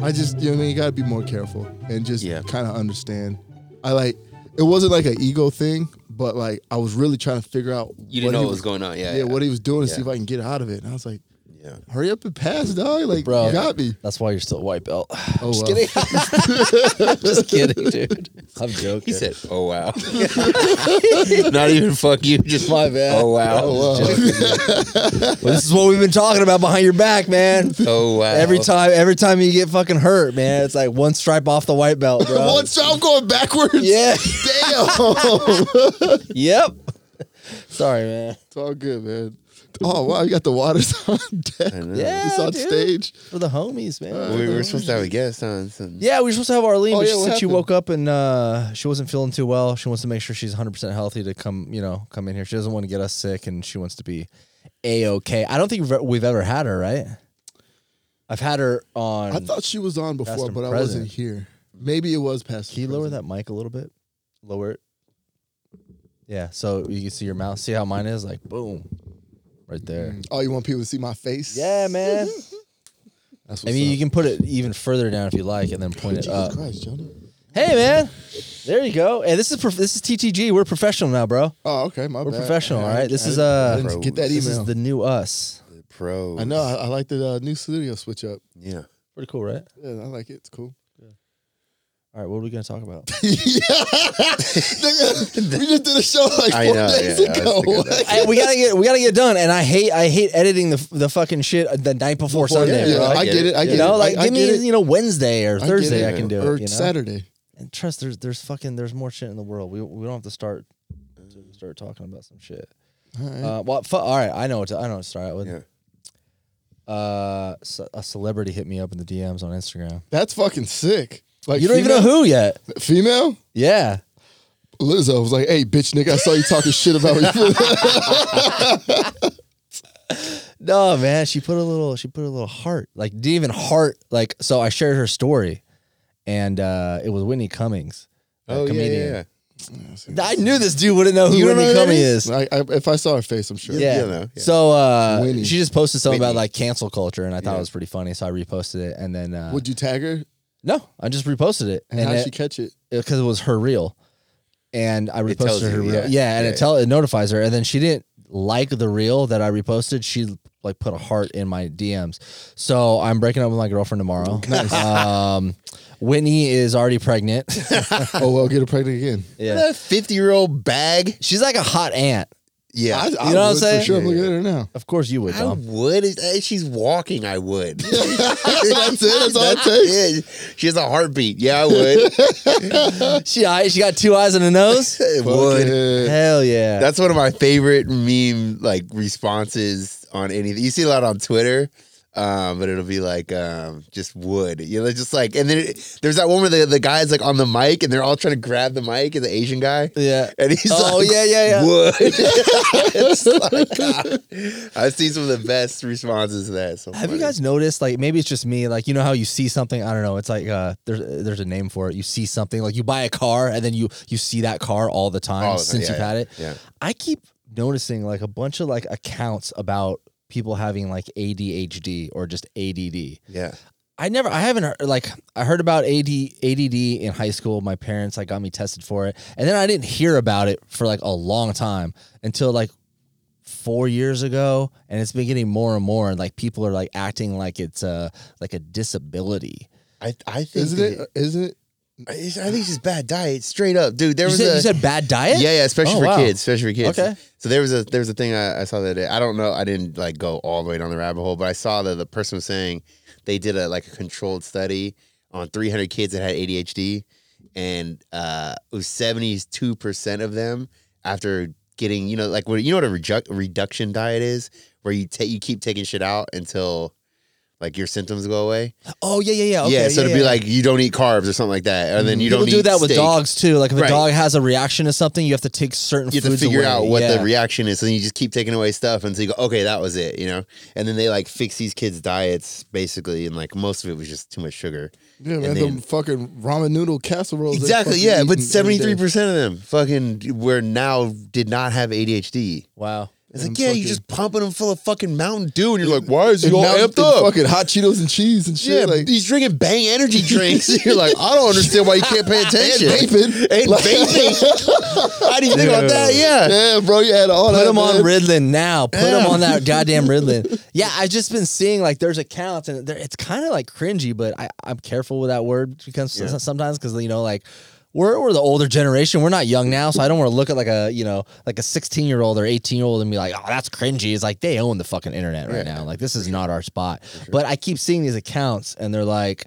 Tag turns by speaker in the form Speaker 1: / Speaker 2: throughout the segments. Speaker 1: I just, you know, what I mean, you gotta be more careful and just
Speaker 2: Yeah.
Speaker 1: kind of understand. I like, it wasn't like an ego thing, but like I was really trying to figure out
Speaker 2: You didn't know
Speaker 1: he
Speaker 2: what was going on. Yeah.
Speaker 1: yeah, what he was doing to see
Speaker 2: Yeah.
Speaker 1: if I can get out of it. And I was like,
Speaker 2: Yeah.
Speaker 1: hurry up and pass, dog. Like,
Speaker 3: Bro.
Speaker 1: you got me.
Speaker 3: That's why you're still white belt.
Speaker 1: Oh,
Speaker 3: just
Speaker 1: wow.
Speaker 3: kidding.
Speaker 2: Just kidding, dude.
Speaker 3: I'm joking.
Speaker 2: He said, "Oh wow." Not even fuck you. Just
Speaker 3: My bad.
Speaker 2: Oh wow.
Speaker 3: Oh, wow.
Speaker 2: Just joking.
Speaker 3: Well, this is what we've been talking about behind your back, man.
Speaker 2: Oh wow.
Speaker 3: Every time, every time you get fucking hurt, man, it's like one stripe off the white belt, bro.
Speaker 1: Once I'm going backwards.
Speaker 3: Yeah.
Speaker 1: Damn.
Speaker 3: yep. Sorry, man.
Speaker 1: It's all good, man. Oh wow, you got the waters on deck.
Speaker 2: I know.
Speaker 3: Yeah,
Speaker 1: it's on
Speaker 3: dude.
Speaker 1: stage.
Speaker 3: For the homies, man.
Speaker 2: We were supposed to have a guest on. Some,
Speaker 3: yeah, we were supposed to have Arlene,
Speaker 1: Oh,
Speaker 3: but
Speaker 1: yeah,
Speaker 3: she
Speaker 1: what
Speaker 3: said she
Speaker 1: happened?
Speaker 3: woke up and uh, she wasn't feeling too well. She wants to make sure she's 100% healthy to come, you know, come in here. She doesn't want to get us sick and she wants to be A-OK. I don't think we've- e-, we've ever had her, right? I've had her on.
Speaker 1: I thought she was on
Speaker 3: Past
Speaker 1: before,
Speaker 3: and
Speaker 1: but I
Speaker 3: present.
Speaker 1: wasn't here. Maybe it was past.
Speaker 3: Can you lower that mic a little bit? Lower it. Yeah, so you can see your mouth. See how mine is? Like, boom. Right there.
Speaker 1: Oh, you want people to see my face?
Speaker 3: Yeah, man.
Speaker 1: That's
Speaker 3: I
Speaker 1: what's
Speaker 3: mean,
Speaker 1: up.
Speaker 3: you can put it even further down if you like and then point it
Speaker 1: Jesus
Speaker 3: up.
Speaker 1: Christ, Jonah.
Speaker 3: Hey, man. There you go. Hey, this is prof- this is TTG. We're professional now, bro.
Speaker 1: Oh, okay, my
Speaker 3: We're
Speaker 1: bad.
Speaker 3: professional,
Speaker 1: I-
Speaker 3: all
Speaker 1: I-
Speaker 3: right? This
Speaker 1: I-
Speaker 3: is
Speaker 1: I
Speaker 3: uh
Speaker 1: didn't get that
Speaker 3: this
Speaker 1: email.
Speaker 3: is the new us.
Speaker 2: pro.
Speaker 1: I know. I, I like the uh, new studio switch up.
Speaker 2: Yeah.
Speaker 3: Pretty cool, right?
Speaker 1: Yeah, I like it. It's cool.
Speaker 3: All right, what are we gonna talk about?
Speaker 1: yeah, Nigga, we just did a show like
Speaker 2: I
Speaker 1: four
Speaker 2: know,
Speaker 1: days
Speaker 2: yeah, I was
Speaker 1: ago.
Speaker 2: thinking that.
Speaker 1: Like,
Speaker 3: I, we gotta get we gotta get done, and I hate I hate editing the the fucking shit the night before, Sunday.
Speaker 1: yeah,
Speaker 3: bro.
Speaker 1: I get it. I
Speaker 2: You
Speaker 1: get
Speaker 3: you know,
Speaker 1: it.
Speaker 3: like
Speaker 1: I, I
Speaker 3: give me
Speaker 1: get it.
Speaker 3: you know Wednesday or
Speaker 1: I get
Speaker 3: Thursday,
Speaker 1: it.
Speaker 3: I can do
Speaker 1: or
Speaker 3: it. You know?
Speaker 1: Saturday.
Speaker 3: And trust there's there's fucking there's more shit in the world. We we don't have to start to start talking about some shit.
Speaker 1: All right.
Speaker 3: Uh, well, fu- all right, I know what to, I know what to start out with.
Speaker 2: Yeah.
Speaker 3: Uh, ce- a celebrity hit me up in the DMs on Instagram.
Speaker 1: That's fucking sick. Like
Speaker 3: You don't even know who yet.
Speaker 1: who female.
Speaker 3: Yeah.
Speaker 1: Lizzo was like, "Hey, bitch, nigga, I saw you talking shit about me."
Speaker 3: No, man, she put a little she put a little heart. Like didn't even heart like so I shared her story and uh it was Whitney Cummings. that
Speaker 2: Oh yeah,
Speaker 3: comedian.
Speaker 2: yeah.
Speaker 3: I knew this dude wouldn't know who
Speaker 1: You don't
Speaker 3: Whitney
Speaker 1: know who that
Speaker 3: Cummings
Speaker 1: is?
Speaker 3: is.
Speaker 1: Like, I, if I saw her face, I'm sure.
Speaker 3: Yeah.
Speaker 2: you know, yeah.
Speaker 3: So uh,
Speaker 1: Whitney.
Speaker 3: she just posted something about
Speaker 2: Whitney.
Speaker 3: like cancel culture, and I thought
Speaker 2: Yeah.
Speaker 3: it was pretty funny, so I reposted it. And then uh,
Speaker 1: Would you tag her?
Speaker 3: no, I just reposted it,
Speaker 1: And,
Speaker 3: and
Speaker 1: how'd
Speaker 3: it-
Speaker 1: she catch it?
Speaker 3: because uh, it was her reel, and I
Speaker 2: tells
Speaker 3: reposted her
Speaker 2: you,
Speaker 3: reel.
Speaker 2: yeah.
Speaker 3: Yeah, and
Speaker 2: Yeah,
Speaker 3: it tell it notifies her, and then she didn't like the reel that I reposted. She like put a heart in my DMs. So I'm breaking up with my girlfriend tomorrow. Nice. um, Whitney is already pregnant.
Speaker 1: oh well, get her pregnant again.
Speaker 3: yeah,
Speaker 2: fifty-year-old bag.
Speaker 3: she's like a hot aunt.
Speaker 2: Yeah.
Speaker 1: I, I
Speaker 3: You know what I'm
Speaker 1: would
Speaker 3: saying?
Speaker 1: For sure, I'm
Speaker 2: Yeah,
Speaker 1: looking at her now.
Speaker 3: Of course you would,
Speaker 2: I
Speaker 3: Dom.
Speaker 2: would. If she's walking, I would.
Speaker 1: That's it. That's all it
Speaker 2: That's
Speaker 1: takes.
Speaker 2: it. She has a heartbeat. Yeah, I would.
Speaker 3: She she got two eyes and a nose.
Speaker 2: I
Speaker 1: Fuck
Speaker 2: would.
Speaker 1: yeah.
Speaker 3: Hell yeah.
Speaker 2: That's one of my favorite meme like responses on anything. You see a lot on Twitter. Um, but it'll be like um, just wood, you know, just like, and then it, there's that one where the, the guy's like on the mic and they're all trying to grab the mic, and the Asian guy,
Speaker 3: yeah.
Speaker 2: and he's
Speaker 3: Oh
Speaker 2: like,
Speaker 3: yeah, yeah, yeah.
Speaker 2: wood. It's like, ah. I've seen some of the best responses to that. So
Speaker 3: Have you
Speaker 2: funny.
Speaker 3: guys noticed? Like, maybe it's just me. Like, you know how you see something. I don't know. It's like uh, there's there's a name for it. You see something. Like, you buy a car, and then you you see that car all the time
Speaker 2: All the time,
Speaker 3: since
Speaker 2: yeah,
Speaker 3: you've had it.
Speaker 2: Yeah.
Speaker 3: I keep noticing like a bunch of like accounts about people having like ADHD or just ADD.
Speaker 2: Yeah.
Speaker 3: I never, I haven't heard, like, I heard about AD, ADD in high school. My parents, like, got me tested for it. And then I didn't hear about it for, like, a long time until, like, four years ago. And it's been getting more and more. And, like, people are, like, acting like it's, uh, like a disability.
Speaker 2: I I think
Speaker 1: Isn't
Speaker 2: that
Speaker 1: it? Isn't it?
Speaker 2: I think it's just bad diet, straight up, dude. There
Speaker 3: You
Speaker 2: was
Speaker 3: said,
Speaker 2: a
Speaker 3: you said bad diet?
Speaker 2: yeah, yeah, especially
Speaker 3: Oh,
Speaker 2: for
Speaker 3: wow.
Speaker 2: kids, especially for kids.
Speaker 3: Okay.
Speaker 2: So there was a there was a thing I, I saw that day. I don't know. I didn't like go all the way down the rabbit hole, but I saw that the person was saying they did a like a controlled study on 300 kids that had ADHD, and uh, it was 72 percent of them after getting you know like what you know what a reju- reduction diet is, where you take you keep taking shit out until like your symptoms go away.
Speaker 3: Oh yeah, yeah, yeah. Okay,
Speaker 2: yeah, so to
Speaker 3: yeah. Mm-hmm.
Speaker 2: be like you don't eat carbs or something like that, and then you
Speaker 3: People
Speaker 2: don't
Speaker 3: do
Speaker 2: eat
Speaker 3: that with
Speaker 2: steak.
Speaker 3: dogs too. Like if a
Speaker 2: Right.
Speaker 3: dog has a reaction to something, you have to take certain.
Speaker 2: You have to
Speaker 3: foods
Speaker 2: figure
Speaker 3: away.
Speaker 2: out what
Speaker 3: Yeah.
Speaker 2: the reaction is, and you just keep taking away stuff until you go, okay, that was it, you know. And then they like fix these kids' diets basically, and like most of it was just too much sugar.
Speaker 1: Yeah, man,
Speaker 2: And
Speaker 1: them
Speaker 2: then-
Speaker 1: fucking ramen noodle casseroles. they
Speaker 2: Exactly,
Speaker 1: fucking
Speaker 2: yeah.
Speaker 1: eating
Speaker 2: But
Speaker 1: every
Speaker 2: seventy
Speaker 1: day.
Speaker 2: three percent of them fucking were now did not have ADHD.
Speaker 3: wow.
Speaker 2: It's
Speaker 1: And
Speaker 2: like, yeah,
Speaker 1: fucking-
Speaker 2: you're just pumping them full of fucking Mountain Dew, and you're like, why is he
Speaker 1: And
Speaker 2: all
Speaker 1: now
Speaker 2: amped
Speaker 1: they
Speaker 2: up?
Speaker 1: Fucking hot Cheetos and cheese and shit.
Speaker 2: yeah,
Speaker 1: like,
Speaker 2: he's drinking Bang energy drinks. you're like, I don't understand why you can't pay attention.
Speaker 1: And vaping.
Speaker 2: and
Speaker 1: Like-
Speaker 2: vaping. How do you think about that? Yeah,
Speaker 1: yeah, bro, you had all
Speaker 3: Put
Speaker 1: that.
Speaker 3: them on
Speaker 1: man.
Speaker 3: Ritalin now. Put
Speaker 2: Yeah.
Speaker 3: them on that goddamn Ritalin. Yeah, I've just been seeing like there's accounts and they're- it's kind of like cringy, but I, I'm careful with that word because
Speaker 2: Yeah.
Speaker 3: sometimes because you know like we're we're the older generation. We're not young now, so I don't want to look at like a you know like a 16 year old or 18 year old and be like, oh, that's cringy. It's like they own the fucking internet right
Speaker 2: Yeah.
Speaker 3: now. Like this is not our spot. But I keep seeing these accounts and they're like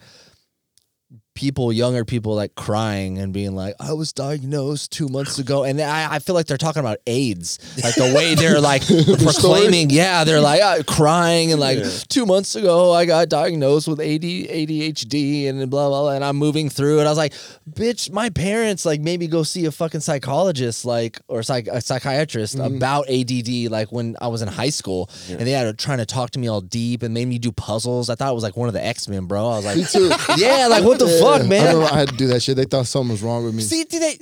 Speaker 3: people, younger people, like crying and being like, I was diagnosed two months ago. And I, I feel like they're talking about AIDS. Like the way they're like proclaiming, yeah, they're like uh, crying and like
Speaker 2: Yeah.
Speaker 3: two months ago, I got diagnosed with AD, ADHD and blah, blah, blah. And I'm moving through. And I was like, bitch, my parents like maybe go see a fucking psychologist, like, or psych- a psychiatrist
Speaker 1: Mm-hmm.
Speaker 3: about ADD, like when I was in high school. And they had trying to talk to me all deep and made me do puzzles. I thought it was like one of the X Men, bro. I was like,
Speaker 1: Me too.
Speaker 3: yeah, like what the
Speaker 1: Yeah.
Speaker 3: fuck,
Speaker 1: I
Speaker 3: man?
Speaker 1: remember I had to do that shit. They thought something was wrong with me.
Speaker 3: See, do they?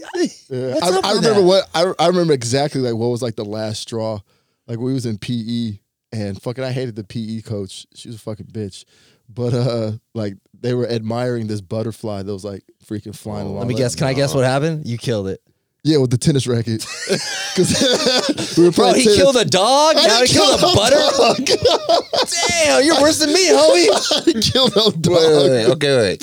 Speaker 1: Yeah.
Speaker 3: What's
Speaker 1: I,
Speaker 3: up
Speaker 1: I
Speaker 3: with
Speaker 1: remember
Speaker 3: that?
Speaker 1: what I, I remember exactly like what was like the last straw. Like we was in PE and fucking I hated the PE coach. She was a fucking bitch. But uh like they were admiring this butterfly that was like freaking flying
Speaker 2: Oh,
Speaker 1: along.
Speaker 3: Let me guess. Can I guess what happened? You killed it,
Speaker 1: Yeah, with the tennis racket. 'Cause we were
Speaker 3: bro.
Speaker 1: playing
Speaker 3: He
Speaker 1: tennis.
Speaker 3: killed a dog.
Speaker 1: I
Speaker 3: Now he
Speaker 1: didn't kill
Speaker 3: killed a
Speaker 1: no
Speaker 3: butter. Damn, you're worse than me, homie.
Speaker 1: He killed no dog.
Speaker 2: Wait, wait, wait, okay, wait.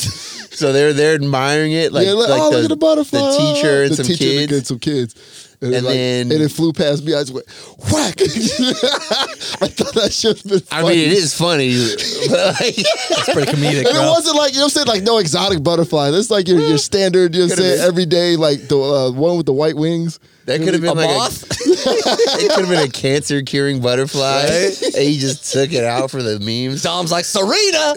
Speaker 2: So they're they're admiring it, like,
Speaker 1: yeah, like,
Speaker 2: like,
Speaker 1: oh,
Speaker 2: the,
Speaker 1: look at the butterfly.
Speaker 2: the teacher and
Speaker 1: The
Speaker 2: some
Speaker 1: teacher
Speaker 2: kids.
Speaker 1: And some kids. And, it,
Speaker 2: And
Speaker 1: like-
Speaker 2: then-
Speaker 1: and it flew past me. I just went, whack. I thought that should have been
Speaker 2: I
Speaker 1: funny.
Speaker 2: mean, it is funny, but like,
Speaker 3: That's pretty comedic,
Speaker 1: And it
Speaker 3: bro.
Speaker 1: wasn't like you know what I'm saying, like no exotic butterfly. That's like your your standard, you know what I'm
Speaker 2: Could've
Speaker 1: saying,
Speaker 2: been.
Speaker 1: everyday, like the uh, one with the white wings.
Speaker 2: that could have been
Speaker 3: A
Speaker 2: like
Speaker 3: moth?
Speaker 2: a it could have been a cancer curing butterfly, and he just took it out for the memes.
Speaker 3: Dom's like Serena.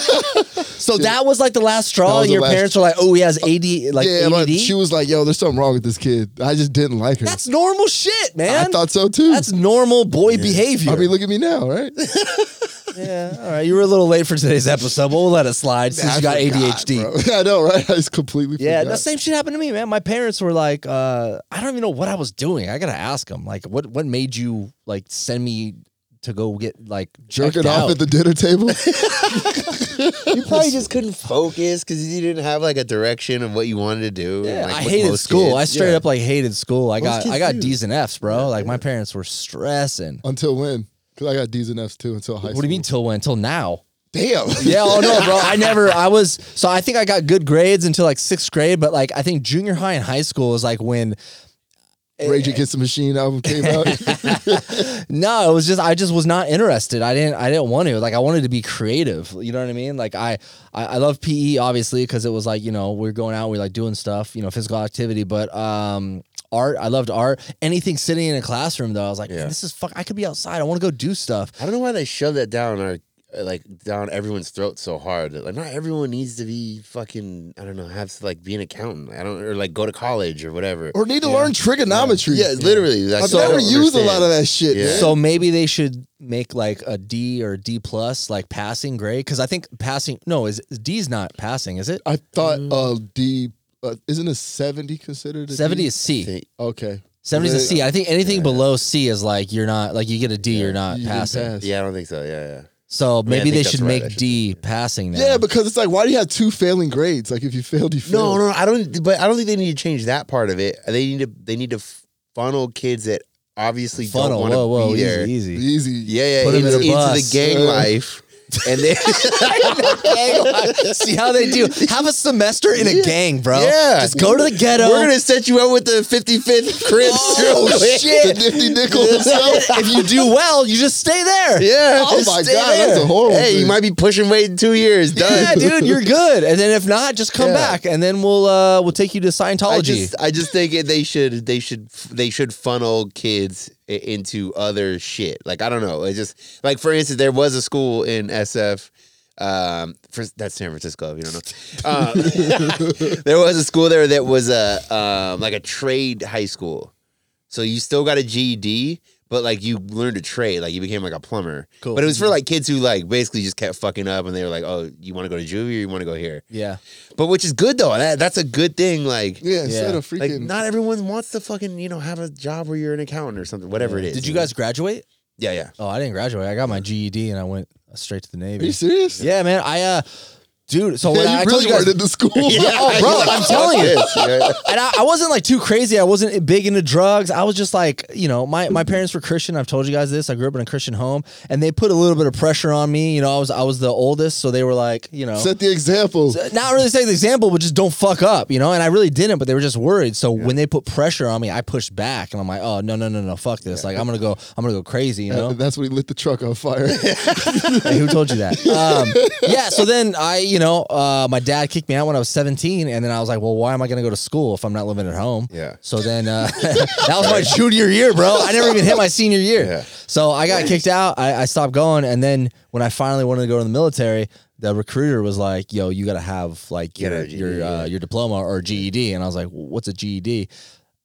Speaker 3: so that was like the last
Speaker 1: That
Speaker 3: straw.
Speaker 1: was
Speaker 3: and
Speaker 1: the
Speaker 3: your
Speaker 1: last-
Speaker 3: parents were like, "Oh, he has AD, like
Speaker 1: yeah,
Speaker 3: ADD."
Speaker 1: but she was like, yo, there's something wrong with this kid. I just didn't like her.
Speaker 3: That's normal shit, man.
Speaker 1: I thought so too.
Speaker 3: That's normal boy behavior.
Speaker 1: I mean, look at me now, right?
Speaker 3: yeah, all right. You were a little late for today's episode, but we'll let it slide since
Speaker 1: I
Speaker 3: you got
Speaker 1: forgot,
Speaker 3: ADHD.
Speaker 1: bro. I know, right? I just completely
Speaker 3: Yeah, the
Speaker 1: forgot.
Speaker 3: same shit happened to me, man. My parents were like, uh, I don't even know what I was doing. I gotta ask them, like, what what made you like send me to go get like
Speaker 1: Jerking
Speaker 3: checked
Speaker 1: off
Speaker 3: out?
Speaker 1: at the dinner table.
Speaker 2: You probably just couldn't focus because you didn't have like a direction of what you wanted to do.
Speaker 3: Yeah,
Speaker 2: like,
Speaker 3: I
Speaker 2: with
Speaker 3: hated
Speaker 2: most
Speaker 3: school.
Speaker 2: kids.
Speaker 3: I straight
Speaker 2: Yeah.
Speaker 3: up like hated school. I got
Speaker 2: kids
Speaker 3: I got
Speaker 2: do.
Speaker 3: D's and F's, bro. like my parents were stressing.
Speaker 1: until when? Because Oh, I got D's and F's too until high school.
Speaker 3: What do you mean till when? Till now?
Speaker 1: Damn.
Speaker 3: Yeah, oh no, bro. I never. I was so I think I got good grades until like sixth grade, but like I think junior high and high school was like when
Speaker 1: Rage Against the Machine album came out.
Speaker 3: No, it was just I just was not interested. I didn't I didn't want to. Like I wanted to be creative. You know what I mean? Like I I, I love PE obviously because it was like you know we're going out we're like doing stuff you know physical activity. But um art I loved art. Anything sitting in a classroom though I was like
Speaker 2: Yeah.
Speaker 3: this is fuck. I could be outside. I want to go do stuff.
Speaker 2: I don't know why they shove that down our like down everyone's throat so hard. Like not everyone needs to be fucking. I don't know. Have to like be an accountant. I don't or like go to college or whatever.
Speaker 1: or need to learn trigonometry.
Speaker 2: yeah, literally. Like,
Speaker 1: I've
Speaker 2: so I
Speaker 1: never
Speaker 2: don't
Speaker 1: used a
Speaker 2: understand.
Speaker 1: lot of that shit.
Speaker 2: Yeah.
Speaker 1: man.
Speaker 3: So maybe they should make like a D or D plus like passing grade because I think passing no is D's not passing is it
Speaker 1: I thought
Speaker 3: Mm.
Speaker 1: uh, D uh, isn't a seventy considered a D?
Speaker 3: seventy is C.
Speaker 2: Think-
Speaker 1: Okay,
Speaker 3: 70 is a C. I think anything
Speaker 2: Yeah.
Speaker 3: below C is like you're not like you get a D, you're not
Speaker 1: You didn't
Speaker 3: passing.
Speaker 1: pass.
Speaker 2: Yeah, I don't think so. Yeah, yeah.
Speaker 3: So
Speaker 2: mean, I
Speaker 3: maybe
Speaker 2: think
Speaker 3: they
Speaker 2: that's
Speaker 3: should
Speaker 2: right.
Speaker 3: make
Speaker 2: I should
Speaker 3: D passing now.
Speaker 1: Yeah, because it's like, why do you have two failing grades? Like, if you failed, you
Speaker 2: No,
Speaker 1: failed.
Speaker 2: no, I don't. But I don't think they need to change that part of it. They need to. They need to funnel kids that obviously
Speaker 3: funnel.
Speaker 2: don't
Speaker 3: Whoa,
Speaker 2: want
Speaker 3: whoa,
Speaker 2: to be
Speaker 3: easy,
Speaker 2: there.
Speaker 3: easy.
Speaker 1: easy.
Speaker 2: Yeah, yeah.
Speaker 3: Put 'em in
Speaker 2: into,
Speaker 3: a
Speaker 2: into the
Speaker 3: bus.
Speaker 2: gang
Speaker 1: Uh.
Speaker 2: life, and then
Speaker 3: See how they do. Have a semester in a gang, bro.
Speaker 2: Yeah.
Speaker 3: Just go to the ghetto.
Speaker 2: we're gonna set you up with the 55th cribs.
Speaker 3: Oh,
Speaker 2: real quick.
Speaker 1: The nifty nickel himself.
Speaker 3: if you do well, you just stay there.
Speaker 2: Yeah.
Speaker 1: Oh
Speaker 2: just
Speaker 1: my
Speaker 2: stay
Speaker 1: God, that's a horrible
Speaker 2: Hey, you
Speaker 1: thing.
Speaker 2: might be pushing weight in two years. Done.
Speaker 3: Yeah, dude, you're good. And then if not, just come
Speaker 2: Yeah.
Speaker 3: back, and then we'll uh, we'll take you to
Speaker 2: I
Speaker 3: Scientology.
Speaker 2: just, I just think it- they should, they should, they should funnel kids i- into other shit. Like I don't know. It just like for instance, there was a school in SF. Um, for, that's San Francisco. If you don't know, uh, there was a school there that was a um, like a trade high school. So you still got a GED, but like you learned a trade, like you became like a plumber.
Speaker 1: Cool. Mm-hmm.
Speaker 2: But it was for like kids who like basically just kept fucking up, and they were like, "Oh, you want to go to juvie or you want to go here?"
Speaker 3: Yeah.
Speaker 2: But which is good though. That, that's a good thing. Like
Speaker 1: Yeah, instead
Speaker 3: Yeah.
Speaker 1: of
Speaker 2: like
Speaker 1: freaking
Speaker 2: not everyone wants to fucking you know have a job where you're an accountant or something whatever it is
Speaker 3: Did you guys graduate?
Speaker 2: yeah yeah
Speaker 3: Oh, I didn't graduate. I got my GED and I went straight to the
Speaker 1: Are you
Speaker 3: Navy.
Speaker 1: serious?
Speaker 3: Yeah, man. I uh, dude. So when
Speaker 1: Yeah,
Speaker 3: I,
Speaker 1: you
Speaker 3: I told
Speaker 1: really
Speaker 3: you guys,
Speaker 1: weren't at the school.
Speaker 3: Oh, bro, I'm telling you.
Speaker 2: Yes, yeah.
Speaker 3: and I, I wasn't like too crazy. I wasn't big into drugs. I was just like, you know, my, my parents were Christian. I've told you guys this. I grew up in a Christian home, and they put a little bit of pressure on me. You know, I was I was the oldest, so they were like, you know,
Speaker 1: Set the example.
Speaker 3: not really say the example, but just don't fuck up, you know. And I really didn't, but they were just worried. So when they put pressure on me, I pushed back, and I'm like, oh no no no no, fuck this! Like I'm gonna go, I'm gonna go crazy, you know.
Speaker 1: Uh, That's when he lit the truck on fire.
Speaker 3: Hey, who told you that? Um, yeah. So then I, you know, uh, my dad kicked me out when I was 17, and then I was like, well, why am I going to go to school if I'm not living at home?
Speaker 2: Yeah.
Speaker 3: So then uh, that was my junior year, bro. I never even hit my senior year.
Speaker 2: Yeah.
Speaker 3: So I got kicked out. I, I stopped going, and then when I finally wanted to go to the military. The recruiter was like, "Yo, you gotta have like
Speaker 2: Get
Speaker 3: your
Speaker 2: a
Speaker 3: your
Speaker 2: GED,
Speaker 3: uh,
Speaker 2: E yeah.
Speaker 3: your diploma or GED," and I was like, "What's a GED?"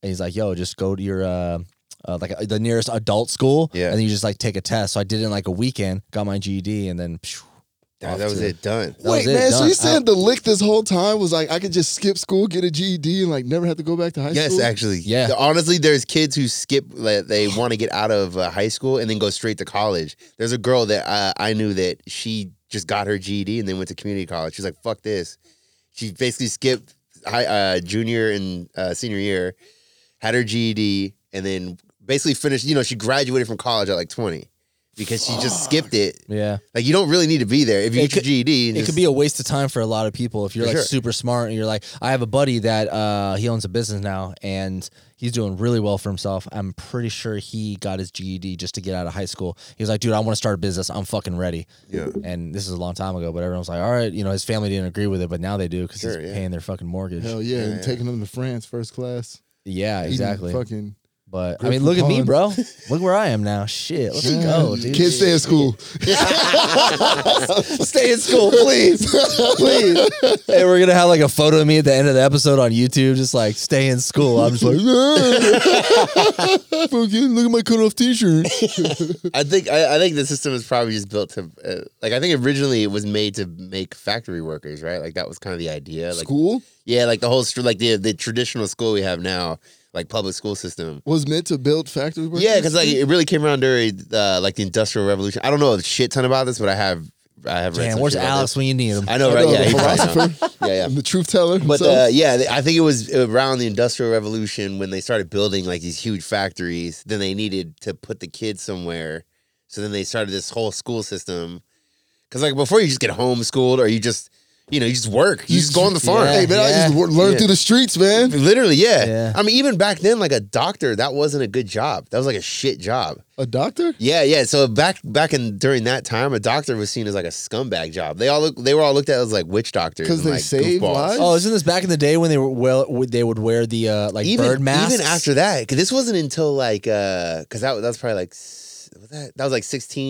Speaker 3: And he's like, "Yo, just go to your uh, uh, like uh, the nearest adult school,
Speaker 2: Yeah.
Speaker 3: and then you just like take a test." So I did it in like a weekend, got my GED, and then phew,
Speaker 2: that, that was it done
Speaker 3: That
Speaker 1: Wait,
Speaker 3: was it,
Speaker 1: man, so
Speaker 3: done.
Speaker 1: you saying the lick this whole time was like I could just skip school, get a GED, and like never have to go back to high
Speaker 2: yes
Speaker 1: school?
Speaker 2: actually
Speaker 3: Yeah.
Speaker 2: honestly there's kids who skip like, they want to get out of uh, high school and then go straight to college there's a girl that uh, i knew that she just got her ged and then went to community college she's like fuck this she basically skipped high, uh, junior and uh, senior year had her ged and then basically finished you know she graduated from college at like 20 because she just skipped it
Speaker 3: Yeah,
Speaker 2: Like you don't really need to be there if you
Speaker 3: It
Speaker 2: get your
Speaker 3: could-
Speaker 2: GED. and
Speaker 3: it
Speaker 2: just-
Speaker 3: could be a waste of time for a lot of people if you're
Speaker 2: For
Speaker 3: like
Speaker 2: sure.
Speaker 3: super smart and you're like, I have a buddy that uh, he owns a business now and he's doing really well for himself. I'm pretty sure he got his GED just to get out of high school. He was like, dude, I want to start a business. I'm fucking ready.
Speaker 2: Yeah.
Speaker 3: And this is a long time ago, but everyone was like, all right, you know, his family didn't agree with it, but now they do because
Speaker 2: Sure,
Speaker 3: he's
Speaker 2: yeah.
Speaker 3: paying their fucking mortgage.
Speaker 1: Hell yeah, and
Speaker 2: yeah.
Speaker 1: taking them to France first class.
Speaker 3: yeah,
Speaker 1: eating
Speaker 3: exactly.
Speaker 1: Fucking
Speaker 3: But I
Speaker 1: Grip
Speaker 3: mean, look at me,
Speaker 1: upon.
Speaker 3: bro. look where I am now. Shit, let's
Speaker 1: Yeah.
Speaker 3: go, dude.
Speaker 1: Kids stay in school.
Speaker 3: stay in school, please. please. Hey, we're gonna have like a photo of me at the end of the episode on YouTube, just like stay in school. I'm just like,
Speaker 1: Fucking look at my cutoff t-shirt.
Speaker 2: I think I, I think the system is probably just built to uh, like I think originally it was made to make factory workers, right? Like that was kind of the idea. Like
Speaker 1: School
Speaker 2: yeah, like the whole str- like the the traditional school we have now, like public school system.
Speaker 1: was meant to build factory workers.
Speaker 2: Yeah, because like it really came around during uh, like the industrial revolution. I don't know a shit ton about this, but I have I have read.
Speaker 3: damn,
Speaker 2: some
Speaker 3: where's
Speaker 2: shit about
Speaker 3: Alex when you need him?
Speaker 2: this. I know,
Speaker 1: I
Speaker 2: right?
Speaker 1: know,
Speaker 2: yeah,
Speaker 1: the
Speaker 2: he probably knows.
Speaker 1: philosopher
Speaker 2: yeah, yeah.
Speaker 1: and the truth teller.
Speaker 2: But
Speaker 1: himself.
Speaker 2: uh, yeah, th- I think it was around the Industrial Revolution when they started building like these huge factories. Then they needed to put the kids somewhere, so then they started this whole school system. Because like before, you just get homeschooled or you just, you know, you just work. You, just go on the farm.
Speaker 3: yeah.
Speaker 1: hey man, I just wor- learned
Speaker 2: Yeah.
Speaker 1: through the streets, man.
Speaker 2: Literally, yeah.
Speaker 3: Yeah.
Speaker 2: I mean, even back then, like a doctor, that wasn't a good job. That was like a shit job.
Speaker 1: A doctor?
Speaker 2: Yeah, yeah. So back back in during that time, a doctor was seen as like a scumbag job. They all look, they were all looked at as like witch doctors
Speaker 1: 'Cause
Speaker 2: and,
Speaker 1: they
Speaker 2: like,
Speaker 1: saved
Speaker 2: goofballs.
Speaker 1: lives?
Speaker 3: Oh, isn't this back in the day when they were well, would- they would wear the uh, like bird masks?
Speaker 2: Even after that, 'cause this wasn't until like, uh, cause that, that was probably like, s- was that that was like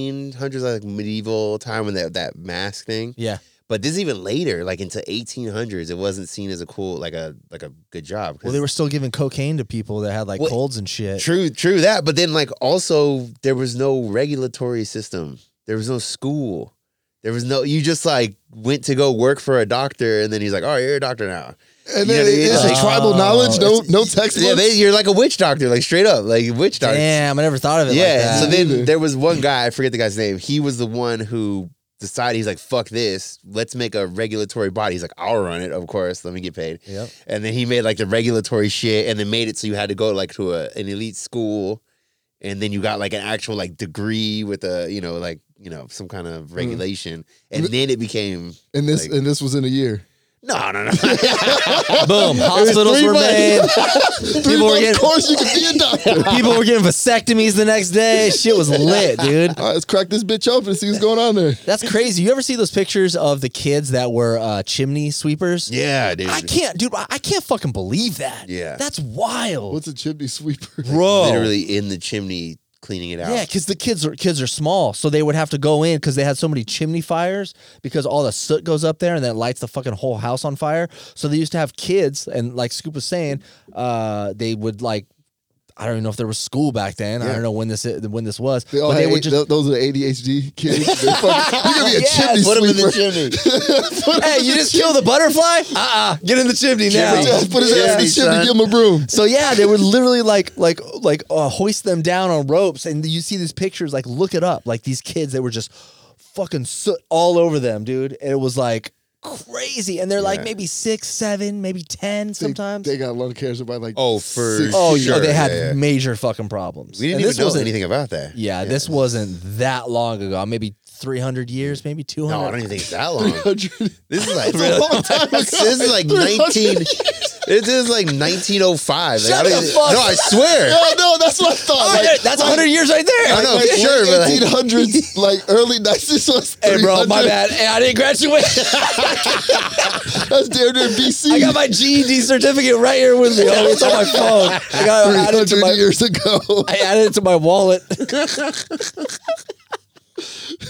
Speaker 2: 1600s, like medieval time when that that mask thing.
Speaker 3: yeah,
Speaker 2: But this is even later, like into 1800s, it wasn't seen as a cool, like a like a good job. 'cause-
Speaker 3: well, they were still giving cocaine to people that had like
Speaker 2: Well,
Speaker 3: colds and shit.
Speaker 2: true, true that. But then like also there was no regulatory system. There was no school. There was no. You just like went to go work for a doctor, and then he's like, "All right, you're a doctor now."
Speaker 1: And
Speaker 2: You
Speaker 1: then
Speaker 2: know,
Speaker 1: it's,
Speaker 2: it's
Speaker 1: like
Speaker 3: like-
Speaker 1: tribal
Speaker 3: Oh,
Speaker 1: knowledge, no
Speaker 2: it's-
Speaker 1: no textbooks.
Speaker 2: Yeah, they, you're like a witch doctor, like straight up, like witch doctor.
Speaker 3: Damn, I never thought of it. like
Speaker 2: Yeah.
Speaker 3: that.
Speaker 2: so
Speaker 1: Neither.
Speaker 2: then there was one guy, I forget the guy's name. He was the one who decided he's like, fuck this. Let's make a regulatory body. He's like, I'll run it, of course. Let me get paid.
Speaker 3: Yep.
Speaker 2: And then he made like the regulatory shit and then made it so you had to go like to a, an elite school and then you got like an actual like degree with a, you know,
Speaker 3: Mm-hmm.
Speaker 2: like, you know, some kind of regulation. And then it became
Speaker 1: and this
Speaker 2: like-
Speaker 1: and this was in a year.
Speaker 2: No, no, no.
Speaker 3: Boom. Hospitals
Speaker 1: three
Speaker 3: were
Speaker 1: months.
Speaker 3: made.
Speaker 1: Three
Speaker 3: People were
Speaker 1: months
Speaker 3: getting-
Speaker 1: course, you can be a doctor.
Speaker 3: People were getting vasectomies the next day. Shit was lit, dude.
Speaker 1: All right, let's crack this bitch open and see what's going on there.
Speaker 3: That's crazy. You ever see those pictures of the kids that were uh, chimney sweepers?
Speaker 2: yeah, dude.
Speaker 3: I can't, dude. I I can't fucking believe that.
Speaker 2: Yeah.
Speaker 3: that's wild,
Speaker 1: What's a chimney sweeper?
Speaker 3: bro.
Speaker 2: Literally in the chimney cleaning it out.
Speaker 3: Yeah, because the kids are kids are small, so they would have to go in because they had so many chimney fires because all the soot goes up there and then it lights the fucking whole house on fire. So they used to have kids, and like Scoop was saying, uh, they would like. I don't even know if there was school back then. I don't know when this i- when this was,
Speaker 1: They all
Speaker 3: but they
Speaker 1: had
Speaker 3: would
Speaker 1: A-
Speaker 3: just
Speaker 1: those are the ADHD kids. They're fucking- You're gonna be a
Speaker 3: Yes,
Speaker 1: chimney
Speaker 2: Put him in the
Speaker 1: sweeper.
Speaker 2: chimney.
Speaker 3: hey, you just kill the butterfly? Uh uh Get in the chimney now.
Speaker 1: Just put his ass in the
Speaker 2: Yeah,
Speaker 1: chimney,
Speaker 2: son.
Speaker 1: give him a broom.
Speaker 3: So yeah, they would literally like like like uh, hoist them down on ropes, and you see these pictures. Like, look it up. Like these kids, they were just fucking soot all over them, dude. And it was like crazy. And they're like
Speaker 2: Yeah.
Speaker 3: maybe six, seven, maybe ten
Speaker 1: They-
Speaker 3: sometimes.
Speaker 1: they, got lung cancer by like.
Speaker 2: Oh, for
Speaker 1: six-
Speaker 3: oh yeah,
Speaker 2: sure,
Speaker 3: they had
Speaker 2: yeah, yeah.
Speaker 3: major fucking problems.
Speaker 2: We didn't
Speaker 3: And
Speaker 2: even
Speaker 3: this
Speaker 2: know
Speaker 3: wasn't-
Speaker 2: anything about that.
Speaker 3: Yeah, this wasn't that long ago. Maybe three hundred years, maybe two
Speaker 2: No, I
Speaker 3: hundred.
Speaker 2: don't even think it's that long.
Speaker 1: 100.
Speaker 2: This is like This is like nineteen. This is like nineteen oh five.
Speaker 3: Shut
Speaker 2: I don't
Speaker 3: the
Speaker 2: even-
Speaker 3: fuck
Speaker 2: No, I swear.
Speaker 1: Yeah, no, that's what I thought. Like,
Speaker 3: that's hundred years right there.
Speaker 2: I know,
Speaker 1: like,
Speaker 2: for sure, but
Speaker 1: late
Speaker 2: like-
Speaker 1: 1800s, like early 90s. This was
Speaker 3: Hey, bro, my
Speaker 1: 300.
Speaker 3: bad. Hey, I didn't graduate.
Speaker 1: That's damn near BC.
Speaker 3: I got my GED certificate right here with me. Oh, it's on my phone. I got I uh, added it to
Speaker 1: 300
Speaker 3: my.
Speaker 1: years ago.
Speaker 3: I added it to my wallet.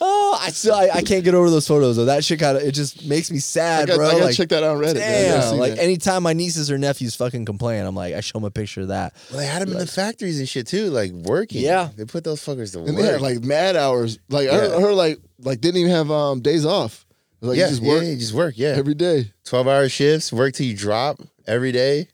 Speaker 3: oh, I still I, I can't get over those photos though. That shit kind of it just makes me
Speaker 1: I
Speaker 3: sad,
Speaker 1: gotta,
Speaker 3: bro.
Speaker 1: I gotta
Speaker 3: like,
Speaker 1: check that out on Reddit. man. I gotta
Speaker 3: damn.
Speaker 1: see
Speaker 3: Like
Speaker 1: that.
Speaker 3: anytime my nieces or nephews fucking complain, I'm like, I show them a picture of that.
Speaker 2: Well, they had them in the factories and shit too, like working.
Speaker 3: Yeah.
Speaker 2: they put those fuckers to
Speaker 1: and
Speaker 2: work.
Speaker 1: they had like mad hours. Like her,
Speaker 2: Yeah.
Speaker 1: her, like like didn't even have um days off. Like
Speaker 2: yeah,
Speaker 1: you just work
Speaker 2: yeah, you just work. Yeah,
Speaker 1: every day.
Speaker 2: twelve hour shifts, work till you drop every day.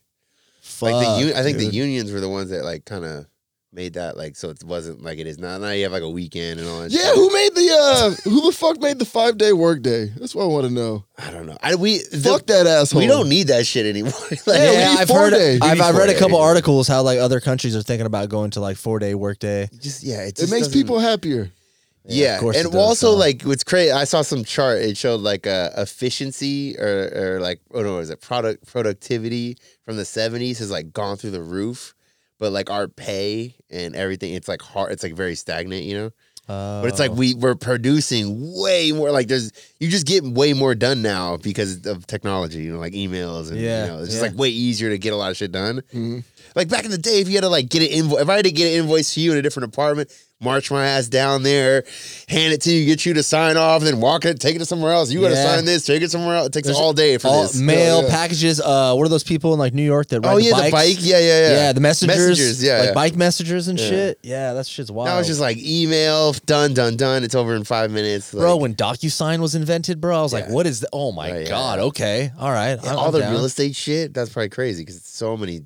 Speaker 3: Fuck,
Speaker 2: Like the, un- I think
Speaker 3: dude.
Speaker 2: the unions were the ones that like kind of made that like so it wasn't like it is now. Now you have like a weekend and all. That
Speaker 1: Yeah,
Speaker 2: shit.
Speaker 1: who made the uh who the fuck made the five day work day? That's what I want to know.
Speaker 2: I don't know. I, we the-
Speaker 1: Fuck that asshole.
Speaker 2: We don't need that shit anymore. like,
Speaker 1: Yeah, we
Speaker 3: yeah,
Speaker 1: need
Speaker 3: I've
Speaker 1: four
Speaker 3: heard.
Speaker 1: day. We
Speaker 3: I've,
Speaker 2: need
Speaker 3: I've
Speaker 2: four
Speaker 3: read a
Speaker 2: day.
Speaker 3: couple articles how like other countries are thinking about going to like four day workday.
Speaker 2: just yeah, it,
Speaker 1: It
Speaker 2: just
Speaker 1: makes
Speaker 2: doesn't-
Speaker 1: people happier.
Speaker 2: Yeah,
Speaker 3: of course
Speaker 2: and
Speaker 3: it does,
Speaker 2: also
Speaker 3: huh?
Speaker 2: like what's crazy. I saw some chart. It showed like uh, efficiency or or like oh no, is it product productivity from the seventies has like gone through the roof, but like our pay and everything, it's like hard. It's like very stagnant, you know. But it's like
Speaker 3: Oh.
Speaker 2: we we're producing way more. Like there's you just get way more done now because of technology. You know, like emails and
Speaker 3: Yeah,
Speaker 2: you know, it's just
Speaker 3: yeah. Mm-hmm.
Speaker 2: like way easier to get a lot of shit done.
Speaker 1: Mhm.
Speaker 2: Like back in the day, if you had to like get an invoice, if I had to get an invoice to you in a different apartment, march my ass down there, hand it to you, get you to sign off, then walk it, take it to somewhere else. You got to
Speaker 3: Yeah.
Speaker 2: sign this, take it somewhere else. It takes
Speaker 3: There's
Speaker 2: all day for
Speaker 3: all
Speaker 2: this.
Speaker 3: mail
Speaker 1: yeah.
Speaker 3: packages. Uh, what are those people in like New York that ride
Speaker 2: oh
Speaker 3: the
Speaker 2: yeah,
Speaker 3: bikes?
Speaker 2: the bike. Yeah, yeah,
Speaker 3: Yeah.
Speaker 2: yeah.
Speaker 3: the messengers,
Speaker 2: Messengers, yeah,
Speaker 3: like
Speaker 2: yeah.
Speaker 3: bike messengers and
Speaker 2: Yeah.
Speaker 3: shit. Yeah, that shit's wild.
Speaker 2: Now it's just like email, done, done, done. It's over in five minutes. Like,
Speaker 3: bro, when DocuSign was invented, bro, I was like,
Speaker 2: Yeah.
Speaker 3: what is? The- oh my
Speaker 2: Oh, yeah.
Speaker 3: god. Okay, all right.
Speaker 2: Yeah,
Speaker 3: I'm-
Speaker 2: all
Speaker 3: I'm
Speaker 2: the
Speaker 3: down.
Speaker 2: real estate shit. That's probably crazy because it's so many,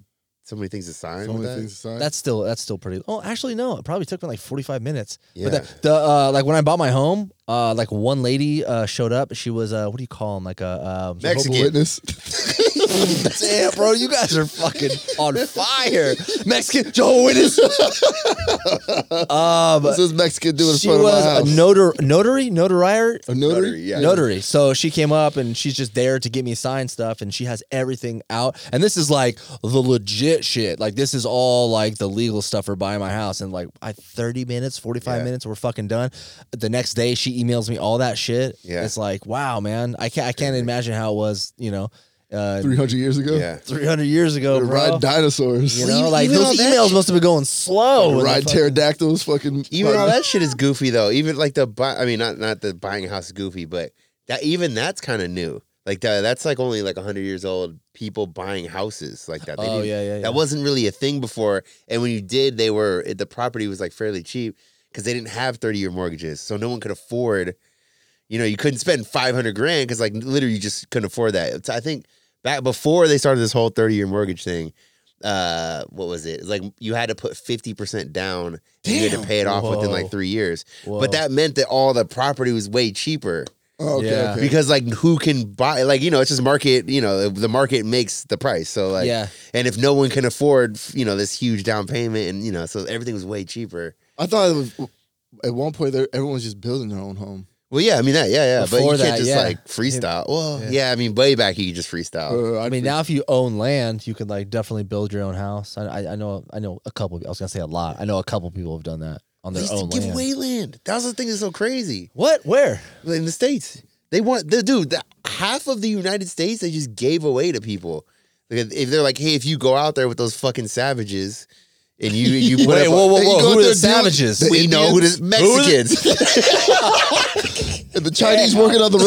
Speaker 2: so many things to sign.
Speaker 1: So
Speaker 2: with
Speaker 1: many
Speaker 2: that.
Speaker 1: things to sign.
Speaker 3: That's still that's still pretty. Oh, actually, no. It probably took me like forty five minutes.
Speaker 2: Yeah.
Speaker 3: But the, the uh, like when I bought my home, uh, like one lady uh showed up. She was uh, what do you call them? Like a um,
Speaker 1: Jehovah's
Speaker 2: Mexican.
Speaker 1: Witness.
Speaker 3: damn, bro, you guys are fucking on fire. Mexican Jehovah's Witness. um,
Speaker 1: What's this Mexican doing in
Speaker 3: she
Speaker 1: front of my
Speaker 3: was a
Speaker 1: house?
Speaker 3: notar- notary, notarier,
Speaker 1: A notary?
Speaker 2: yeah.
Speaker 3: notary. So she came up and she's just there to get me signed stuff, and she has everything out. And this is like the legit shit. Like this is all like the legal stuff for buying my house. And like I thirty minutes, forty five
Speaker 2: Yeah.
Speaker 3: minutes, we're fucking done. The next day, she emails me all that shit.
Speaker 2: Yeah.
Speaker 3: it's like wow, man. I can't, I can't imagine how it was. You know, uh,
Speaker 1: 300 years ago?
Speaker 2: Yeah.
Speaker 3: three hundred years ago,
Speaker 1: They
Speaker 3: bro.
Speaker 1: ride dinosaurs.
Speaker 3: You know,
Speaker 2: Even-
Speaker 3: like
Speaker 2: even all
Speaker 3: those
Speaker 2: that
Speaker 3: emails
Speaker 2: shit-
Speaker 3: must have been going slow. when the
Speaker 1: ride
Speaker 3: fuck-
Speaker 1: pterodactyls. Fucking.
Speaker 2: Even all that shit is goofy though. Even like the buy, I mean, not not the buying a house is goofy, but that even that's kind of new. Like that, that's like only like hundred years old. People buying houses like that. They
Speaker 3: Oh
Speaker 2: didn't-
Speaker 3: yeah, yeah, yeah.
Speaker 2: That wasn't really a thing before. And when you did, they were it, the property was like fairly cheap because they didn't have thirty year mortgages, so no one could afford. You know, you couldn't spend five hundred grand because like literally you just couldn't afford that. It's- I think back before they started this whole thirty year mortgage thing. Uh, what was it? It's like you had to put fifty percent down, and you had to
Speaker 1: Damn.
Speaker 2: pay it off within
Speaker 3: Whoa.
Speaker 2: like three years.
Speaker 3: Whoa.
Speaker 2: But that meant that all the property was way cheaper
Speaker 1: Oh, okay,
Speaker 3: Yeah.
Speaker 1: okay.
Speaker 2: because like who can buy like you know it's just market you know the market makes the price so like
Speaker 3: Yeah.
Speaker 2: and if no one can afford f- you know this huge down payment and you know so everything was way cheaper
Speaker 1: I thought it was at one point there, everyone was just building their own home.
Speaker 2: Well, yeah, I mean that, yeah, yeah.
Speaker 3: Before
Speaker 2: but you
Speaker 3: that,
Speaker 2: can't just
Speaker 3: yeah.
Speaker 2: like freestyle. Well,
Speaker 1: Yeah.
Speaker 2: yeah. I mean, way back you could just freestyle.
Speaker 1: Uh,
Speaker 3: I mean, now if you own land, you could like definitely build your own house. I, I, I know I know a couple. I was gonna say a lot. I know a couple people have done that on
Speaker 2: They
Speaker 3: their
Speaker 2: used to
Speaker 3: own
Speaker 2: give
Speaker 3: land.
Speaker 2: away land. That was the thing that's so crazy
Speaker 3: What? Where?
Speaker 2: in the states. They want the dude. The, half of the United States they just gave away to people. Like, if they're like, hey, if you go out there with those fucking savages. And you, you put
Speaker 3: Wait,
Speaker 2: up a-
Speaker 3: whoa, whoa,
Speaker 2: you
Speaker 3: whoa,
Speaker 2: go out
Speaker 3: who are
Speaker 2: there
Speaker 3: the
Speaker 2: dealing-
Speaker 3: savages? The
Speaker 2: We know who
Speaker 1: Indians?
Speaker 2: the Mexicans.
Speaker 1: And the Chinese working on the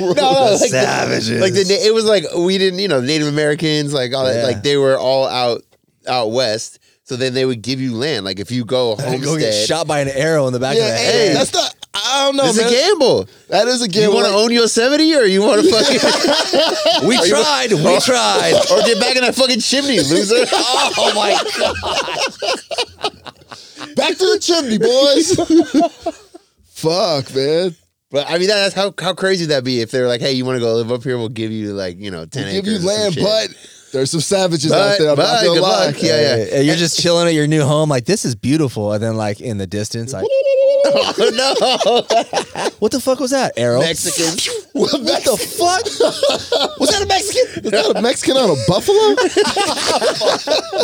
Speaker 1: railroad.
Speaker 2: no, no, Oh, like
Speaker 3: savages.
Speaker 2: The, like the na- it was like we didn't, you know, Native Americans, like all
Speaker 3: Yeah.
Speaker 2: that, like they were all out out west. So then they would give you land. Like if you go homestead,
Speaker 3: Go get shot by an arrow in the back
Speaker 1: yeah,
Speaker 3: of the
Speaker 1: hey,
Speaker 3: head.
Speaker 1: that's not. I don't know,
Speaker 2: it's
Speaker 1: man.
Speaker 2: a gamble.
Speaker 1: That is a game.
Speaker 2: you want to own Yosemite or you want to fucking
Speaker 3: we tried. We tried.
Speaker 2: or get back in that fucking chimney, loser?
Speaker 3: Oh my god!
Speaker 1: back to the chimney, boys. Fuck, man.
Speaker 2: but I mean, that- that's how how crazy that be if they're like, hey, you want to go live up here? We'll give you like you know ten
Speaker 1: We
Speaker 2: acres.
Speaker 1: give you
Speaker 2: or some
Speaker 1: land,
Speaker 2: shit.
Speaker 1: but there's some savages out
Speaker 2: But-
Speaker 1: there. I'm
Speaker 2: but,
Speaker 1: not gonna
Speaker 2: good
Speaker 1: lie.
Speaker 2: luck, yeah, yeah.
Speaker 3: And you're just chilling at your new home, like this is beautiful. And then, like in the distance, like
Speaker 2: Oh, no,
Speaker 3: what the fuck was that arrow?
Speaker 2: Mexicans.
Speaker 1: What
Speaker 3: What the fuck?
Speaker 1: Was that a Mexican? Is that a Mexican on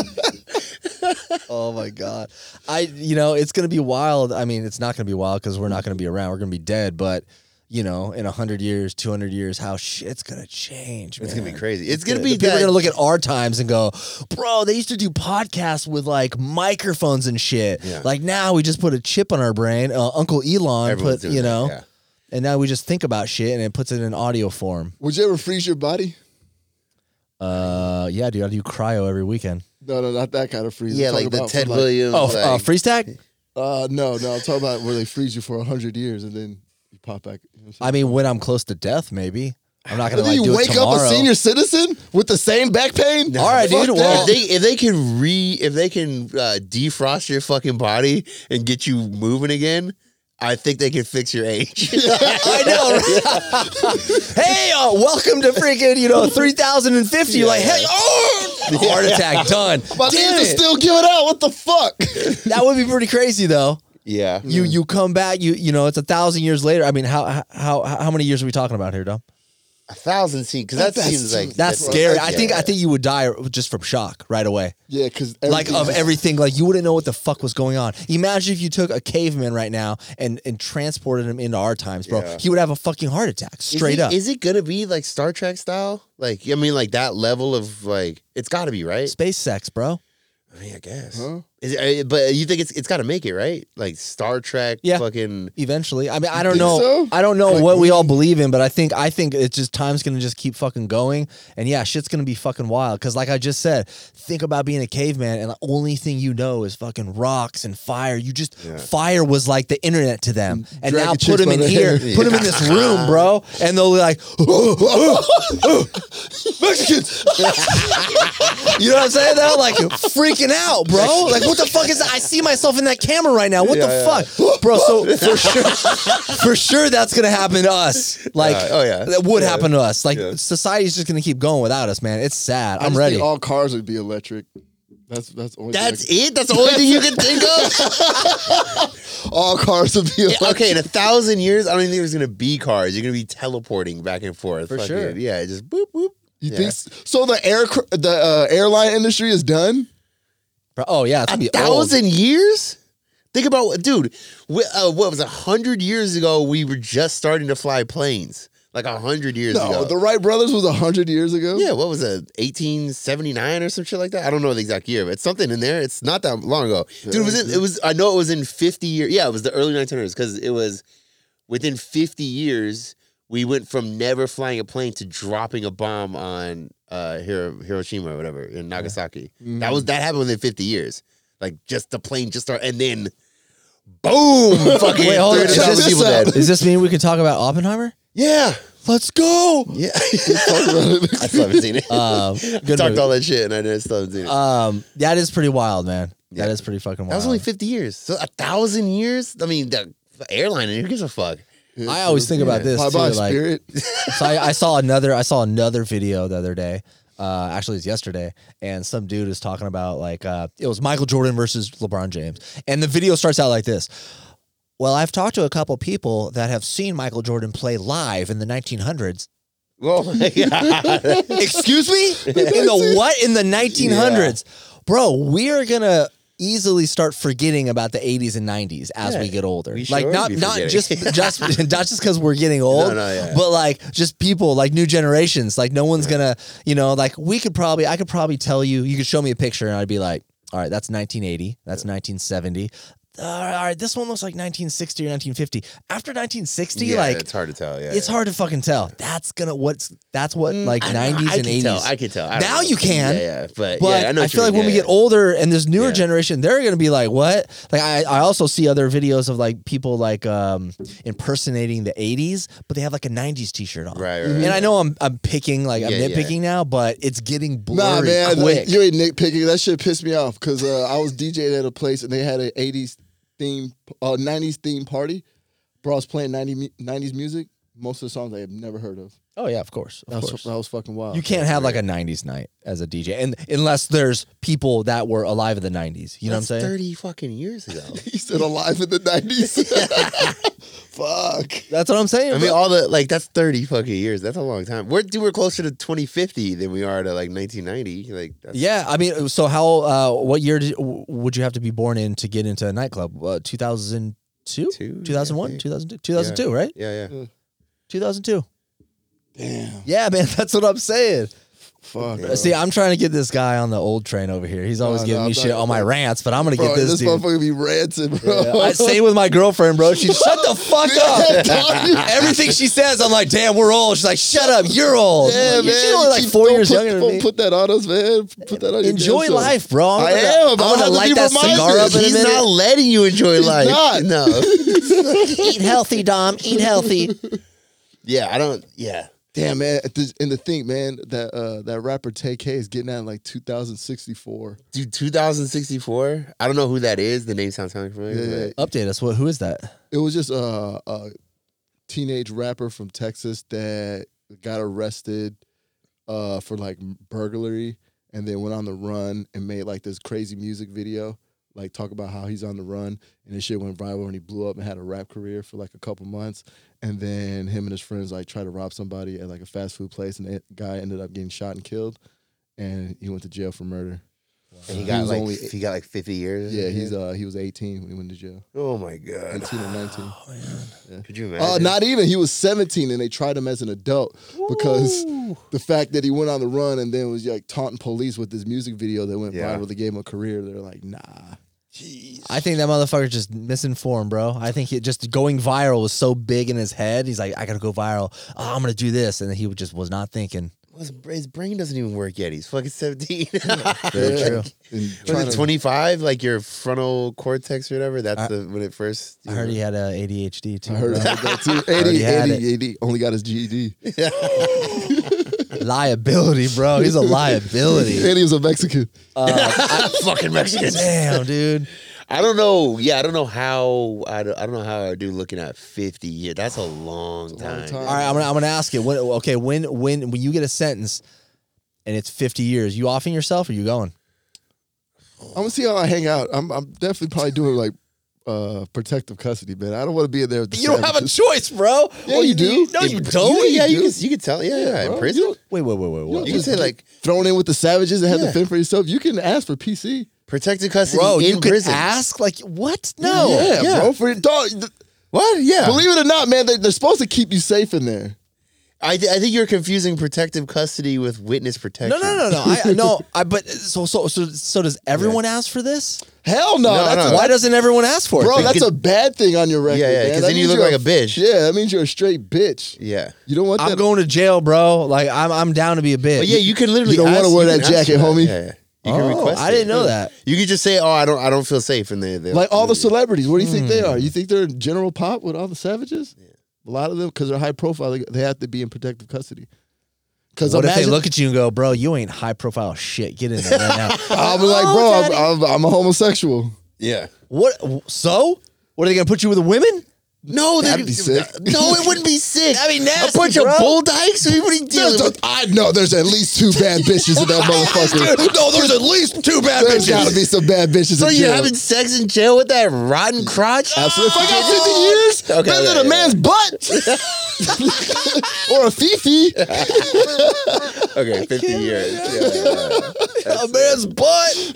Speaker 1: a buffalo?
Speaker 3: oh my god! I, you know, it's gonna be wild. I mean, it's not gonna be wild because we're not gonna be around. We're gonna be dead. But you know, in hundred years, two hundred years, how shit's gonna change?
Speaker 2: It's gonna be
Speaker 3: man.
Speaker 2: crazy. It's gonna
Speaker 3: The
Speaker 2: be
Speaker 3: people are
Speaker 2: that-
Speaker 3: gonna look at our times and go, bro. They used to do podcasts with like microphones and shit.
Speaker 2: Yeah.
Speaker 3: Like now, we just put a chip on our brain. Uh, Uncle Elon
Speaker 2: Everyone's
Speaker 3: put,
Speaker 2: doing
Speaker 3: you
Speaker 2: that,
Speaker 3: know,
Speaker 2: yeah.
Speaker 3: and now we just think about shit and it puts it in audio form.
Speaker 1: Would you ever freeze your body?
Speaker 3: Uh, yeah, dude, I do cryo every weekend.
Speaker 1: No, no, not that kind of freeze. I'm
Speaker 2: Yeah,
Speaker 1: talking
Speaker 2: like the
Speaker 1: about
Speaker 2: Ted
Speaker 1: for, like-
Speaker 2: Williams.
Speaker 3: Oh,
Speaker 2: like-
Speaker 3: uh, free stack.
Speaker 1: Uh, no, no, I'm talking about where they freeze you for hundred years and then you pop back. You know what I'm saying?
Speaker 3: I mean, when I'm close to death, maybe I'm not gonna
Speaker 1: And then
Speaker 3: like do
Speaker 1: you
Speaker 3: it
Speaker 1: wake up a
Speaker 3: tomorrow.
Speaker 1: senior citizen with the same back pain.
Speaker 3: All right,
Speaker 1: Fuck
Speaker 3: dude,
Speaker 1: that.
Speaker 3: well-
Speaker 2: if they if they can re if they can uh, defrost your fucking body and get you moving again, I think they can fix your age.
Speaker 3: I know. right? hey, uh, welcome to freaking you know 3050. Like, hey, oh, heart attack done.
Speaker 1: my
Speaker 3: Damn
Speaker 1: knees are
Speaker 3: it.
Speaker 1: still giving out. What the fuck?
Speaker 3: that would be pretty crazy though.
Speaker 2: yeah,
Speaker 3: You
Speaker 1: Mm.
Speaker 3: you come back. You you know it's a thousand years later. I mean, how how how many years are we talking about here, Dom?
Speaker 2: a thousand seems because that,
Speaker 1: That's-
Speaker 2: seems like
Speaker 3: That's
Speaker 1: Yeah.
Speaker 3: scary. I think
Speaker 2: yeah.
Speaker 3: I think you would die just from shock right away.
Speaker 1: yeah, because
Speaker 3: like of everything. Like you wouldn't know what the fuck was going on. Imagine if you took a caveman right now and and transported him into our times, bro.
Speaker 2: Yeah.
Speaker 3: He would have a fucking heart attack
Speaker 2: Is
Speaker 3: straight
Speaker 2: it-
Speaker 3: up.
Speaker 2: Is it gonna be like Star Trek style? Like I mean, like that level of like it's got to be right.
Speaker 3: Space sex, bro.
Speaker 2: I mean, I guess.
Speaker 1: Huh?
Speaker 2: Is it, uh, but you think it's it's got to make it right? Like Star Trek,
Speaker 3: Yeah.
Speaker 2: fucking
Speaker 3: Eventually, I mean, I don't
Speaker 1: think
Speaker 3: know.
Speaker 1: so?
Speaker 3: I don't know
Speaker 1: Like,
Speaker 3: what we
Speaker 1: we-
Speaker 3: all believe in, but I think I think it's just time's gonna just keep fucking going, and yeah, shit's gonna be fucking wild. Cause like I just said, think about being a caveman, and the only thing you know is fucking rocks and fire. You just fire was like the internet to them,
Speaker 1: Mm,
Speaker 3: and
Speaker 1: drag
Speaker 3: now
Speaker 1: your
Speaker 3: put
Speaker 1: chicks
Speaker 3: them
Speaker 1: by
Speaker 3: in
Speaker 1: the
Speaker 3: here,
Speaker 1: hair.
Speaker 3: put them in this room, bro, and they'll be like,
Speaker 1: Mexicans.
Speaker 3: You know what I'm saying? Though, like freaking out, bro. Like, what the fuck is that? I see myself in that camera right now. What the fuck, bro? So for sure, for sure, that's gonna happen to us. Like,
Speaker 2: Yeah. Oh, yeah.
Speaker 3: that would
Speaker 2: Yeah.
Speaker 3: happen to us. Like,
Speaker 2: Yeah.
Speaker 3: society's just gonna keep going without us, man. It's sad.
Speaker 1: I
Speaker 3: I'm
Speaker 1: just
Speaker 3: ready.
Speaker 1: think All cars would be electric. That's that's the only. thing I
Speaker 2: that's it. That's the only thing you can think of.
Speaker 1: can- all cars would be electric.
Speaker 2: okay, in a thousand years, I don't even think there's gonna be cars. You're gonna be teleporting back and forth.
Speaker 3: For
Speaker 2: Fuck
Speaker 3: sure.
Speaker 2: it. Yeah, just boop boop.
Speaker 1: You
Speaker 2: Yeah.
Speaker 1: think s- so? The air the uh, airline industry is done.
Speaker 3: Bro, oh yeah, it's gonna be old.
Speaker 2: thousand years? Think about what, dude. We, uh, what was a hundred years ago? We were just starting to fly planes. Like a hundred years
Speaker 1: No,
Speaker 2: ago.
Speaker 1: the Wright brothers was hundred years
Speaker 3: Oh.
Speaker 1: ago.
Speaker 2: yeah, what was it? 1879 or some shit like that? I don't know the exact year, but it's something in there. It's not that long ago. Dude, it was in, it was I know it was in 50 years. Yeah, it was the early 1900s cuz it was within 50 years we went from never flying a plane to dropping a bomb on uh Hiro- Hiroshima or whatever in Nagasaki.
Speaker 3: Mm-hmm.
Speaker 2: That was that happened within 50 years. Like just the plane just started and then boom, fucking
Speaker 3: Wait, hold on.
Speaker 2: 300,000
Speaker 3: Check this
Speaker 2: people
Speaker 1: out.
Speaker 2: dead.
Speaker 3: Does this mean we can talk about Oppenheimer?
Speaker 2: Yeah.
Speaker 3: Let's go.
Speaker 2: Yeah.
Speaker 1: Talk about it.
Speaker 2: I still haven't seen it.
Speaker 3: Uh, good
Speaker 2: Talked
Speaker 3: movie.
Speaker 2: all that shit and I just still haven't seen it.
Speaker 3: Um, that is pretty wild, man. That
Speaker 2: Yeah.
Speaker 3: is pretty fucking wild.
Speaker 2: That was only 50 years. So a thousand years? I mean, the the airline, who gives a fuck?
Speaker 3: I always think about this
Speaker 1: Bye
Speaker 3: too.
Speaker 1: bye,
Speaker 3: like,
Speaker 1: spirit.
Speaker 3: so I, I saw another I saw another video the other day. Uh, actually, it's yesterday, and some dude is talking about like uh, it was Michael Jordan versus LeBron James, and the video starts out like this: Well, I've talked to a couple people that have seen Michael Jordan play live in the 1900s.
Speaker 2: Oh my god!
Speaker 3: Excuse me? in the what? In the 1900s. Bro, we're going to easily start forgetting about the 80s and 90s as we get older.
Speaker 2: we
Speaker 3: like
Speaker 2: sure
Speaker 3: not
Speaker 2: be
Speaker 3: not
Speaker 2: forgetting.
Speaker 3: just just not just cuz we're getting old,
Speaker 2: no, yeah.
Speaker 3: but like just people like new generations. Like no one's going to, you know, like we could probably I could probably tell you, you could show me a picture and I'd be like, "All right, that's 1980. That's 1970." Uh, all right, this one looks like 1960 or 1950. After 1960,
Speaker 2: yeah,
Speaker 3: like
Speaker 2: it's hard to tell. Yeah,
Speaker 3: it's
Speaker 2: yeah.
Speaker 3: hard to fucking tell. That's gonna what's that's what like
Speaker 2: Mm, I-
Speaker 3: nineties
Speaker 2: I
Speaker 3: and
Speaker 2: can tell,
Speaker 3: eighties.
Speaker 2: I can tell. I don't
Speaker 3: Now
Speaker 2: know.
Speaker 3: you can,
Speaker 2: Yeah, yeah. But,
Speaker 3: But
Speaker 2: yeah, I, know
Speaker 3: I,
Speaker 2: what you
Speaker 3: feel like
Speaker 2: mean.
Speaker 3: when we
Speaker 2: Yeah,
Speaker 3: get older and this newer
Speaker 2: Yeah.
Speaker 3: generation, they're gonna be like, "What?" Like I, I also see other videos of like people like um impersonating the '80s, but they have like a '90s T-shirt on.
Speaker 2: yeah. right, right,
Speaker 3: And
Speaker 2: right.
Speaker 3: I know I'm I'm picking like I'm
Speaker 2: Yeah, yeah.
Speaker 3: nitpicking now, but it's getting
Speaker 1: Nah,
Speaker 3: blurry
Speaker 1: man, like,
Speaker 3: quick.
Speaker 1: you ain't nitpicking. That shit pissed me off because uh, I was DJing at a place and they had an '80s theme, uh, '90s theme party. Bro, I was playing 90, mu- '90s music. Most of the songs I have never heard of.
Speaker 3: oh yeah, of course, of
Speaker 1: That was,
Speaker 3: course.
Speaker 1: that was fucking wild.
Speaker 3: You can't have like a '90s night as a DJ, and unless there's people that were alive in the '90s. You know
Speaker 2: That's
Speaker 3: what I'm saying?
Speaker 2: Thirty fucking years ago.
Speaker 1: He said alive in the '90s. Fuck.
Speaker 3: That's what I'm saying.
Speaker 2: I
Speaker 3: bro.
Speaker 2: mean, all the like that's thirty fucking years. That's a long time. We're dude, we're closer to twenty fifty than we are to like nineteen ninety. Like that's,
Speaker 3: Yeah, I mean, so how? Uh, what year did, w- would you have to be born in to get into a nightclub? Uh, 2002?
Speaker 2: Two, yeah, I
Speaker 3: 2001?
Speaker 2: think.
Speaker 3: 2002? 2002, right?
Speaker 2: yeah, yeah.
Speaker 3: 2002.
Speaker 1: Damn.
Speaker 3: Yeah, man, that's what I'm saying.
Speaker 1: Fuck.
Speaker 2: Yeah.
Speaker 1: bro.
Speaker 3: Uh, See, I'm trying to get this guy on the old train over here. He's always
Speaker 1: No,
Speaker 3: giving
Speaker 1: no,
Speaker 3: me
Speaker 1: I'm
Speaker 3: shit
Speaker 1: not-
Speaker 3: on my rants, but I'm gonna
Speaker 1: Bro,
Speaker 3: get this,
Speaker 1: this,
Speaker 3: dude.
Speaker 1: motherfucker be rancid, bro.
Speaker 3: Yeah, I say with my girlfriend, bro. She shut the fuck up. Everything she says, I'm like, damn, we're old. She's like, shut up, you're old.
Speaker 1: Yeah,
Speaker 3: I'm like,
Speaker 1: man.
Speaker 3: She's only like
Speaker 1: Keep-
Speaker 3: four
Speaker 1: don't
Speaker 3: years
Speaker 1: put,
Speaker 3: younger than
Speaker 1: don't
Speaker 3: me.
Speaker 1: Put that on us, man. Put that on your
Speaker 3: Enjoy
Speaker 1: damn self.
Speaker 3: life, bro. I'm
Speaker 1: I
Speaker 3: gonna,
Speaker 1: am. I'm
Speaker 3: I'm gonna
Speaker 1: gonna
Speaker 3: light
Speaker 1: be
Speaker 3: that
Speaker 1: reminded.
Speaker 3: cigar up in a
Speaker 2: He's
Speaker 3: minute.
Speaker 2: not letting you enjoy life.
Speaker 1: not.
Speaker 2: No.
Speaker 3: eat healthy, Dom. Eat healthy.
Speaker 2: yeah, I don't. Yeah.
Speaker 1: Damn, man. At this- And the thing, man, that uh, that rapper TK is getting at in like 2064.
Speaker 2: Dude, 2064. I don't know who that is. The name sounds kind of familiar.
Speaker 1: Yeah, yeah.
Speaker 2: but-
Speaker 3: Update us. What? Who is that?
Speaker 1: It was just a, a teenage rapper from Texas that got arrested uh, for like burglary and then went on the run and made like this crazy music video. Like talk about how he's on the run and this shit went viral and he blew up and had a rap career for like a couple months and then him and his friends like tried to rob somebody at like a fast food place and the guy ended up getting shot and killed and he went to jail for murder.
Speaker 2: And he
Speaker 1: He
Speaker 2: got
Speaker 1: was
Speaker 2: like
Speaker 1: only-
Speaker 2: he got like 50 years. or
Speaker 1: Yeah,
Speaker 2: something?
Speaker 1: he's uh he was 18 when he went to jail.
Speaker 2: Oh my god.
Speaker 1: 18 or 19.
Speaker 2: Could you imagine?
Speaker 1: Uh, not even. He was 17 and they tried him as an adult because the fact that he went on the run and then was like taunting police with this music video that went
Speaker 2: Yeah.
Speaker 1: viral that gave him a career, they're like, nah.
Speaker 3: I think that motherfucker just misinformed, bro. I think he just going viral was so big in his head. He's like, I gotta go viral. Oh, I'm gonna do this, and he just was not thinking.
Speaker 2: His- his brain doesn't even work yet. He's fucking 17.
Speaker 3: Very true.
Speaker 1: And
Speaker 2: Was
Speaker 1: trying
Speaker 2: it
Speaker 1: to-
Speaker 2: 25? Like your frontal cortex or whatever? That's
Speaker 3: I-
Speaker 2: the when it first.
Speaker 3: I heard he had a ADHD too.
Speaker 1: I heard
Speaker 3: bro.
Speaker 1: about that too.
Speaker 3: already
Speaker 1: 80,
Speaker 3: had
Speaker 1: 80, 80 only got his E GED.
Speaker 3: liability, bro. He's a liability.
Speaker 1: And he was a Mexican.
Speaker 2: Uh, fucking Mexicans.
Speaker 3: Damn, dude.
Speaker 2: I don't know. Yeah, I don't know how. I don't, I don't know how I do looking at 50 years. That's a long time.
Speaker 1: time.
Speaker 3: All right, I'm gonna I'm gonna ask you. When, okay, when when when you get a sentence, and it's 50 years, you offing yourself or you going?
Speaker 1: I'm gonna see how I hang out. I'm, I'm definitely probably doing like uh, protective custody, man. I don't want to be in there. With the
Speaker 3: You don't have a
Speaker 1: savages.
Speaker 3: choice, bro.
Speaker 1: Yeah, you do.
Speaker 3: No, you
Speaker 1: You-
Speaker 3: don't.
Speaker 2: yeah, you,
Speaker 1: do.
Speaker 2: can you can tell. Yeah, yeah, in
Speaker 1: bro.
Speaker 2: prison. You,
Speaker 3: Wait, wait, wait, wait, wait.
Speaker 1: don't
Speaker 2: can
Speaker 1: just
Speaker 2: say
Speaker 1: get
Speaker 2: like
Speaker 1: thrown in with the savages and have
Speaker 2: Yeah.
Speaker 1: to fend for yourself. You can ask for PC.
Speaker 2: protected custody
Speaker 3: Bro,
Speaker 2: in
Speaker 3: you could
Speaker 2: prison.
Speaker 3: ask like what? No.
Speaker 1: yeah,
Speaker 2: yeah.
Speaker 1: bro. For dog, th-
Speaker 2: What? Yeah.
Speaker 1: believe it or not, man, they're, they're supposed to keep you safe in there.
Speaker 2: I, th- I think you're confusing protective custody with witness protection.
Speaker 3: No, no, no, no. I no. I but so so so so does everyone ask for this?
Speaker 1: Hell no,
Speaker 2: No,
Speaker 1: that's
Speaker 2: no.
Speaker 1: a-
Speaker 3: Why doesn't everyone ask for it?
Speaker 1: bro.
Speaker 3: Like,
Speaker 1: That's a bad thing on your record.
Speaker 2: Yeah, yeah,
Speaker 1: man.
Speaker 2: 'cause
Speaker 1: That
Speaker 2: then you
Speaker 1: means
Speaker 2: look
Speaker 1: you're
Speaker 2: like a bitch.
Speaker 1: Yeah, that means you're a straight bitch.
Speaker 2: Yeah.
Speaker 1: You don't want
Speaker 3: I'm
Speaker 1: that.
Speaker 3: going to jail, bro. Like I'm I'm down to be a bitch.
Speaker 2: But yeah, you can literally.
Speaker 1: Oh, you don't
Speaker 2: ask-
Speaker 1: wanna wear
Speaker 2: you can
Speaker 1: that
Speaker 2: ask
Speaker 1: jacket,
Speaker 2: for
Speaker 1: homie.
Speaker 2: Yeah, yeah. You can
Speaker 3: Oh,
Speaker 2: request.
Speaker 3: I didn't
Speaker 2: it.
Speaker 3: know that.
Speaker 2: You could just say, "Oh, I don't, I don't feel safe," and they they
Speaker 1: like all the celebrities. What do you think
Speaker 2: Hmm.
Speaker 1: they are? You think they're in general pop with all the savages? A lot of them, because they're high profile, they, they have to be in protective custody. Because
Speaker 3: What if
Speaker 1: imagine,
Speaker 3: they look at you and go, bro, you ain't high profile shit. Get in there right now. Oh,
Speaker 1: I'll be like, bro, I'm, I'm, I'm a homosexual.
Speaker 2: Yeah.
Speaker 3: what? So? What are they gonna put you with the women?
Speaker 2: No, they-
Speaker 1: That'd be sick.
Speaker 2: No, it wouldn't be sick.
Speaker 3: That'd be nasty,
Speaker 2: A bunch
Speaker 3: bro.
Speaker 2: of bull dykes. We would dealing
Speaker 1: There's a,
Speaker 2: with.
Speaker 1: I know there's at least two bad bitches in that motherfucker.
Speaker 2: No, there's at least two bad
Speaker 1: There's gotta be some bad bitches
Speaker 2: So
Speaker 1: in
Speaker 2: you
Speaker 1: jail.
Speaker 2: having sex in jail with that rotten crotch?
Speaker 1: Absolutely. If I got 50 years,
Speaker 2: Okay,
Speaker 1: better
Speaker 2: yeah,
Speaker 1: than a
Speaker 2: yeah.
Speaker 1: man's butt or a fifi.
Speaker 2: Okay, fifty years. Yeah.
Speaker 3: a man's butt.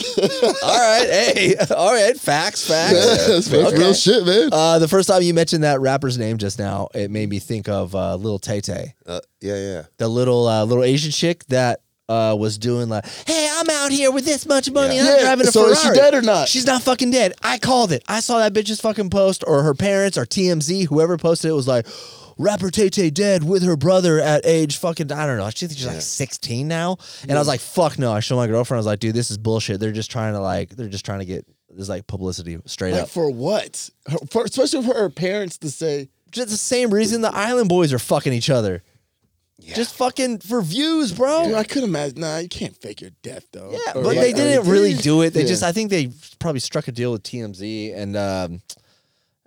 Speaker 3: all right, hey, all right, facts, facts.
Speaker 1: That's that's real shit, man.
Speaker 3: Uh, the first time you mentioned that rapper's name just now, it made me think of uh, Lil Tay Tay,
Speaker 2: Uh, yeah, yeah.
Speaker 3: the little uh, little Asian chick that uh, was doing like, "Hey, I'm out here with this much money, and I'm
Speaker 1: Yeah,
Speaker 3: driving a
Speaker 1: so
Speaker 3: Ferrari."
Speaker 1: is she dead or not?
Speaker 3: She's not fucking dead. I called it. I saw that bitch's fucking post, or her parents, or TMZ, whoever posted it was like, "Rapper Tay Tay dead with her brother at age fucking I don't know. She thinks she's like 16 now." And I was like, "Fuck no!" I showed my girlfriend. I was like, "Dude, this is bullshit. They're just trying to like, they're just trying to get." There's like publicity straight
Speaker 1: Like
Speaker 3: up.
Speaker 1: for what? Her, for, especially for her parents to say,
Speaker 3: just the same reason the island boys are fucking each other. Just fucking for views, bro.
Speaker 1: "Dude,
Speaker 3: Yeah,
Speaker 1: "Oh, I could imagine. Nah, you can't fake your death though. Or
Speaker 3: but
Speaker 1: like-
Speaker 3: they
Speaker 1: or
Speaker 3: didn't
Speaker 1: you
Speaker 3: really
Speaker 1: did.
Speaker 3: do it. They
Speaker 1: Yeah.
Speaker 3: just, I think they probably struck a deal with TMZ and um,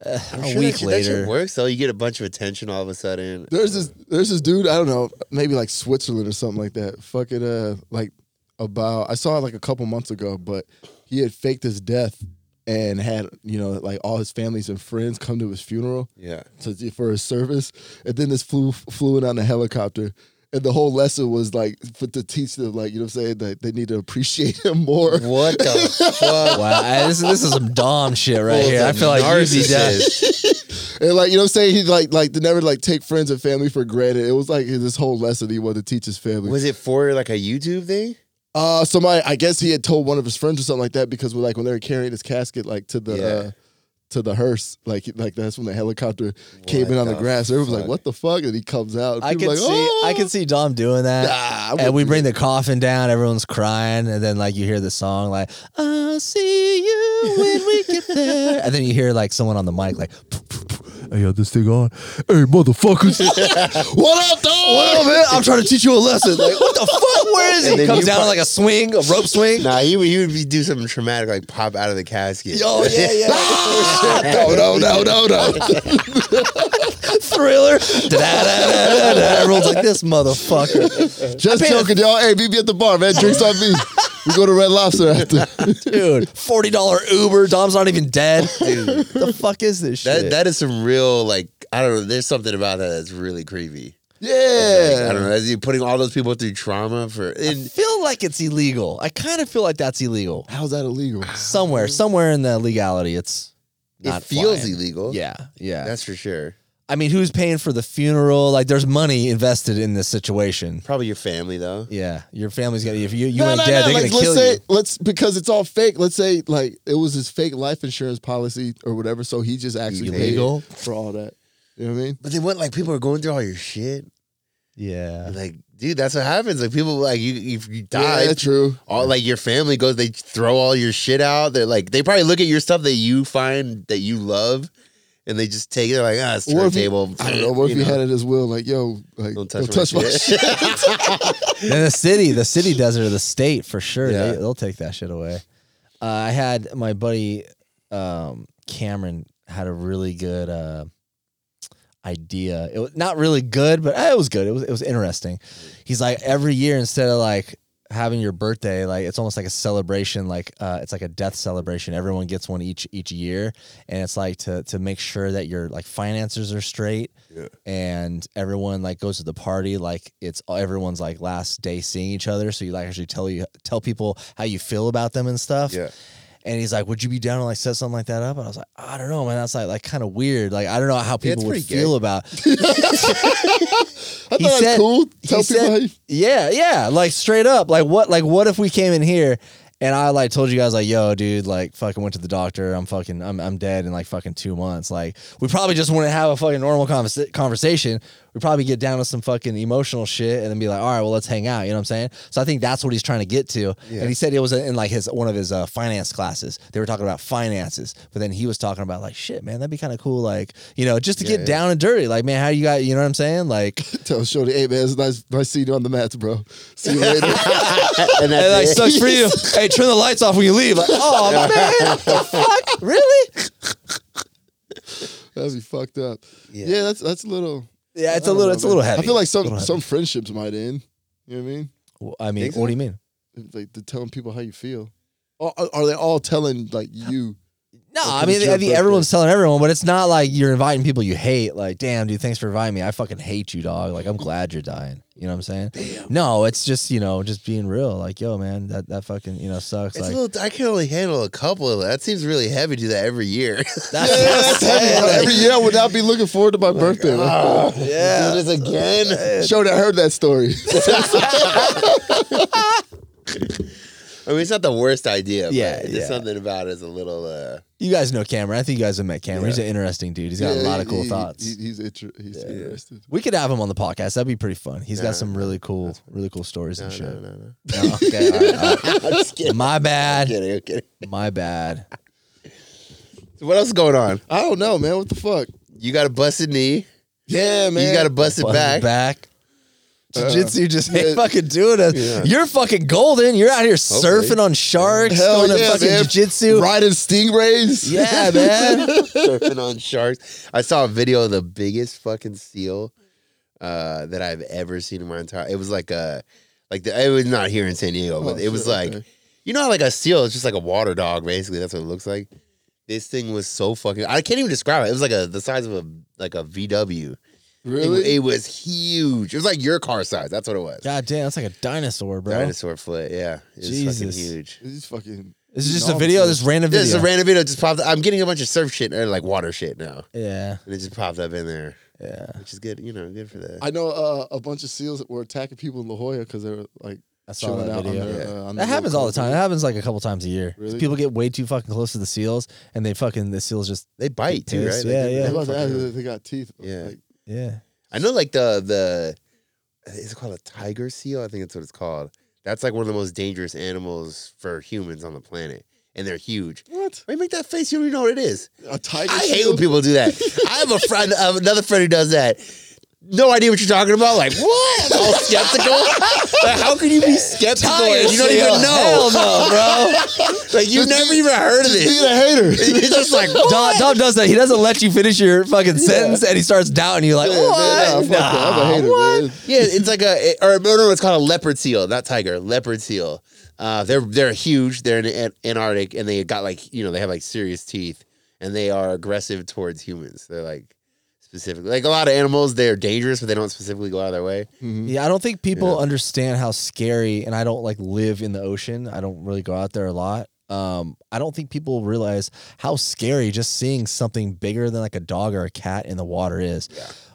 Speaker 3: uh, a
Speaker 2: Sure, that
Speaker 3: week
Speaker 2: shit- that shit
Speaker 3: later.
Speaker 2: works though. You get a bunch of attention all of a sudden.
Speaker 1: There's this there's this dude, I don't know, maybe like Switzerland or something like that. Fucking uh like about I saw it like a couple months ago, but he had faked his death and had, you know, like all his families and friends come to his funeral
Speaker 2: Yeah.
Speaker 1: to, for his service. And then this flew flew in on a helicopter. And the whole lesson was like for, to teach them, like, you know what I'm saying, that they need to appreciate him more.
Speaker 2: What the fuck?
Speaker 3: Oh, Wow, I- this, this is some Dom shit right
Speaker 2: Full
Speaker 3: here.
Speaker 2: of
Speaker 3: I feel like Uzi does.
Speaker 2: narcissist.
Speaker 1: And like, you know what I'm saying? He like like to never like take friends and family for granted. It was like this whole lesson he wanted to teach his family.
Speaker 2: Was it for like a YouTube thing?
Speaker 1: Uh, somebody, I guess he had told one of his friends or something like that because, like, when they were carrying his casket, like to the
Speaker 2: Yeah.
Speaker 1: uh, to the hearse, like, like that's when the helicopter came in
Speaker 2: What
Speaker 1: on the
Speaker 2: the
Speaker 1: grass. Everyone was like,
Speaker 2: fuck?
Speaker 1: "What the fuck?" And he comes out. And
Speaker 3: I
Speaker 1: people
Speaker 3: can
Speaker 1: like,
Speaker 3: see,
Speaker 1: oh!
Speaker 3: I can see Dom doing that.
Speaker 1: Nah, I
Speaker 3: and
Speaker 1: wouldn't
Speaker 3: we
Speaker 1: do
Speaker 3: bring the coffin down, everyone's crying, and then like you hear the song like "I'll see you when we get there," and then you hear like someone on the mic like,
Speaker 4: I got this thing on. Hey, motherfuckers.
Speaker 1: What up, dog? What up, man?
Speaker 3: "I'm trying to teach you a lesson." Like, what the fuck? Where is
Speaker 2: And
Speaker 3: he?
Speaker 2: then
Speaker 3: Comes
Speaker 2: you
Speaker 3: down
Speaker 2: pro-
Speaker 3: like a swing, a rope swing.
Speaker 2: Nah, he would, he would be, do something traumatic, like pop out of the casket.
Speaker 3: Oh yeah, yeah.
Speaker 1: no, no, no, no, no.
Speaker 3: Thriller. Da-da-da-da-da-da. Everyone's like this motherfucker,
Speaker 1: Just joking, y'all. Hey, meet me at the bar, man. Drinks on me. We go to Red Lobster after.
Speaker 3: dude. Forty dollar Uber. Dom's not even dead. Dude, the fuck is this
Speaker 2: that
Speaker 3: shit?
Speaker 2: that is some real like I don't know. There's something about that that's really creepy. Like, I
Speaker 1: Yeah.
Speaker 2: don't know. You're putting all those people through trauma for
Speaker 3: I
Speaker 2: and
Speaker 3: feel like it's illegal. I kind of feel like that's illegal.
Speaker 1: How's that illegal?
Speaker 3: Somewhere, somewhere in the legality, it's not
Speaker 2: it feels
Speaker 3: flying.
Speaker 2: illegal.
Speaker 3: Yeah, yeah.
Speaker 2: that's for sure.
Speaker 3: I mean, who's paying for the funeral? Like, there's money invested in this situation.
Speaker 2: Probably your family though.
Speaker 3: Yeah, your family's gonna. If you you
Speaker 1: No,
Speaker 3: ain't
Speaker 1: no,
Speaker 3: dead,
Speaker 1: no.
Speaker 3: they're
Speaker 1: Like,
Speaker 3: gonna
Speaker 1: let's
Speaker 3: kill
Speaker 1: say,
Speaker 3: you.
Speaker 1: Let's because it's all fake. Let's say like it was his fake life insurance policy or whatever. So he just actually paid
Speaker 3: Illegal?
Speaker 1: for all that. You know what I mean?
Speaker 2: But then what? Like people are going through all your shit.
Speaker 3: Yeah.
Speaker 2: Like, dude, that's what happens. Like people like you if you die,
Speaker 1: Yeah, true.
Speaker 2: all like your family goes. They throw all your shit out. They're like they probably look at your stuff that you find that you love, and they just take it. They're like ah, it's
Speaker 1: Or if you,
Speaker 2: turntable.
Speaker 1: I don't know. What if
Speaker 2: You
Speaker 1: you,
Speaker 2: know.
Speaker 1: had it as well? Like, yo, like
Speaker 2: Don't touch my
Speaker 1: my
Speaker 2: shit.
Speaker 1: shit.
Speaker 3: And the city, the city does it, or the state for sure.
Speaker 2: Yeah.
Speaker 3: They, they'll take that shit away. Uh, I had my buddy um, Cameron had a really good uh, idea. It was not really good, but eh, it was good. It was it was interesting. He's like every year instead of like having your birthday, like it's almost like a celebration. Like uh, it's like a death celebration. Everyone gets one each each year, and it's like to to make sure that your like finances are straight and everyone like goes to the party like it's everyone's like last day seeing each other so you like actually tell you tell people how you feel about them and stuff
Speaker 2: Yeah.
Speaker 3: and he's like would you be down to like set something like that up and i was like i don't know man that's like like kind of weird like i don't know how
Speaker 2: it's
Speaker 3: people would
Speaker 2: pretty gay.
Speaker 3: feel about
Speaker 1: I
Speaker 3: He
Speaker 1: thought that's
Speaker 3: said-
Speaker 1: cool.
Speaker 3: he
Speaker 1: Tell people
Speaker 3: said-
Speaker 1: how you.
Speaker 3: yeah yeah like straight up like what like what if we came in here and I like told you guys like, yo, dude, like fucking went to the doctor. I'm fucking, I'm, I'm dead in like fucking two months. Like, we probably just wouldn't have a fucking normal conversa- conversation. We probably get down to some fucking emotional shit and then be like, all right, well, let's hang out. You know what I'm saying? So I think that's what he's trying to get to. And he said it was in like his one of his uh, finance classes. They were talking about finances, but then he was talking about like, shit, man, that'd be kind of cool, like, you know, just to get down and dirty. Like, man, how you got, you know what I'm saying? Like.
Speaker 1: Tell Shorty, hey man, it's nice, nice seeing you on the mats, bro. See you later.
Speaker 2: and that's
Speaker 3: And like
Speaker 2: it.
Speaker 3: sucks for you. Hey, turn the lights off when you leave. Like, oh man, what the fuck? Really?
Speaker 1: That'd be fucked up.
Speaker 2: Yeah.
Speaker 1: Yeah, that's that's a little.
Speaker 5: Yeah, it's
Speaker 1: I
Speaker 5: a
Speaker 1: don't
Speaker 5: little,
Speaker 1: know,
Speaker 5: it's a little
Speaker 1: man.
Speaker 5: heavy.
Speaker 1: I feel like some
Speaker 5: Little heavy.
Speaker 1: some friendships might end. You know what I mean?
Speaker 3: Well, I mean,
Speaker 2: Think so?
Speaker 3: what do you mean?
Speaker 1: It's Like they're telling people how you feel. Are, are- are they all telling like you?
Speaker 5: no,
Speaker 1: Or
Speaker 5: I
Speaker 1: could
Speaker 5: mean,
Speaker 1: it
Speaker 5: I think
Speaker 1: jump up
Speaker 5: everyone's
Speaker 3: Telling everyone, but it's not like you're inviting people you hate. Like, damn, dude, thanks for inviting me. I fucking hate you, dog. Like, I'm glad you're dying. You know what I'm saying? No, it's just you know, just being real. Like, yo, man, that that fucking you know sucks.
Speaker 2: It's
Speaker 3: like,
Speaker 2: a little. I can only handle a couple of that. That seems really heavy to do that every year.
Speaker 1: Yeah, that's heavy. Every year I would not be looking forward to my birthday.
Speaker 2: yeah, do this again.
Speaker 1: Showed I heard that story.
Speaker 2: I mean, it's not the worst idea.
Speaker 3: Yeah,
Speaker 2: Yeah, but there's
Speaker 3: yeah.
Speaker 2: something about it is a little. Uh,
Speaker 3: you guys know Cameron. I think you guys have met Cameron. He's an interesting dude. He's got a
Speaker 1: Yeah,
Speaker 3: lot
Speaker 1: he-
Speaker 3: of cool
Speaker 1: he-
Speaker 3: thoughts.
Speaker 1: he- he's inter- he's interested.
Speaker 3: we could have him on the podcast. That'd be pretty fun. He's
Speaker 2: Yeah.
Speaker 3: got some really cool, really cool stories
Speaker 2: no,
Speaker 3: and shit.
Speaker 2: no, no, no.
Speaker 3: No, okay, all right, all right.
Speaker 2: I'm just kidding.
Speaker 3: My
Speaker 2: I'm
Speaker 3: bad.
Speaker 2: kidding. I'm kidding.
Speaker 3: My bad.
Speaker 2: So what else is going on?
Speaker 1: I don't know, man. What the fuck?
Speaker 2: You got a busted knee.
Speaker 1: Yeah, man.
Speaker 2: You got a busted
Speaker 3: Buzz
Speaker 2: back.
Speaker 3: back. Jiu-jitsu just ain't
Speaker 1: Uh, yeah.
Speaker 3: fucking doing it. You're fucking golden. You're out here surfing on sharks,
Speaker 1: Hell
Speaker 3: going to
Speaker 1: yeah,
Speaker 3: fucking
Speaker 1: man.
Speaker 3: jiu-jitsu.
Speaker 1: riding stingrays.
Speaker 3: Yeah, man.
Speaker 2: surfing on sharks. I saw a video of the biggest fucking seal uh, that I've ever seen in my entire. It was like a, like the, it was not here in San Diego, but
Speaker 1: Oh,
Speaker 2: it was
Speaker 1: sure,
Speaker 2: like,
Speaker 1: okay.
Speaker 2: you know, how like a seal. It's just like a water dog, basically. That's what it looks like. This thing was so fucking. I can't even describe it. It was like a the size of a like a VW. It,
Speaker 1: really.
Speaker 2: it was huge. It was like your car size. That's what it was.
Speaker 3: God damn, that's like a dinosaur, bro.
Speaker 2: Dinosaur foot. Yeah, it was fucking
Speaker 3: Jesus.
Speaker 2: huge.
Speaker 1: He's fucking.
Speaker 3: This is just a
Speaker 1: Enormous.
Speaker 3: video, this random video.
Speaker 2: This is a random video just popped. I'm getting a bunch of surf shit or like water shit now,
Speaker 3: yeah,
Speaker 2: and it just popped up in there,
Speaker 3: yeah.
Speaker 2: which is good. You know, good for the
Speaker 1: I know uh, a bunch of seals that were attacking people in La Jolla because they were like
Speaker 3: I saw
Speaker 1: chilling
Speaker 3: that
Speaker 1: out. On
Speaker 3: video.
Speaker 1: their,
Speaker 2: Yeah.
Speaker 1: uh, on
Speaker 3: That
Speaker 1: their
Speaker 3: happens
Speaker 1: little
Speaker 3: all the time. That happens like a couple times a year.
Speaker 1: Really?
Speaker 3: People get way too fucking close to the seals, and they fucking the seals just
Speaker 2: They bite too, right?
Speaker 3: Yes,
Speaker 2: They
Speaker 3: yeah,
Speaker 2: do-
Speaker 3: yeah.
Speaker 1: I
Speaker 2: they
Speaker 1: was about to ask
Speaker 2: fucking-
Speaker 1: if they got teeth.
Speaker 2: Yeah.
Speaker 1: Like,
Speaker 3: yeah.
Speaker 2: I know, like the the is it called a tiger seal? I think that's what it's called. That's like one of the most dangerous animals for humans on the planet, and they're huge.
Speaker 1: what?
Speaker 2: Why you make that face? You don't even know what it is.
Speaker 1: A tiger?
Speaker 2: I hate
Speaker 1: seal?
Speaker 2: when people do that. I have a friend, I have another friend who does that. No idea what you're talking about. Like what? I'm all skeptical. like, how can you be skeptical? and you don't even know.
Speaker 3: Hell no, bro.
Speaker 2: Like you've never even heard of
Speaker 1: He's
Speaker 2: this.
Speaker 1: a hater.
Speaker 2: You're just like
Speaker 3: Dom, Dom does that. He doesn't let you finish your fucking sentence, and he starts doubting you. Like,
Speaker 1: Yeah, man, nah, fuck
Speaker 3: what?
Speaker 1: that. I'm a hater, man.
Speaker 2: Yeah, it's like a it- or no, no, it's called a leopard seal, not tiger, leopard seal. Uh, they're they're huge. They're in the An- Antarctic, and they got like you know they have like serious teeth, and they are aggressive towards humans. They're like specifically like a lot of animals. They're dangerous, but they don't specifically go out of their way.
Speaker 3: Yeah, I don't think people understand how scary, and I don't like live in the ocean. I don't really go out there a lot. Um, I don't think people realize how scary just seeing something bigger than like a dog or a cat in the water is.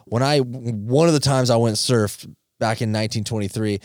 Speaker 3: When I one of the times I went surfed back in 1923,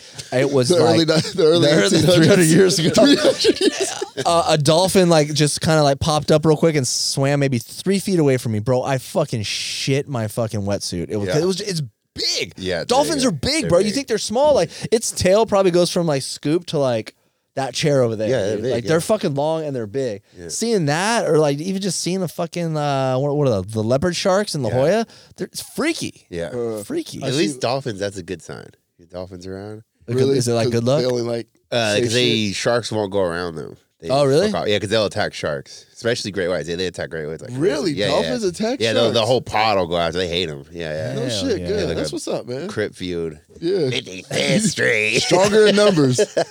Speaker 3: it was
Speaker 1: The early,
Speaker 3: like
Speaker 1: ni- the early,
Speaker 3: the early
Speaker 1: 1800s.
Speaker 3: 300 years ago.
Speaker 1: 300 years.
Speaker 3: a, a dolphin like just kind of like popped up real quick and swam maybe three feet away from me, bro. I fucking shit my fucking wetsuit. It was
Speaker 2: Yeah.
Speaker 3: it was it's big.
Speaker 2: Yeah, it's
Speaker 3: dolphins
Speaker 2: big.
Speaker 3: are big,
Speaker 2: They're
Speaker 3: bro. You
Speaker 2: big.
Speaker 3: think they're small? Like its tail probably goes from like scoop to like that chair over there.
Speaker 2: Yeah, they're
Speaker 3: dude.
Speaker 2: big,
Speaker 3: like
Speaker 2: yeah.
Speaker 3: they're fucking long and they're big. Seeing that or like even just seeing the fucking uh what, what are the, the leopard sharks in La Jolla? They're it's freaky.
Speaker 2: Yeah,
Speaker 3: Freaky.
Speaker 2: Uh, at least dolphins. That's a good sign. Your dolphins around
Speaker 1: Really?
Speaker 3: Is it like
Speaker 1: 'Cause
Speaker 3: good luck?
Speaker 1: They only like.
Speaker 2: because
Speaker 1: say
Speaker 2: Uh, they
Speaker 1: shit.
Speaker 2: sharks won't go around them. They
Speaker 3: Oh, really?
Speaker 2: fuck off. Yeah, because they'll attack sharks, especially great whites. They, they attack great whites. Like crazy.
Speaker 1: Really?
Speaker 2: Yeah,
Speaker 1: Dolphins
Speaker 2: yeah.
Speaker 1: attack
Speaker 2: Yeah, the, the
Speaker 1: sharks?
Speaker 2: whole pod will go after. They hate them. Yeah, yeah.
Speaker 1: No
Speaker 3: Hell
Speaker 1: shit.
Speaker 3: yeah.
Speaker 1: Good.
Speaker 2: Yeah,
Speaker 1: That's
Speaker 2: like
Speaker 1: what's up, man.
Speaker 2: Crip feud.
Speaker 1: Yeah.
Speaker 2: 55th Street.
Speaker 1: Stronger in numbers. Oh,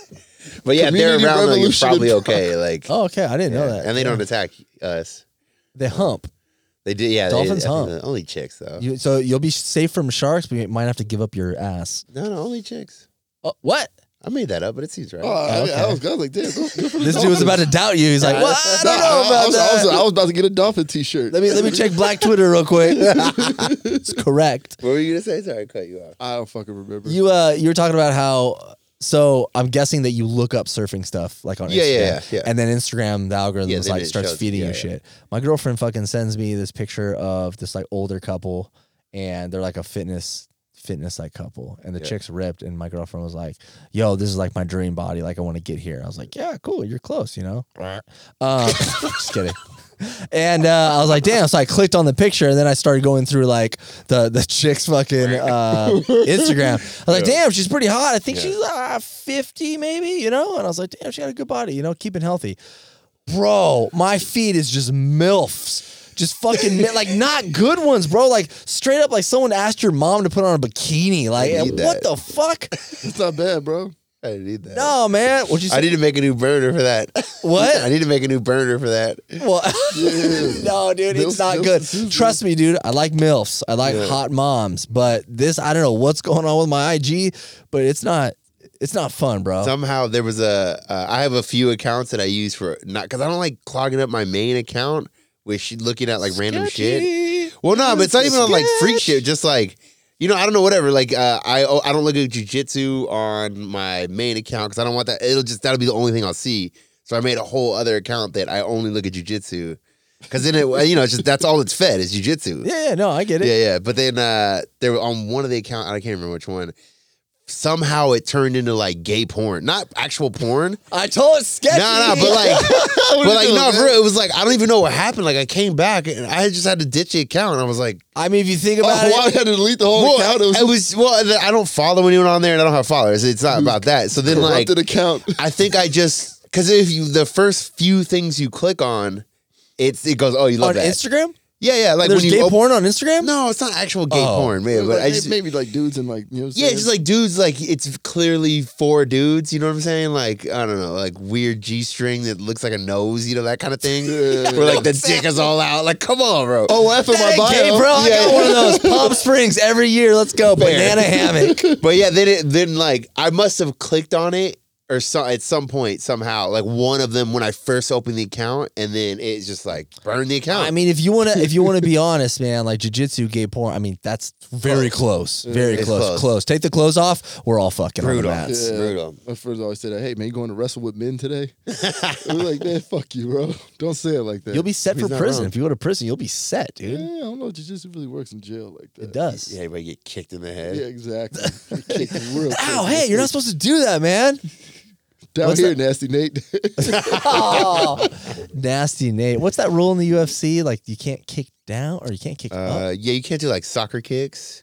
Speaker 2: But yeah, if they're
Speaker 1: Community
Speaker 2: around though, you're
Speaker 1: revolution in
Speaker 2: probably
Speaker 1: progress.
Speaker 2: okay. Like,
Speaker 3: Oh, okay. I didn't know
Speaker 2: yeah.
Speaker 3: that.
Speaker 2: and they don't attack us.
Speaker 3: They hump.
Speaker 2: They do. Yeah,
Speaker 3: Dolphins
Speaker 2: they, I think
Speaker 3: hump.
Speaker 2: they're Only chicks though.
Speaker 3: You, so you'll be safe from sharks, but you might have to give up your ass.
Speaker 2: no, no, only chicks.
Speaker 3: Oh, what?
Speaker 2: I made that up, but it seems right.
Speaker 1: Oh, I,
Speaker 3: Okay.
Speaker 1: I, was, I was like, damn. Go, go for the
Speaker 3: This dude was about to doubt you. He's like, "What? I
Speaker 1: Nah,
Speaker 3: don't know
Speaker 1: I,
Speaker 3: about
Speaker 1: was,
Speaker 3: that."
Speaker 1: I, was, I was about to get a dolphin T-shirt.
Speaker 3: let me let me check Black Twitter real quick. it's correct.
Speaker 2: what were you gonna say? Sorry, I cut you off.
Speaker 1: I don't fucking remember.
Speaker 3: You uh, you were talking about how. So I'm guessing that you look up surfing stuff like on
Speaker 2: Yeah,
Speaker 3: Instagram,
Speaker 2: yeah, yeah, yeah.
Speaker 3: and then Instagram the algorithm
Speaker 2: Yeah,
Speaker 3: is
Speaker 2: then
Speaker 3: like
Speaker 2: it
Speaker 3: starts
Speaker 2: shows-
Speaker 3: feeding
Speaker 2: yeah,
Speaker 3: you
Speaker 2: yeah.
Speaker 3: shit. My girlfriend fucking sends me this picture of this like older couple, and they're like a fitness fitness like couple, and the
Speaker 2: Yeah.
Speaker 3: chick's ripped, and my girlfriend was like, "Yo, this is like my dream body. Like I want to get here." I was like, "Yeah, cool. You're close. You know." Um, just kidding. And uh, I was like, damn. So I clicked on the picture, and then I started going through like the the chick's fucking uh, Instagram. I was like, damn, she's pretty hot. I think she's uh, fifty, maybe, you know. And I was like, damn, she got a good body, you know, keeping healthy. Bro, my feed is just milfs. Just fucking mi- like not good ones, bro. Like straight up, like someone asked your mom to put on a bikini. Like
Speaker 2: I need
Speaker 3: and what
Speaker 2: that.
Speaker 3: the fuck?
Speaker 1: It's not bad, bro.
Speaker 2: I didn't need that.
Speaker 3: No, man. What you
Speaker 2: I
Speaker 3: say?
Speaker 2: need to make a new burner for that.
Speaker 3: What?
Speaker 2: I need to make a new burner for that.
Speaker 3: Well, no, dude,
Speaker 1: Milfs-
Speaker 3: it's not
Speaker 1: milfs
Speaker 3: good.
Speaker 1: and sis,
Speaker 3: Trust me, dude. I like milfs. I like
Speaker 2: Yeah.
Speaker 3: hot moms, but this I don't know what's going on with my IG, but it's not. It's not fun, bro.
Speaker 2: Somehow there was a. Uh, I have a few accounts that I use for not because I don't like clogging up my main account with sh- looking at like random shit. Well, no, but it's not even on like freak shit. Just like you know, I don't know, whatever. Like uh, I oh, I don't look at jujitsu on my main account because I don't want that. It'll just that'll be the only thing I'll see. So I made a whole other account that I only look at jujitsu because then it you know it's just that's all it's fed is jujitsu.
Speaker 3: Yeah, yeah, no, I get it.
Speaker 2: Yeah, yeah. But then uh there were on one of the account, I can't remember which one. Somehow it turned into like gay porn, not actual porn.
Speaker 3: I told it's
Speaker 2: No,
Speaker 3: sketchy.
Speaker 2: no, but like, but like, no, for real, it was like I don't even know what happened. Like I came back and I just had to ditch the account. I was like,
Speaker 3: I mean, if you think
Speaker 1: Oh,
Speaker 3: about
Speaker 1: why I
Speaker 3: it,
Speaker 1: had to delete the
Speaker 3: Oh,
Speaker 1: whole
Speaker 2: well,
Speaker 1: account? It was
Speaker 2: it was well, I don't follow anyone on there and I don't have followers. It's not about that. So then, like,
Speaker 1: corrupted account.
Speaker 2: I think I just because if you the first few things you click on, it's it goes, oh, you love
Speaker 3: on
Speaker 2: that.
Speaker 3: Instagram,
Speaker 2: yeah, yeah, like
Speaker 3: there's
Speaker 2: when
Speaker 3: gay
Speaker 2: you op-
Speaker 3: porn on Instagram.
Speaker 2: No, it's not actual gay
Speaker 3: Oh.
Speaker 2: porn, man. But
Speaker 1: Like,
Speaker 2: I just
Speaker 1: maybe like dudes and like you know. What I'm
Speaker 2: Yeah,
Speaker 1: saying?
Speaker 2: just like dudes, like it's clearly four dudes. You know what I'm saying? Like I don't know, like weird G string that looks like a nose. You know that kind of thing. Where like the dick is all out. Like come on, bro.
Speaker 1: oh, F in
Speaker 3: That
Speaker 1: my
Speaker 3: ain't
Speaker 1: bio.
Speaker 3: gay, bro. I got one of those Palm Springs every year. Let's go, banana hammock.
Speaker 2: But yeah, then it, then like I must have clicked on it or so at some point somehow. Like one of them when I first opened the account, and then it's just like burn the account.
Speaker 3: I mean, if you wanna, if you wanna be honest, man, like jujitsu, gay porn. I mean, that's very close, very
Speaker 2: Oh. It's
Speaker 3: close, close,
Speaker 2: close.
Speaker 3: Take the clothes off, we're all fucking
Speaker 2: brutal.
Speaker 3: on the mats.
Speaker 1: Yeah.
Speaker 2: Brutal.
Speaker 1: My friends always say that. Hey, man, you going to wrestle with men today? I was like, man, fuck you, bro. Don't say it like that.
Speaker 3: You'll be set for
Speaker 2: He's not
Speaker 3: prison.
Speaker 2: wrong.
Speaker 3: If you go to prison, you'll be set,
Speaker 1: Yeah,
Speaker 3: dude.
Speaker 1: I don't know. Jiu-jitsu really works in jail like that.
Speaker 3: It does.
Speaker 2: Yeah, everybody get kicked in the head.
Speaker 1: Yeah, exactly. Get kicked real quick.
Speaker 3: Ow, hey, you're not supposed to do that, man.
Speaker 1: down
Speaker 3: what's
Speaker 1: here, nasty Nate.
Speaker 3: Oh, nasty Nate. What's that rule in the UFC? Like you can't kick down or you can't kick up.
Speaker 2: Uh, yeah, you can't do like soccer kicks.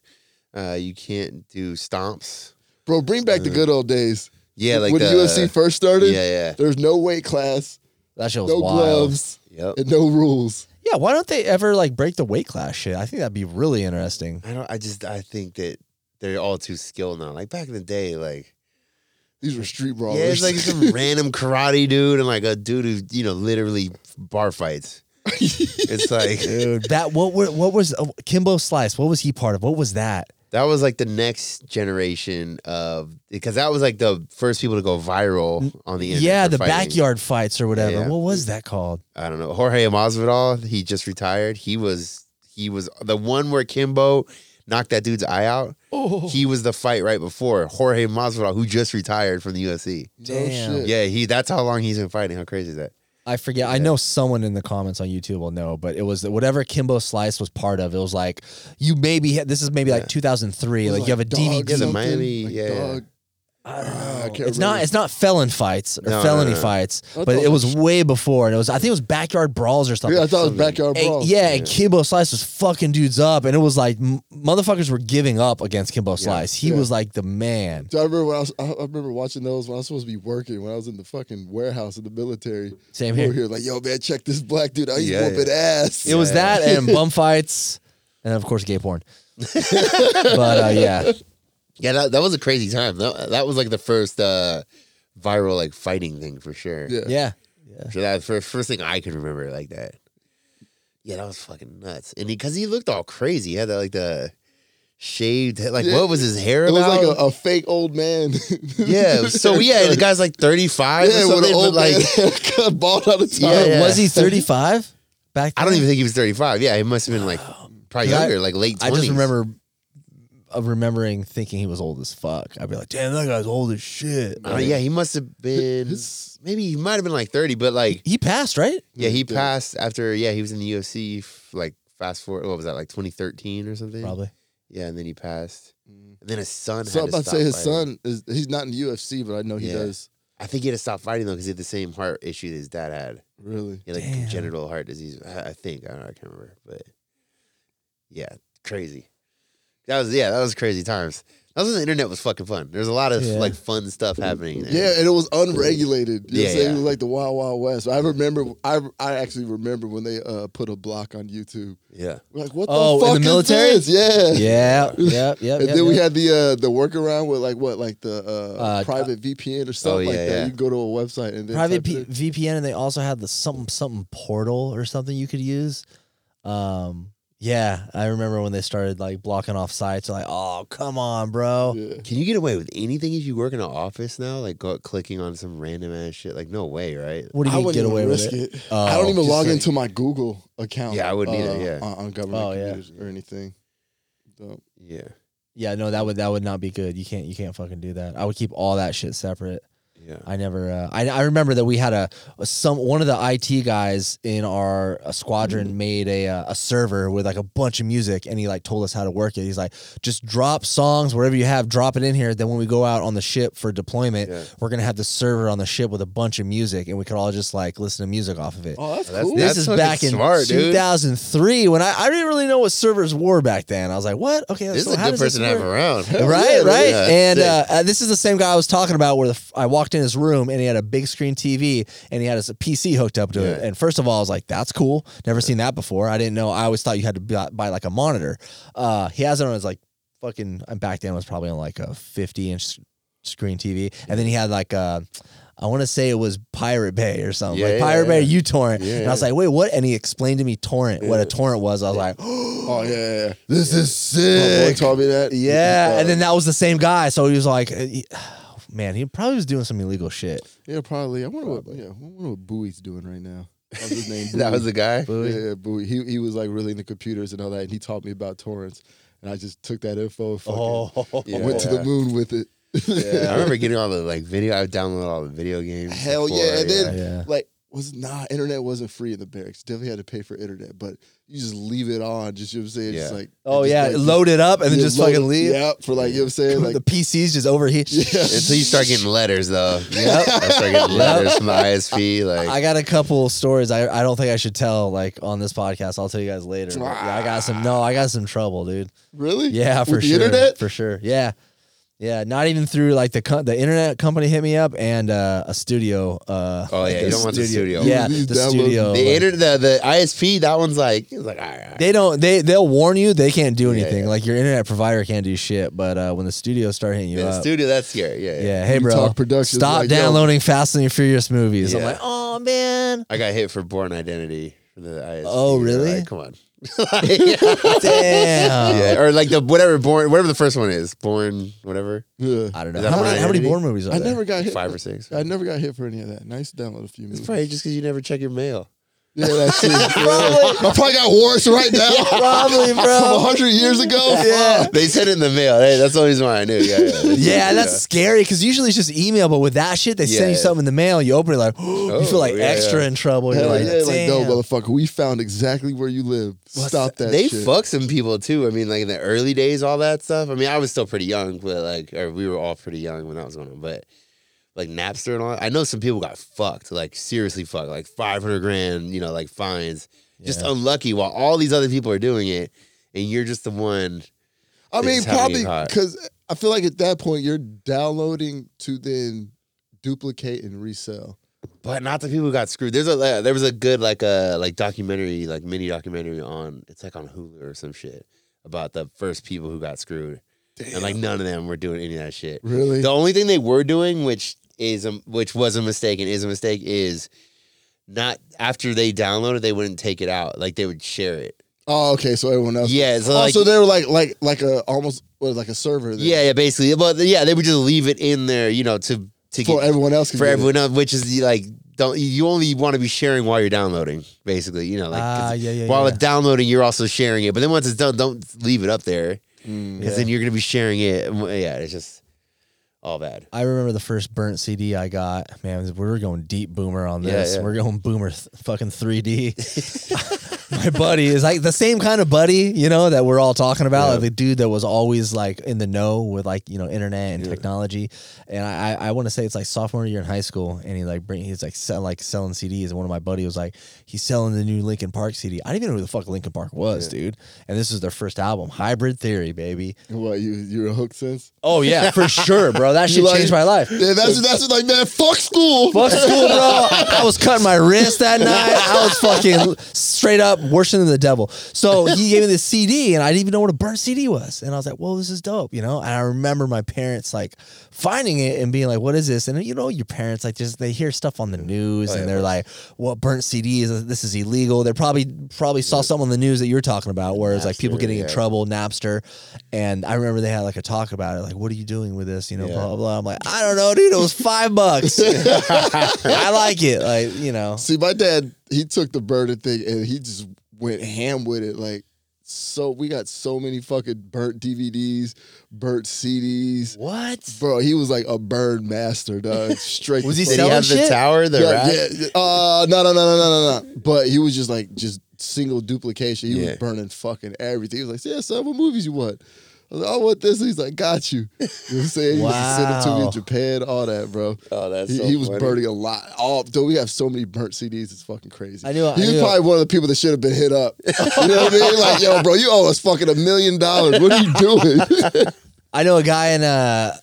Speaker 2: Uh, you can't do stomps.
Speaker 1: bro, bring back the good old days.
Speaker 2: Yeah, like
Speaker 1: when
Speaker 2: the
Speaker 1: UFC first started.
Speaker 2: Yeah,
Speaker 1: There's no weight class,
Speaker 3: That shit was
Speaker 1: no
Speaker 3: wild.
Speaker 1: gloves,
Speaker 2: yeah. Yep.
Speaker 1: and no rules.
Speaker 3: Yeah, why don't they ever like break the weight class shit? I think that'd be really interesting.
Speaker 2: I don't. I just. I think that they're all too skilled now. Like back in the day, like
Speaker 1: These were street brawlers.
Speaker 2: yeah, it's like some random karate dude and like a dude who you know literally bar fights. it's like
Speaker 3: Dude, that what were, what was uh, Kimbo Slice? What was he part of? What was that?
Speaker 2: that was like the next generation of because that was like the first people to go viral on the internet.
Speaker 3: Mm, yeah,
Speaker 2: for
Speaker 3: the
Speaker 2: fighting.
Speaker 3: backyard fights or whatever.
Speaker 2: yeah.
Speaker 3: What was that called?
Speaker 2: I don't know Jorge Masvidal. He just retired. He was he was the one where Kimbo knocked that dude's eye out.
Speaker 3: Oh,
Speaker 2: He was the fight right before Jorge Masvidal, who just retired from the UFC.
Speaker 1: no
Speaker 3: Damn.
Speaker 1: shit.
Speaker 2: Yeah, he. That's how long he's been fighting. How crazy is that?
Speaker 3: I forget. I know someone in the comments on YouTube will know, but it was whatever Kimbo Slice was part of. It was like you maybe this is maybe like 2003.
Speaker 1: It was
Speaker 3: Like, you have a
Speaker 1: dog
Speaker 3: DVD.
Speaker 2: Yeah, the
Speaker 1: something,
Speaker 2: Miami-
Speaker 1: like
Speaker 2: yeah, yeah.
Speaker 1: dog.
Speaker 3: I
Speaker 1: Ah,
Speaker 3: don't
Speaker 1: I
Speaker 3: know.
Speaker 1: can't
Speaker 3: it's
Speaker 1: remember.
Speaker 3: not. It's not felon fights or
Speaker 2: No, no,
Speaker 3: felony
Speaker 2: no.
Speaker 3: fights,
Speaker 1: I
Speaker 3: but
Speaker 1: thought
Speaker 3: it was way before. And it was I think it was backyard brawls or something.
Speaker 1: Yeah, I thought it was backyard
Speaker 3: And-
Speaker 1: brawl.
Speaker 3: yeah, and Kimbo Slice was fucking dudes up, and it was like m- motherfuckers were giving up against Kimbo Slice. He
Speaker 1: Yeah.
Speaker 3: was like the man.
Speaker 1: So I remember when I was, I I remember watching those when I was supposed to be working when I was in the fucking warehouse in the military.
Speaker 3: Same
Speaker 1: Over
Speaker 3: here.
Speaker 1: here, like, yo, man, check this black dude. I he's
Speaker 2: Yeah,
Speaker 1: whooping ass.
Speaker 3: It was that and bum fights, and of course gay porn. but uh, yeah,
Speaker 2: Yeah, that, that was a crazy time. That, that was like the first uh, viral like fighting thing for sure.
Speaker 1: Yeah.
Speaker 3: yeah.
Speaker 2: So that was first first thing I can remember like that. Yeah, that was fucking nuts. And because he, looked all crazy, he had that like the shaved head- like
Speaker 1: Yeah.
Speaker 2: what was his hair
Speaker 1: It was
Speaker 2: about?
Speaker 1: like a, a fake old man.
Speaker 2: yeah, it was- so yeah, the guy's like thirty five
Speaker 1: Yeah,
Speaker 2: or
Speaker 1: with
Speaker 2: something,
Speaker 1: an
Speaker 2: but
Speaker 1: old
Speaker 2: like
Speaker 1: like cut bald out of
Speaker 2: Yeah,
Speaker 1: time.
Speaker 2: yeah.
Speaker 3: Uh, Was he 35 back?
Speaker 2: I don't
Speaker 3: then?
Speaker 2: even think he was thirty five. Yeah, he must have been like probably
Speaker 3: Yeah, I-
Speaker 2: younger, like late. 20s.
Speaker 3: I just remember uh, remembering thinking he was old as fuck. I'd be like, damn, that guy's old as shit.
Speaker 2: Oh yeah, he must have been.
Speaker 1: His-
Speaker 2: maybe he might have been like thirty, but like
Speaker 3: He passed, right?
Speaker 2: Yeah, he
Speaker 1: Yeah.
Speaker 2: passed after. Yeah, he was in the UFC. f- Like fast forward, what was that? Like 2013 or something.
Speaker 3: Probably.
Speaker 2: Yeah, and then he passed.
Speaker 1: Mm.
Speaker 2: And then his son.
Speaker 1: So I'm
Speaker 2: had to
Speaker 1: about to
Speaker 2: stop
Speaker 1: say his
Speaker 2: fighting.
Speaker 1: son is he's not in the UFC, but I know he
Speaker 2: Yeah.
Speaker 1: does.
Speaker 2: I think he had to stop fighting though because he had the same heart issue that his dad had.
Speaker 1: Really.
Speaker 2: He had like
Speaker 3: Damn.
Speaker 2: congenital heart disease. I, I think I don't. know, I can't remember, but yeah, crazy. That was yeah, that was crazy times. That was when the internet was fucking fun. There's a lot of like fun stuff happening. there.
Speaker 1: Yeah, and it was unregulated. You know what I'm
Speaker 2: Yeah,
Speaker 1: saying?
Speaker 2: yeah.
Speaker 1: It was like the Wild Wild West. I remember, I I actually remember when they uh, put a block on YouTube.
Speaker 2: yeah.
Speaker 1: We're like, what
Speaker 3: Oh,
Speaker 1: the
Speaker 3: in the
Speaker 1: fuck is
Speaker 3: military?
Speaker 1: this? Yeah.
Speaker 3: Yeah, yeah, yeah.
Speaker 1: And then we had the uh, the workaround with like what like the uh,
Speaker 3: Uh,
Speaker 1: private VPN or something
Speaker 2: oh,
Speaker 1: like
Speaker 2: yeah,
Speaker 1: that.
Speaker 2: yeah.
Speaker 1: You can go to a website and then type
Speaker 3: private P-
Speaker 1: it in.
Speaker 3: VPN, and they also had the something something portal or something you could use. Um, yeah, I remember when they started like blocking off sites. Like, oh come on, bro.
Speaker 1: Yeah.
Speaker 2: Can you get away with anything if you work in an office now? Like go, clicking on some random ass shit. Like no way, right?
Speaker 3: What do
Speaker 1: I
Speaker 3: you mean
Speaker 1: wouldn't
Speaker 3: get
Speaker 1: even
Speaker 3: away with
Speaker 1: risk
Speaker 3: it?
Speaker 1: it. I don't
Speaker 3: Oh,
Speaker 1: even
Speaker 2: just
Speaker 1: log
Speaker 2: like-
Speaker 1: into my Google account. uh,
Speaker 2: Yeah, I wouldn't either, yeah.
Speaker 1: on, on government
Speaker 3: Oh, yeah.
Speaker 1: computers or anything. So,
Speaker 2: Yeah,
Speaker 3: Yeah, no, that would that would not be good. You can't you can't fucking do that. I would keep all that shit separate.
Speaker 2: yeah.
Speaker 3: I never. Uh, I I remember that we had a, a some one of the IT guys in our uh, squadron
Speaker 2: Mm.
Speaker 3: made a uh, a server with like a bunch of music, and he like told us how to work it. He's like, just drop songs wherever you have, drop it in here. Then when we go out on the ship for deployment,
Speaker 2: Yeah.
Speaker 3: we're gonna have the server on the ship with a bunch of music, and we could all just like listen to music off of it.
Speaker 1: oh, that's,
Speaker 2: That's-
Speaker 1: cool.
Speaker 2: that's-
Speaker 3: This is
Speaker 2: fucking
Speaker 3: back in
Speaker 2: smart, dude.
Speaker 3: 2003 when I, I didn't really know what servers were back then. I was like, what? Okay,
Speaker 2: This
Speaker 3: so
Speaker 2: is a
Speaker 3: how
Speaker 2: good
Speaker 3: does this
Speaker 2: person to have
Speaker 3: work?
Speaker 2: around.
Speaker 3: Right, right.
Speaker 2: Yeah,
Speaker 3: and
Speaker 2: sick.
Speaker 3: uh, uh, this is the same guy I was talking about where the f- I walked in his room and he had a big screen TV and he had his PC hooked up to it.
Speaker 2: Yeah.
Speaker 3: And first of all, I was like, that's cool. Never seen that before. I didn't know. I always thought you had to buy, buy like a monitor. Uh, he has it on his like fucking, and back then it was probably on like a 50 inch s- screen TV. And then he had like a. I want to say it was Pirate Bay or something.
Speaker 2: Yeah,
Speaker 3: like
Speaker 2: yeah,
Speaker 3: Pirate Bay,
Speaker 2: yeah.
Speaker 3: you torrent.
Speaker 2: Yeah,
Speaker 3: and I was like, wait, what? And he explained to me torrent, what a torrent was. I was like,
Speaker 1: oh yeah, yeah, yeah.
Speaker 6: This is
Speaker 1: My boy
Speaker 6: sick.
Speaker 1: taught me that.
Speaker 3: Yeah,
Speaker 1: Uh,
Speaker 3: and then that was the same guy. So he was like, uh, he- man, he probably was doing some illegal shit.
Speaker 1: yeah, probably. I wonder what yeah, I wonder what Bowie's doing right now. That was his name.
Speaker 2: that
Speaker 1: Bowie.
Speaker 2: was the guy.
Speaker 1: Yeah, yeah, Bowie. He he was like really into computers and all that, and he taught me about torrents. And I just took that info. And fucking,
Speaker 2: Oh.
Speaker 3: Oh.
Speaker 1: I went to the moon with it.
Speaker 2: Yeah, I remember getting all the like video. I downloaded all the video games.
Speaker 1: Hell
Speaker 2: before,
Speaker 1: yeah! And then
Speaker 3: yeah.
Speaker 1: like was nah, internet wasn't free in the barracks. Definitely had to pay for internet, but you just leave it on. Just you know what I'm saying? Just
Speaker 2: Yeah.
Speaker 1: like
Speaker 3: Oh
Speaker 1: just,
Speaker 3: yeah,
Speaker 1: like,
Speaker 3: load it up and then
Speaker 1: yeah,
Speaker 3: just
Speaker 1: load
Speaker 3: fucking
Speaker 1: it-
Speaker 3: leave.
Speaker 1: Yeah, for like you know what I'm saying. Like
Speaker 3: the PC's just over here.
Speaker 1: yeah.
Speaker 2: Until you start getting letters, though. Yep. I start getting letters from the ISP. Like,
Speaker 3: I got a couple stories. I, I don't think I should tell like on this podcast. I'll tell you guys later. But, yeah, I got some. No, I got some trouble, dude.
Speaker 1: really?
Speaker 3: Yeah, for
Speaker 1: With the
Speaker 3: sure.
Speaker 1: internet?
Speaker 3: For sure. Yeah. Yeah, not even through like the co- the internet company hit me up and uh, a studio. Uh,
Speaker 2: oh yeah,
Speaker 3: like
Speaker 2: you
Speaker 3: a
Speaker 2: don't want the studio.
Speaker 3: Yeah,
Speaker 1: You
Speaker 3: the
Speaker 1: download
Speaker 3: studio.
Speaker 2: The
Speaker 3: like-
Speaker 2: inter- the the ISP, that one's like, it's like, all right, all right.
Speaker 3: They don't. They they'll warn you. They can't do anything.
Speaker 2: yeah.
Speaker 3: Like your internet provider can't do shit. But uh, when the studios start hitting you
Speaker 2: Yeah, the
Speaker 3: up,
Speaker 2: studio, that's scary. Yeah, yeah.
Speaker 3: yeah, hey
Speaker 1: You
Speaker 3: bro,
Speaker 1: talk productions
Speaker 3: stop
Speaker 1: like, yo.
Speaker 3: downloading Fast and Furious movies. I'm
Speaker 2: Yeah.
Speaker 3: like, oh man,
Speaker 2: I got hit for Born Identity for the ISP.
Speaker 3: Oh,
Speaker 2: They're
Speaker 3: really?
Speaker 2: Like, Come on. Like,
Speaker 3: damn.
Speaker 2: yeah, or like the whatever Born, whatever the first one is, Born, whatever,
Speaker 1: Yeah.
Speaker 3: I don't know
Speaker 2: Is that
Speaker 3: how,
Speaker 2: Born
Speaker 3: many- how many
Speaker 2: Identity?
Speaker 3: Bourne movies are
Speaker 1: I
Speaker 3: there?
Speaker 1: never got hit.
Speaker 2: five or six.
Speaker 1: I never got hit for any of that. Nice download a few movies.
Speaker 2: It's probably just because you never check your mail.
Speaker 1: Yeah, that's it. Yeah. I probably got worse right now.
Speaker 3: Probably,
Speaker 1: From a
Speaker 3: bro.
Speaker 1: hundred years ago.
Speaker 3: Yeah.
Speaker 2: They sent it in the mail. Hey, that's the only reason why I knew. Yeah, yeah.
Speaker 3: Yeah, that's scary because usually it's just email, but with that shit, they
Speaker 2: Yeah,
Speaker 3: send you
Speaker 2: yeah.
Speaker 3: something in the mail. You open it like, you feel like
Speaker 2: yeah,
Speaker 3: extra
Speaker 2: yeah.
Speaker 3: in trouble. You're
Speaker 1: Hell
Speaker 3: like,
Speaker 1: yeah, like no,
Speaker 3: damn.
Speaker 1: motherfucker. We found exactly where you live. Stop that.
Speaker 2: they
Speaker 1: shit.
Speaker 2: fuck some people too. I mean, like in the early days, all that stuff. I mean, I was still pretty young, but like, or we were all pretty young when that was going on. But like Napster and all, I know some people got fucked, like seriously fucked, like five hundred grand, you know, like fines, just unlucky. While all these other people are doing it, and you're just the one.
Speaker 1: I
Speaker 2: They
Speaker 1: mean,
Speaker 2: just haven't
Speaker 1: probably
Speaker 2: even caught.
Speaker 1: because I feel like at that point you're downloading to then duplicate and resell.
Speaker 2: But not the people who got screwed. There's a uh, there was a good like a like documentary, like mini documentary on it's like on Hulu or some shit about the first people who got screwed, and like none of them were doing any of that shit.
Speaker 1: Really?
Speaker 2: The only thing they were doing, which is a, which was a mistake and is a mistake, is not after they downloaded, they wouldn't take it out. Like they would share it.
Speaker 1: Oh, okay. So everyone else.
Speaker 2: Yeah, so
Speaker 1: Oh,
Speaker 2: like-
Speaker 1: so they were like, like, like a almost what, like a server. then?
Speaker 2: Yeah, yeah, basically. But yeah, they would just leave it in there, you know, to to
Speaker 1: For
Speaker 2: get,
Speaker 1: everyone else. could
Speaker 2: for
Speaker 1: get it.
Speaker 2: everyone else, which is like don't you only want to be sharing while you're downloading, basically. You know, like 'cause
Speaker 3: Ah, yeah, yeah,
Speaker 2: while
Speaker 3: yeah.
Speaker 2: it's downloading, you're also sharing it. But then once it's done, don't leave it up there
Speaker 3: Mm,
Speaker 2: because then you're gonna be sharing it. and w- Yeah, it's just all bad.
Speaker 3: I remember the first burnt CD I got. Man, we were going deep boomer on
Speaker 2: Yeah,
Speaker 3: this.
Speaker 2: yeah.
Speaker 3: We're going boomer th- fucking 3D. my buddy is like the same kind of buddy, you know, that we're all talking about, like the dude that was always like in the know with like you know internet and technology. And I I, I want to say it's like sophomore year in high school, and he like bring he's like sell, like selling CDs, and one of my buddy was like he's selling the new Linkin Park CD. I didn't even know who the fuck Linkin Park was, dude. And this is their first album, Hybrid Theory, baby.
Speaker 1: What you you were hooked since?
Speaker 3: Oh yeah, for sure, bro. That shit
Speaker 1: like-
Speaker 3: changed my life.
Speaker 1: Yeah, that's that's like man, fuck school.
Speaker 3: Fuck school, bro. I was cutting my wrist that night. I was fucking straight up worshiping the devil. So he gave me this CD, and I didn't even know what a burnt CD was. And I was like, "Whoa, this is dope," you know. And I remember my parents like finding it and being like, "What is this?" And you know, your parents like just they hear stuff on the news, and they're like, "What burnt CD is? This is illegal." They probably probably saw something on the news that you're talking about, where it's like people getting in trouble, Napster. And I remember they had like a talk about it, like, "What are you doing with this?" You know, blah blah blah. I'm like, I don't know, dude. It was five bucks. I like it. Like, you know.
Speaker 1: See, my dad, he took the burner thing and he just went ham with it. Like, so we got so many fucking burnt DVDs, burnt CDs.
Speaker 3: What?
Speaker 1: Bro, he was like a burn master, dog. Straight.
Speaker 3: Was
Speaker 1: the
Speaker 3: he
Speaker 1: fuck-
Speaker 2: Did he have
Speaker 3: Selling
Speaker 2: the
Speaker 3: shit?
Speaker 2: tower, the
Speaker 1: Yeah,
Speaker 2: rack?
Speaker 1: yeah, yeah. Uh, no, no, no, no, no, no, no. But he was just like just single duplication. He
Speaker 2: Yeah.
Speaker 1: was burning fucking everything. He was like, "Yeah, son, what movies you want?" I was like, "I want this." He's like, "Got you." You know what I'm saying? He used to send it to me
Speaker 3: Wow.
Speaker 1: in Japan, all that, bro.
Speaker 2: Oh, that's
Speaker 1: he,
Speaker 2: so
Speaker 1: he was
Speaker 2: funny.
Speaker 1: burning a lot. Oh, dude, we have so many burnt CDs. It's fucking crazy.
Speaker 3: I knew- I
Speaker 1: He was
Speaker 3: knew-
Speaker 1: probably one of the people that should have been hit up. You know what I mean? Like, yo, bro, you owe us fucking a million dollars. What are you doing?
Speaker 3: I know a guy in uh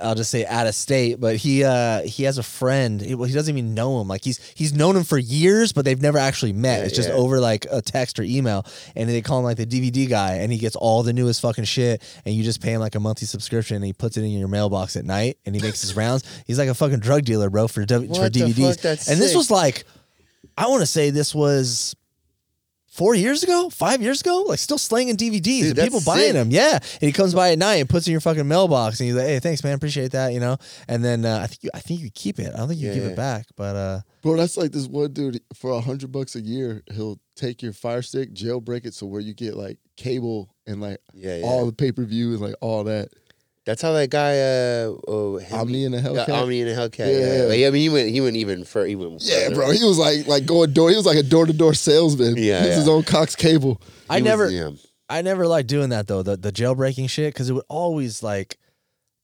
Speaker 3: I'll just say out of state, but he uh he has a friend. He, well, he doesn't even know him. Like he's he's known him for years, but they've never actually met. it's just
Speaker 2: yeah.
Speaker 3: over like a text or email, and they call him like the DVD guy, and he gets all the newest fucking shit, and you just pay him like a monthly subscription, and he puts it in your mailbox at night, and he makes his rounds. He's like a fucking drug dealer, bro, for w- for
Speaker 2: What the
Speaker 3: DVDs.
Speaker 2: fuck? That's
Speaker 3: and this
Speaker 2: sick.
Speaker 3: was like, I want to say this was four years ago, five years ago, like still slanging DVDs and
Speaker 2: that's
Speaker 3: people buying
Speaker 2: sick.
Speaker 3: them. Yeah, and he comes by at night and puts it in your fucking mailbox, and he's like, "Hey, thanks, man, appreciate that," you know. And then uh, I think you, I think you keep it. I don't think you
Speaker 2: Yeah,
Speaker 3: give
Speaker 2: yeah.
Speaker 3: it back, but uh,
Speaker 1: Bro, that's like this one dude for a hundred bucks a year, he'll take your fire stick, jailbreak it so where you get like cable and like
Speaker 2: Yeah, yeah.
Speaker 1: all the pay per view and like all that.
Speaker 2: That's how that guy, uh, oh, him-
Speaker 1: Omni and the
Speaker 2: Yeah,
Speaker 1: Hellcat.
Speaker 2: Omni and a Hellcat.
Speaker 1: Yeah,
Speaker 2: Yeah,
Speaker 1: yeah.
Speaker 2: Like, I mean, he went, he went even further. He went
Speaker 1: yeah,
Speaker 2: further.
Speaker 1: bro. He was like like going door. He was like a door to door salesman.
Speaker 2: Yeah,
Speaker 1: He was
Speaker 2: yeah.
Speaker 1: his own Cox Cable.
Speaker 3: I
Speaker 2: He was-
Speaker 3: never
Speaker 2: yeah.
Speaker 3: I never liked doing that though, the the jailbreaking shit, because it would always like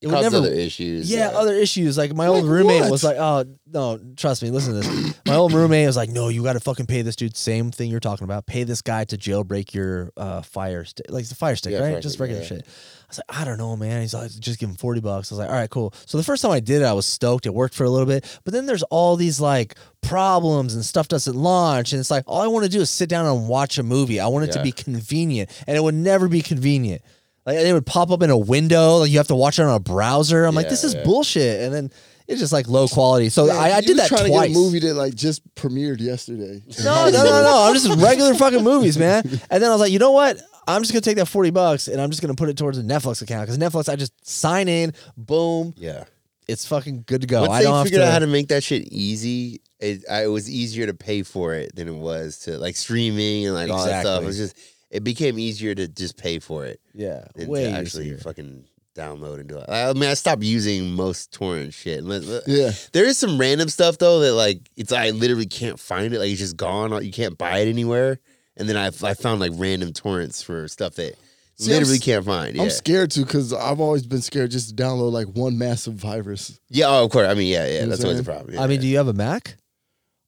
Speaker 3: it would
Speaker 2: Caused
Speaker 3: never
Speaker 2: other issues. uh,
Speaker 3: Yeah, other issues. Like my old
Speaker 1: Like
Speaker 3: roommate
Speaker 1: what?
Speaker 3: was like, "Oh no, trust me, listen to this." My old roommate was like, "No, you got to fucking pay this dude. Same thing you're talking about. Pay this guy to jailbreak your uh, fire stick, like the fire stick,
Speaker 2: Yeah,
Speaker 3: right?
Speaker 2: fire
Speaker 3: Just
Speaker 2: stick,
Speaker 3: regular
Speaker 2: yeah.
Speaker 3: shit." I was like, "I don't know, man." He's like, "Just give him forty bucks." I was like, "All right, cool." So the first time I did it, I was stoked. It worked for a little bit, but then there's all these like problems and stuff doesn't launch, and it's like all I want to do is sit down and watch a movie. I want it to
Speaker 2: Yeah.
Speaker 3: be convenient, and it would never be convenient. Like it would pop up in a window, like you have to watch it on a browser. I'm like,
Speaker 2: Yeah,
Speaker 3: this is
Speaker 2: yeah.
Speaker 3: bullshit, and then it's just like low quality. So
Speaker 1: Man,
Speaker 3: I, I
Speaker 1: you
Speaker 3: did
Speaker 1: was
Speaker 3: that
Speaker 1: trying
Speaker 3: twice.
Speaker 1: to get a movie that like just premiered yesterday.
Speaker 3: No, no, no, no. I'm just regular fucking movies, man. And then I was like, you know what? I'm just gonna take that forty bucks and I'm just gonna put it towards a Netflix account because Netflix, I just sign in, boom,
Speaker 2: Yeah.
Speaker 3: it's fucking good to go.
Speaker 2: Once
Speaker 3: Oh, I don't
Speaker 2: they
Speaker 3: have
Speaker 2: figured
Speaker 3: to.
Speaker 2: out how to make that shit easy, it, I, it was easier to pay for it than it was to like streaming and like all that stuff. It
Speaker 3: Exactly.
Speaker 2: was just it became easier to just pay for it
Speaker 3: yeah,
Speaker 2: than
Speaker 3: way
Speaker 2: to actually
Speaker 3: easier.
Speaker 2: fucking download and do it. I mean, I stopped using most torrent shit. Unless-
Speaker 1: Yeah.
Speaker 2: There is some random stuff though that like it's I literally can't find it. Like it's just gone. You can't buy it anywhere. And then I I found like random torrents for stuff that
Speaker 1: See, I'm
Speaker 2: literally
Speaker 1: s-
Speaker 2: can't find. Yeah.
Speaker 1: I'm scared too because I've always been scared just to download like one massive virus.
Speaker 2: yeah. Oh, of course. I mean, yeah, yeah.
Speaker 1: know
Speaker 2: That's
Speaker 1: what
Speaker 2: always
Speaker 1: I'm
Speaker 2: the problem.
Speaker 3: I mean,
Speaker 2: yeah.
Speaker 3: do you have a Mac?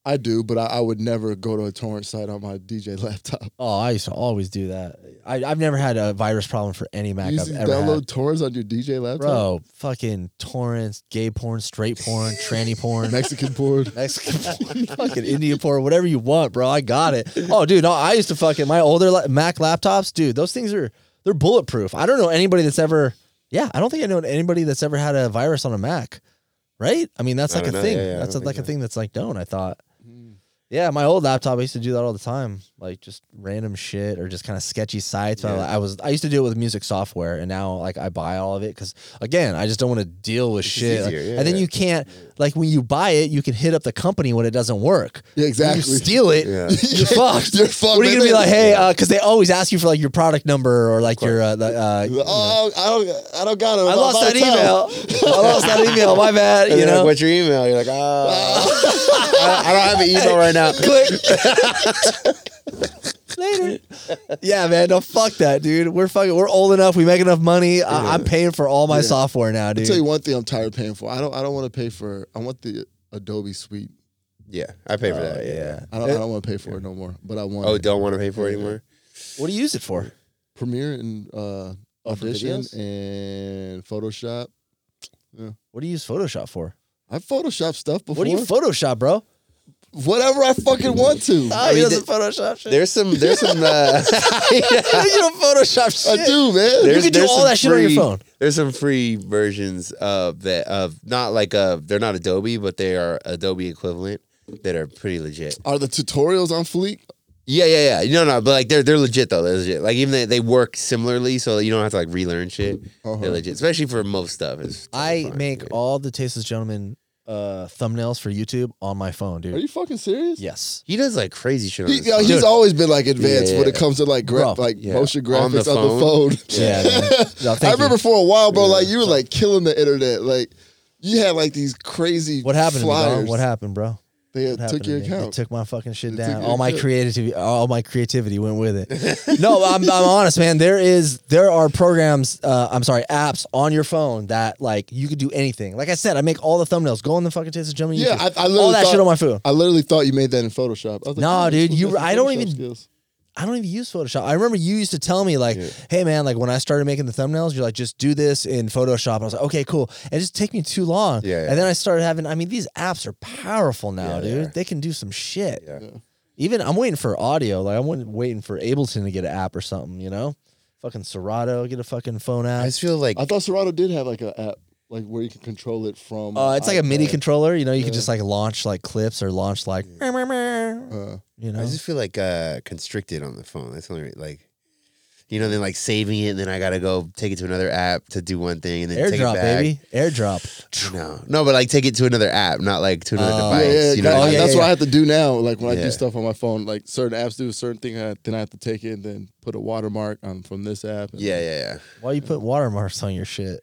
Speaker 1: I do, but I, I would never go to a torrent site on my DJ laptop.
Speaker 3: Oh, I used to always do that. I, I've never had a virus problem for any Mac
Speaker 1: you used
Speaker 3: I've
Speaker 1: to
Speaker 3: ever had.
Speaker 1: download torrents on your DJ laptop,
Speaker 3: Bro, fucking torrents, gay porn, straight porn, tranny porn,
Speaker 1: Mexican board.
Speaker 3: Mexican porn, fucking Indian porn, whatever you want, bro. I got it. Oh, dude, no, I used to fucking my older la- Mac laptops, dude. Those things are they're bulletproof. I don't know anybody that's ever. Yeah, I don't think I know anybody that's ever had a virus on a Mac, right? I mean, that's
Speaker 2: I
Speaker 3: like a
Speaker 2: don't know.
Speaker 3: thing.
Speaker 2: Yeah, yeah, I
Speaker 3: that's a,
Speaker 2: don't think
Speaker 3: like a
Speaker 2: so.
Speaker 3: thing that's like known. I thought. Yeah, my old laptop, I used to do that all the time, like just random shit or just kind of sketchy sites. I- I was, I used to do it with music software, and now like I buy all of it because again, I just don't want to deal with shit. Like,
Speaker 2: easier, yeah,
Speaker 3: and then
Speaker 2: yeah.
Speaker 3: you can't, like when you buy it, you can hit up the company when it doesn't work.
Speaker 1: Yeah,
Speaker 3: When
Speaker 1: exactly.
Speaker 3: You steal it,
Speaker 2: Yeah.
Speaker 3: you're fucked.
Speaker 1: You're fucked,
Speaker 3: What are you gonna
Speaker 1: man.
Speaker 3: be like? Hey, because they always ask you for like your product number or like your. Uh, the, uh, you know.
Speaker 1: Oh, I don't, I don't got it.
Speaker 3: I
Speaker 1: I'm
Speaker 3: lost
Speaker 1: by
Speaker 3: that
Speaker 1: the time.
Speaker 3: email. I lost that email. My bad.
Speaker 2: And
Speaker 3: You
Speaker 2: they're like,
Speaker 3: know.
Speaker 2: what's your email? You're like, "Oh,
Speaker 1: Uh,
Speaker 2: ah, I, don't, I don't have an email right now.
Speaker 3: Click. later. yeah, man. No, fuck that, dude. We're fucking. We're old enough. We make enough money. I, I'm paying for all my software now,
Speaker 1: I'll tell you
Speaker 3: dude.
Speaker 1: one thing I'm tired of paying for. I don't I don't want to pay for I want the Adobe suite.
Speaker 2: Yeah, I pay for that. Oh, Yeah.
Speaker 3: Oh, Yeah.
Speaker 1: I don't I don't want to pay for it no more. But I want
Speaker 2: Oh,
Speaker 1: it.
Speaker 2: don't want to pay for it anymore.
Speaker 3: What do you use it for?
Speaker 1: Premiere and
Speaker 3: Oh,
Speaker 1: uh Audition
Speaker 2: videos?
Speaker 1: and Photoshop.
Speaker 3: What do you use Photoshop for?
Speaker 1: I Photoshop stuff before.
Speaker 3: What do you Photoshop, bro?
Speaker 1: Whatever I fucking want to.
Speaker 3: Oh, he doesn't Photoshop shit.
Speaker 2: There's some. There's some. Uh,
Speaker 3: you don't Photoshop
Speaker 1: I
Speaker 3: shit.
Speaker 1: do, man.
Speaker 2: there's,
Speaker 3: could do
Speaker 2: there's
Speaker 3: all
Speaker 2: some
Speaker 3: that shit on your
Speaker 2: free-
Speaker 3: phone.
Speaker 2: There's some free versions of that of not like uh they're not Adobe, but they are Adobe equivalent that are pretty legit.
Speaker 1: Are the tutorials on Fleek?
Speaker 2: Yeah, yeah, yeah. No, no, but like they're they're legit though. They're legit. Like even they, they work similarly, so you don't have to like relearn shit. They're legit, especially for most stuff. It's totally
Speaker 3: I
Speaker 2: fine.
Speaker 3: make
Speaker 2: Yeah.
Speaker 3: all the Tasteless Gentlemen uh, thumbnails for YouTube on my phone, dude.
Speaker 1: Are you fucking serious?
Speaker 3: yes.
Speaker 2: He does like crazy shit. On
Speaker 1: He,
Speaker 2: his
Speaker 1: yo,
Speaker 2: phone.
Speaker 1: he's always been like advanced
Speaker 2: Yeah,
Speaker 1: when it
Speaker 2: yeah.
Speaker 1: comes to like gra-
Speaker 3: Bro,
Speaker 1: like
Speaker 2: yeah.
Speaker 1: motion graphics on
Speaker 2: On
Speaker 1: the
Speaker 2: the
Speaker 1: phone.
Speaker 3: Yeah, man. No, thank
Speaker 1: I
Speaker 3: you.
Speaker 1: remember for a while, bro. Like you were like killing the internet. Like you had like these crazy
Speaker 3: What happened? To me,
Speaker 1: Flyers.
Speaker 3: dog? what happened, bro?
Speaker 1: They had,
Speaker 3: What happened
Speaker 1: took
Speaker 3: to
Speaker 1: your
Speaker 3: me? They
Speaker 1: account.
Speaker 3: took my fucking shit
Speaker 1: They took
Speaker 3: down.
Speaker 1: your
Speaker 3: All my
Speaker 1: account.
Speaker 3: creativity, all my creativity went with it. no, I'm, I'm honest, man. There is, there are programs. Uh, I'm sorry, apps on your phone that like you could do anything. Like I said, I make all the thumbnails. Go on the fucking Tasteless Gentlemen.
Speaker 1: yeah,
Speaker 3: YouTube.
Speaker 1: I, I literally
Speaker 3: all that
Speaker 1: thought,
Speaker 3: shit on my phone.
Speaker 1: I literally thought you made that in Photoshop. I was like,
Speaker 3: Nah,
Speaker 1: oh, this
Speaker 3: dude,
Speaker 1: fool
Speaker 3: you-
Speaker 1: got some
Speaker 3: I don't
Speaker 1: Photoshop
Speaker 3: even-
Speaker 1: skills.
Speaker 3: I don't even use Photoshop. I remember you used to tell me like, "Hey man, like when I started making the thumbnails, you're like, just do this in Photoshop." And I was like, "Okay, cool." And it just take me too long.
Speaker 2: Yeah, yeah.
Speaker 3: And then I started having. I mean, these apps are powerful now,
Speaker 2: Yeah, they are.
Speaker 3: dude. They, can do some shit.
Speaker 2: Yeah.
Speaker 3: Even I'm waiting for audio. Like I'm wait- waiting for Ableton to get an app or something. You know, fucking Serato, get a fucking phone
Speaker 2: I
Speaker 3: app.
Speaker 2: just feel like
Speaker 1: I thought Serato did have like an app, like where you can control it from.
Speaker 3: Uh, it's like a MIDI
Speaker 1: iPad.
Speaker 3: controller. You know, you
Speaker 1: Yeah.
Speaker 3: can just like launch like clips or launch like,
Speaker 1: Uh,
Speaker 3: you know.
Speaker 2: I just feel like uh constricted on the phone. That's the only like. You know, then like saving it, and then I gotta go take it to another app to do one thing, and then take it
Speaker 3: AirDrop,
Speaker 2: back.
Speaker 3: baby. AirDrop.
Speaker 2: No, no, but like take it to another app, not like to another
Speaker 3: Oh.
Speaker 1: yeah,
Speaker 2: device.
Speaker 1: yeah,
Speaker 2: you
Speaker 1: that-
Speaker 2: know, what I
Speaker 3: yeah,
Speaker 2: mean?
Speaker 1: that's
Speaker 3: yeah,
Speaker 1: what I have to do now. Like when I
Speaker 2: Yeah.
Speaker 1: do stuff on my phone, like certain apps do a certain thing, I, then I have to take it and then put a watermark on from this app. and-
Speaker 2: yeah, yeah, yeah.
Speaker 3: Why you put watermarks on your shit?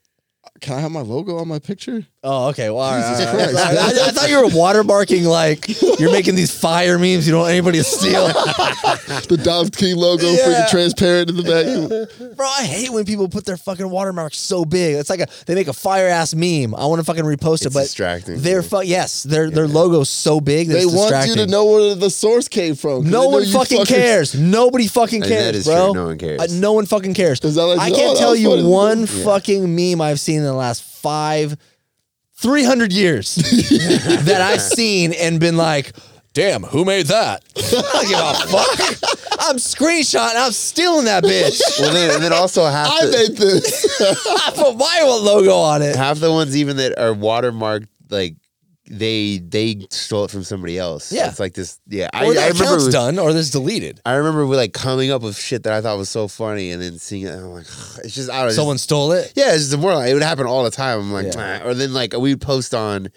Speaker 1: Can I have my logo on my picture?
Speaker 3: Oh, okay. Well, all right,
Speaker 1: Jesus
Speaker 3: all right.
Speaker 1: Christ.
Speaker 3: I, I thought you were watermarking like you're making these fire memes. You don't want anybody to steal,
Speaker 1: The Dom King logo, freaking transparent in the back.
Speaker 3: bro. I hate when people put their fucking watermarks so big. It's like a they make a fire ass meme. I want to fucking repost it,
Speaker 2: It's
Speaker 3: but
Speaker 2: distracting.
Speaker 3: Their fu- yes, their their logo's so big. That
Speaker 1: They
Speaker 3: it's
Speaker 1: want you
Speaker 3: distracting.
Speaker 1: to know where the source came from. 'cause
Speaker 3: No
Speaker 1: they know
Speaker 3: one
Speaker 1: you
Speaker 3: fucking
Speaker 1: fuckers-
Speaker 3: cares. Nobody fucking
Speaker 2: And that
Speaker 3: cares,
Speaker 2: is true.
Speaker 3: bro.
Speaker 2: No one cares.
Speaker 3: Uh, no one fucking cares.
Speaker 1: Does that let
Speaker 3: I
Speaker 1: you-
Speaker 3: can't
Speaker 1: oh, that
Speaker 3: tell
Speaker 1: was
Speaker 3: you
Speaker 1: funny.
Speaker 3: one fucking meme I've seen in the last five, three hundred years that I've seen and been like, "Damn, who made that?" I don't give a fuck. I'm screenshotting. I'm stealing that bitch.
Speaker 2: Well, then, and then also half
Speaker 1: I
Speaker 2: the,
Speaker 1: made this.
Speaker 3: I put my own logo on it.
Speaker 2: half the ones even that are watermarked, like they they stole it from somebody else.
Speaker 3: Yeah.
Speaker 2: it's like this. Yeah, I,
Speaker 3: Or the
Speaker 2: I remember.
Speaker 3: account's done, or this deleted.
Speaker 2: I remember we like coming up with shit that I thought was so funny, and then seeing it, and I'm like, it's just I don't. know, just-
Speaker 3: Someone stole it.
Speaker 2: Yeah, it's just more like it would happen all the time. I'm like,
Speaker 3: Yeah.
Speaker 2: "Ah," or then like we'd post on,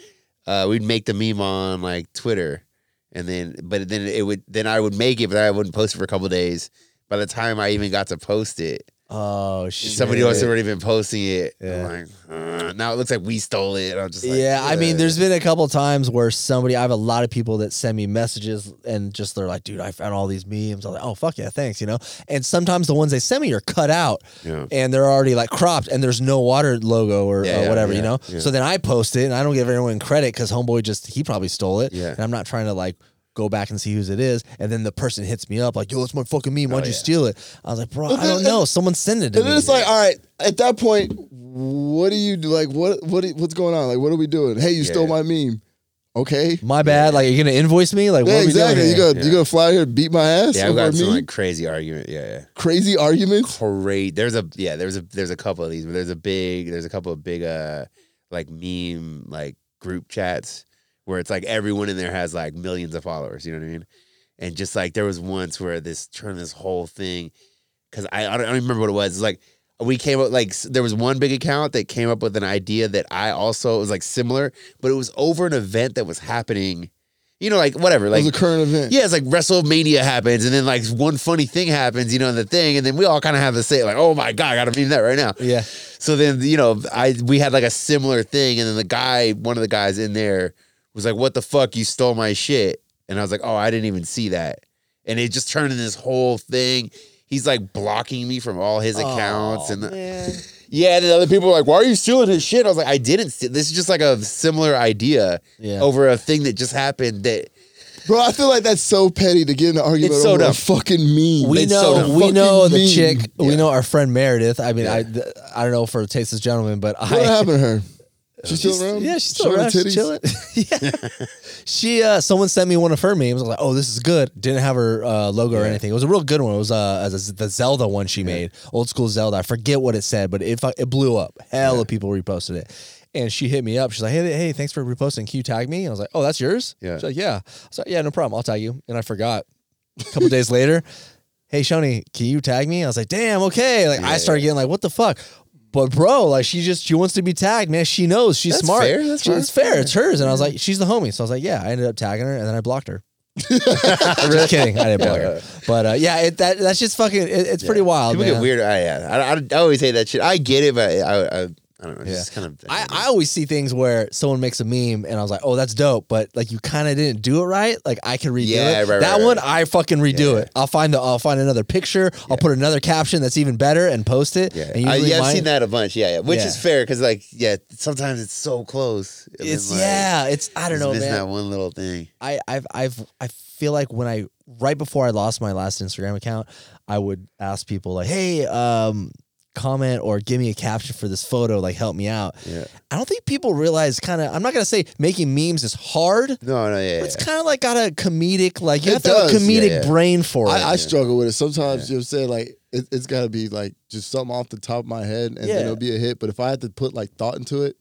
Speaker 2: uh, we'd make the meme on like Twitter, and then but then it would then I would make it, but I wouldn't post it for a couple days. By the time I even got to post it,
Speaker 3: Oh shit!
Speaker 2: somebody else had already been posting it.
Speaker 3: Yeah.
Speaker 2: I'm like, "Uh," now it looks like we stole it. And I'm just like,
Speaker 3: yeah, I mean,
Speaker 2: "Ugh."
Speaker 1: uh,
Speaker 3: there's been a couple times where somebody, I have a lot of people that send me messages and just they're like, dude, I found all these memes. I'm like, oh, fuck yeah, thanks, you know? And sometimes the ones they send me are cut out
Speaker 2: Yeah.
Speaker 3: and they're already like cropped and there's no water logo or,
Speaker 2: Yeah,
Speaker 3: or
Speaker 2: yeah,
Speaker 3: whatever, you
Speaker 2: yeah,
Speaker 3: know?
Speaker 2: yeah.
Speaker 3: So then I post it and I don't give everyone credit because Homeboy just, he probably stole it.
Speaker 2: Yeah.
Speaker 3: And I'm not trying to like, Go back and see whose it is, and then the person hits me up like, "Yo, it's my fucking meme. Why'd you
Speaker 2: yeah.
Speaker 3: steal it?" I was like, "Bro, I
Speaker 1: Oh, then-
Speaker 3: don't know. Someone sent it to
Speaker 1: and
Speaker 3: me."
Speaker 1: then it's like, all right, at that point, what do you do? Like, what, what, do- what's going on? Like, what are we doing? Hey, you stole my meme. Okay.
Speaker 3: "My bad. Like, you're gonna invoice me? Like, what
Speaker 1: Yeah,
Speaker 3: are we
Speaker 1: exactly.
Speaker 3: doing?"
Speaker 1: You
Speaker 3: here?
Speaker 1: gonna you
Speaker 2: Yeah.
Speaker 1: gonna fly here and beat my ass
Speaker 2: yeah, I've
Speaker 1: over
Speaker 2: got
Speaker 1: me?
Speaker 2: some like crazy argument. Yeah, yeah.
Speaker 1: Crazy arguments.
Speaker 2: Great. There's a yeah. There's a there's a couple of these, but there's a big there's a couple of big uh like meme like group chats where it's like everyone in there has like millions of followers. You know what I mean? And just like there was once where this turned this whole thing because I I don't, I don't remember what it was. It's like we came up like s- there was one big account that came up with an idea that I also it was like similar, but it was over an event that was happening. You know, like whatever,
Speaker 1: It
Speaker 2: like
Speaker 1: was a current event.
Speaker 2: yeah, it's like WrestleMania happens, and then like one funny thing happens, you know, in the thing, and then we all kind of have to say like, "Oh my god, I gotta meme that right now."
Speaker 3: Yeah.
Speaker 2: So then you know, I we had like a similar thing, and then the guy, one of the guys in there, was like, "What the fuck, you stole my shit," and I was like, "Oh, I didn't even see that." and it just turned into this whole thing. He's like blocking me from all his accounts, and the, yeah, and then other people were like, "Why are you stealing his shit?" I was like, "I didn't. Steal. This is just like a similar idea
Speaker 3: Yeah.
Speaker 2: over a thing that just happened that
Speaker 1: Bro, I feel like that's so petty to get in an argument
Speaker 2: It's so
Speaker 1: over a
Speaker 2: dumb.
Speaker 1: fucking meme.
Speaker 3: we
Speaker 2: It's
Speaker 3: know
Speaker 2: so dumb.
Speaker 3: we
Speaker 1: Fucking
Speaker 3: know the
Speaker 1: mean.
Speaker 3: chick we know our friend Meredith I mean I th- I don't know for Taste of Gentlemen but
Speaker 1: What
Speaker 3: I
Speaker 1: happened to her? She's still around?
Speaker 3: yeah she's still
Speaker 1: Showing her
Speaker 3: around, she's
Speaker 1: titties?
Speaker 3: chilling yeah she uh someone sent me one of her memes I was like oh this is good didn't have her uh, logo or anything it was a real good one it was uh as- as the Zelda one she made old school Zelda I forget what it said but it fu- it blew up hell of people reposted it. And she hit me up. She's like, "Hey, hey, thanks for reposting. Can you tag me?" And I was like, "Oh, that's yours."
Speaker 2: Yeah.
Speaker 3: She's like, "Yeah." I was like, "Yeah, no problem. I'll tag you." And I forgot. A couple days later, hey Shoni, can you tag me? I was like, damn, okay. Like I started getting like, what the fuck? But bro, like she just she wants to be tagged, man. She knows she's
Speaker 2: That's
Speaker 3: smart.
Speaker 2: fair, that's
Speaker 3: She- it's fair. It's hers. And I was like, she's the homie. So I was like, yeah. I ended up tagging her, and then I blocked her. just kidding. I didn't block her. But uh, yeah, it, that that's just fucking. It, it's pretty wild,
Speaker 2: people
Speaker 3: man.
Speaker 2: get weird. I, yeah, I, I, I always hate that shit. I get it, but I, I, I don't know. It's just kind of.
Speaker 3: I, I always see things where someone makes a meme and I was like, oh, that's dope, but like you kind of didn't do it right. Like I can redo
Speaker 2: Yeah,
Speaker 3: it.
Speaker 2: right, right,
Speaker 3: that
Speaker 2: right,
Speaker 3: one
Speaker 2: right.
Speaker 3: I fucking redo it. I'll find the I'll find another picture. I'll put another caption that's even better and post it.
Speaker 2: Yeah,
Speaker 3: and
Speaker 2: I,
Speaker 3: usually
Speaker 2: yeah I've
Speaker 3: mine-
Speaker 2: seen that a bunch. Yeah, yeah. which
Speaker 3: Yeah.
Speaker 2: is fair because, like, yeah, sometimes it's so close. and then,
Speaker 3: It's
Speaker 2: like,
Speaker 3: yeah. It's I don't
Speaker 2: just
Speaker 3: know,
Speaker 2: missing
Speaker 3: man.
Speaker 2: That one little thing.
Speaker 3: I I've I've I feel like when I right before I lost my last Instagram account, I would ask people like, "Hey, um, comment or give me a caption for this photo. Like, help me out."
Speaker 2: Yeah.
Speaker 3: I don't think people realize. Kind of, I'm not gonna say making memes is hard.
Speaker 2: No, no, yeah.
Speaker 3: But it's
Speaker 2: yeah.
Speaker 3: kind of like got a comedic, like you
Speaker 1: It
Speaker 3: have to have a
Speaker 1: does,
Speaker 2: yeah,
Speaker 3: comedic
Speaker 2: yeah.
Speaker 3: brain for it.
Speaker 1: I, I struggle with it sometimes. You know what I'm saying? Like it, it's got to be like just something off the top of my head, and
Speaker 3: Yeah.
Speaker 1: then it'll be a hit. But if I had to put like thought into it,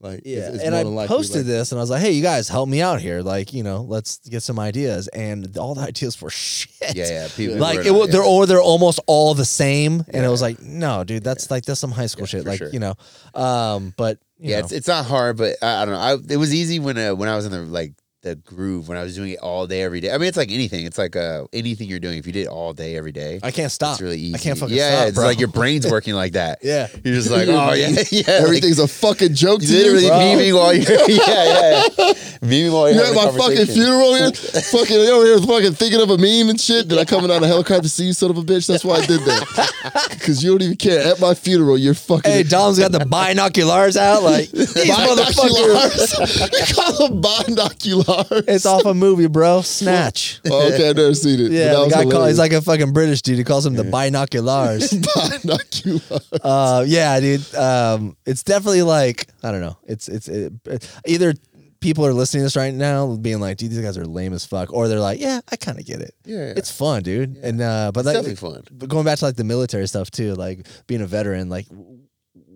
Speaker 1: like it's-
Speaker 3: yeah,
Speaker 1: it's,
Speaker 3: and
Speaker 1: more
Speaker 3: I
Speaker 1: than likely,
Speaker 3: posted
Speaker 1: like,
Speaker 3: this, and I was like, "Hey, you guys, help me out here. Like, you know, let's get some ideas." And all the ideas were shit.
Speaker 2: yeah, yeah. People
Speaker 3: like
Speaker 2: were
Speaker 3: it,
Speaker 2: not-
Speaker 3: wa-
Speaker 2: yeah.
Speaker 3: they're or they're almost all the same, and it was like, no, dude, that's like that's some high school shit,
Speaker 2: for
Speaker 3: like
Speaker 2: sure.
Speaker 3: you know, um, but you
Speaker 2: yeah,
Speaker 3: know.
Speaker 2: it's, it's not hard, but I, I don't know. I, it was easy when uh, when I was in the like the groove when I was doing it all day every day. I mean, it's like anything. It's like uh, anything you're doing. If you did it all day every day,
Speaker 3: I can't stop.
Speaker 2: it's really easy.
Speaker 3: I can't fucking
Speaker 2: yeah,
Speaker 3: stop.
Speaker 2: yeah, it's
Speaker 3: bro.
Speaker 2: like your brain's working like that.
Speaker 3: yeah.
Speaker 2: You're just like, oh yeah, yeah. like,
Speaker 1: Everything's a fucking joke to you.
Speaker 2: literally
Speaker 1: bro.
Speaker 2: memeing while you're yeah, yeah, memeing while
Speaker 1: You
Speaker 2: you're,
Speaker 1: at
Speaker 2: having
Speaker 1: my
Speaker 2: a
Speaker 1: fucking
Speaker 2: conversation.
Speaker 1: funeral here? fucking you over here fucking thinking of a meme and shit. Did I come in on a helicopter to see you, son of a bitch? That's why I did that. Cause you don't even care. At my funeral, you're fucking
Speaker 3: Hey, Dom's got the binoculars out. Like these motherfuckers.
Speaker 1: binoculars. you call them binoculars.
Speaker 3: It's off a movie, bro. Snatch.
Speaker 1: Oh, okay, I've never seen it. but
Speaker 3: Yeah,
Speaker 1: that
Speaker 3: the
Speaker 1: was
Speaker 3: guy call,
Speaker 1: hilarious.
Speaker 3: he's like a fucking British dude. He calls him the binoculars.
Speaker 1: binoculars.
Speaker 3: uh, yeah, dude. Um, it's definitely like I don't know. It's it's it, it- either people are listening to this right now, being like, dude, these guys are lame as fuck, or they're like, yeah, I kind of get it.
Speaker 2: Yeah, yeah.
Speaker 3: it's fun, dude. And uh, but like,
Speaker 2: definitely fun.
Speaker 3: But going back to like the military stuff too, like being a veteran, like w-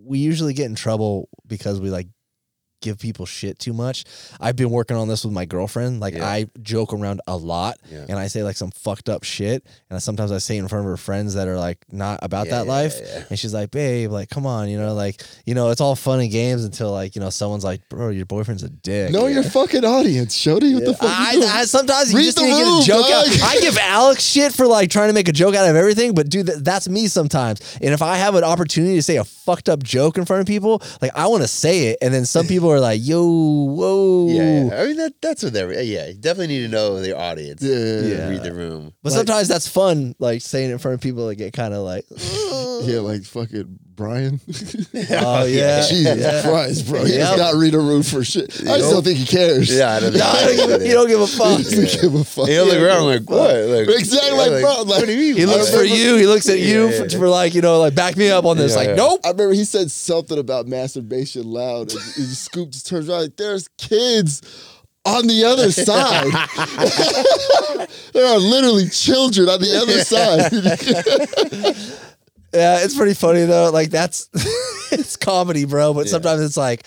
Speaker 3: we usually get in trouble because we like give people shit too much. I've been working on this with my girlfriend. Like
Speaker 2: Yeah.
Speaker 3: I joke around a lot
Speaker 2: Yeah.
Speaker 3: and I say like some fucked up shit. And I- sometimes I say it in front of her friends that are like not about
Speaker 2: Yeah,
Speaker 3: that
Speaker 2: yeah,
Speaker 3: life.
Speaker 2: yeah, yeah.
Speaker 3: And she's like, babe, like, come on, you know, like, you know, it's all fun and games until like, you know, someone's like, bro, your boyfriend's a dick.
Speaker 1: Know your fucking audience, Shody. What the fuck? you
Speaker 3: I,
Speaker 1: doing?
Speaker 3: I sometimes you
Speaker 1: Read
Speaker 3: just
Speaker 1: the
Speaker 3: need to get a
Speaker 1: room,
Speaker 3: joke out.
Speaker 1: dog.
Speaker 3: I give Alex shit for like trying to make a joke out of everything, but dude, that, that's me sometimes. And if I have an opportunity to say a fucked up joke in front of people, like I want to say it, and then some people are like, "Yo, whoa."
Speaker 2: Yeah, yeah, I mean that that's what they're yeah. You definitely need to know their audience.
Speaker 1: Yeah, yeah,
Speaker 2: And
Speaker 3: yeah.
Speaker 2: read the room.
Speaker 3: But sometimes that's fun, like saying it in front of people that get kind of like,
Speaker 1: yeah, like fucking Brian.
Speaker 3: "Oh yeah."
Speaker 1: Jesus Christ, bro. He
Speaker 3: Yep.
Speaker 1: does not read a room for shit. I just don't think he cares.
Speaker 2: Yeah, I don't
Speaker 3: No, I don't give a- you don't give a fuck.
Speaker 1: He doesn't give a fuck.
Speaker 2: He look
Speaker 1: Yeah,
Speaker 2: around like what? Like,
Speaker 1: Exactly, like,
Speaker 2: yeah,
Speaker 1: bro. Like,
Speaker 2: what do you mean?
Speaker 3: He looks
Speaker 1: I
Speaker 3: for
Speaker 1: remember-
Speaker 3: you. He looks at you
Speaker 2: Yeah,
Speaker 3: for,
Speaker 2: yeah.
Speaker 3: for like you know, like back me up on this.
Speaker 2: Yeah,
Speaker 3: like,
Speaker 2: yeah.
Speaker 3: nope.
Speaker 1: I remember he said something about masturbation loud, and, and Scoop just turns around like, "There's kids on the other side. there are literally children on the other side."
Speaker 3: Yeah, it's pretty funny though. Like that's it's comedy, bro. But sometimes it's like,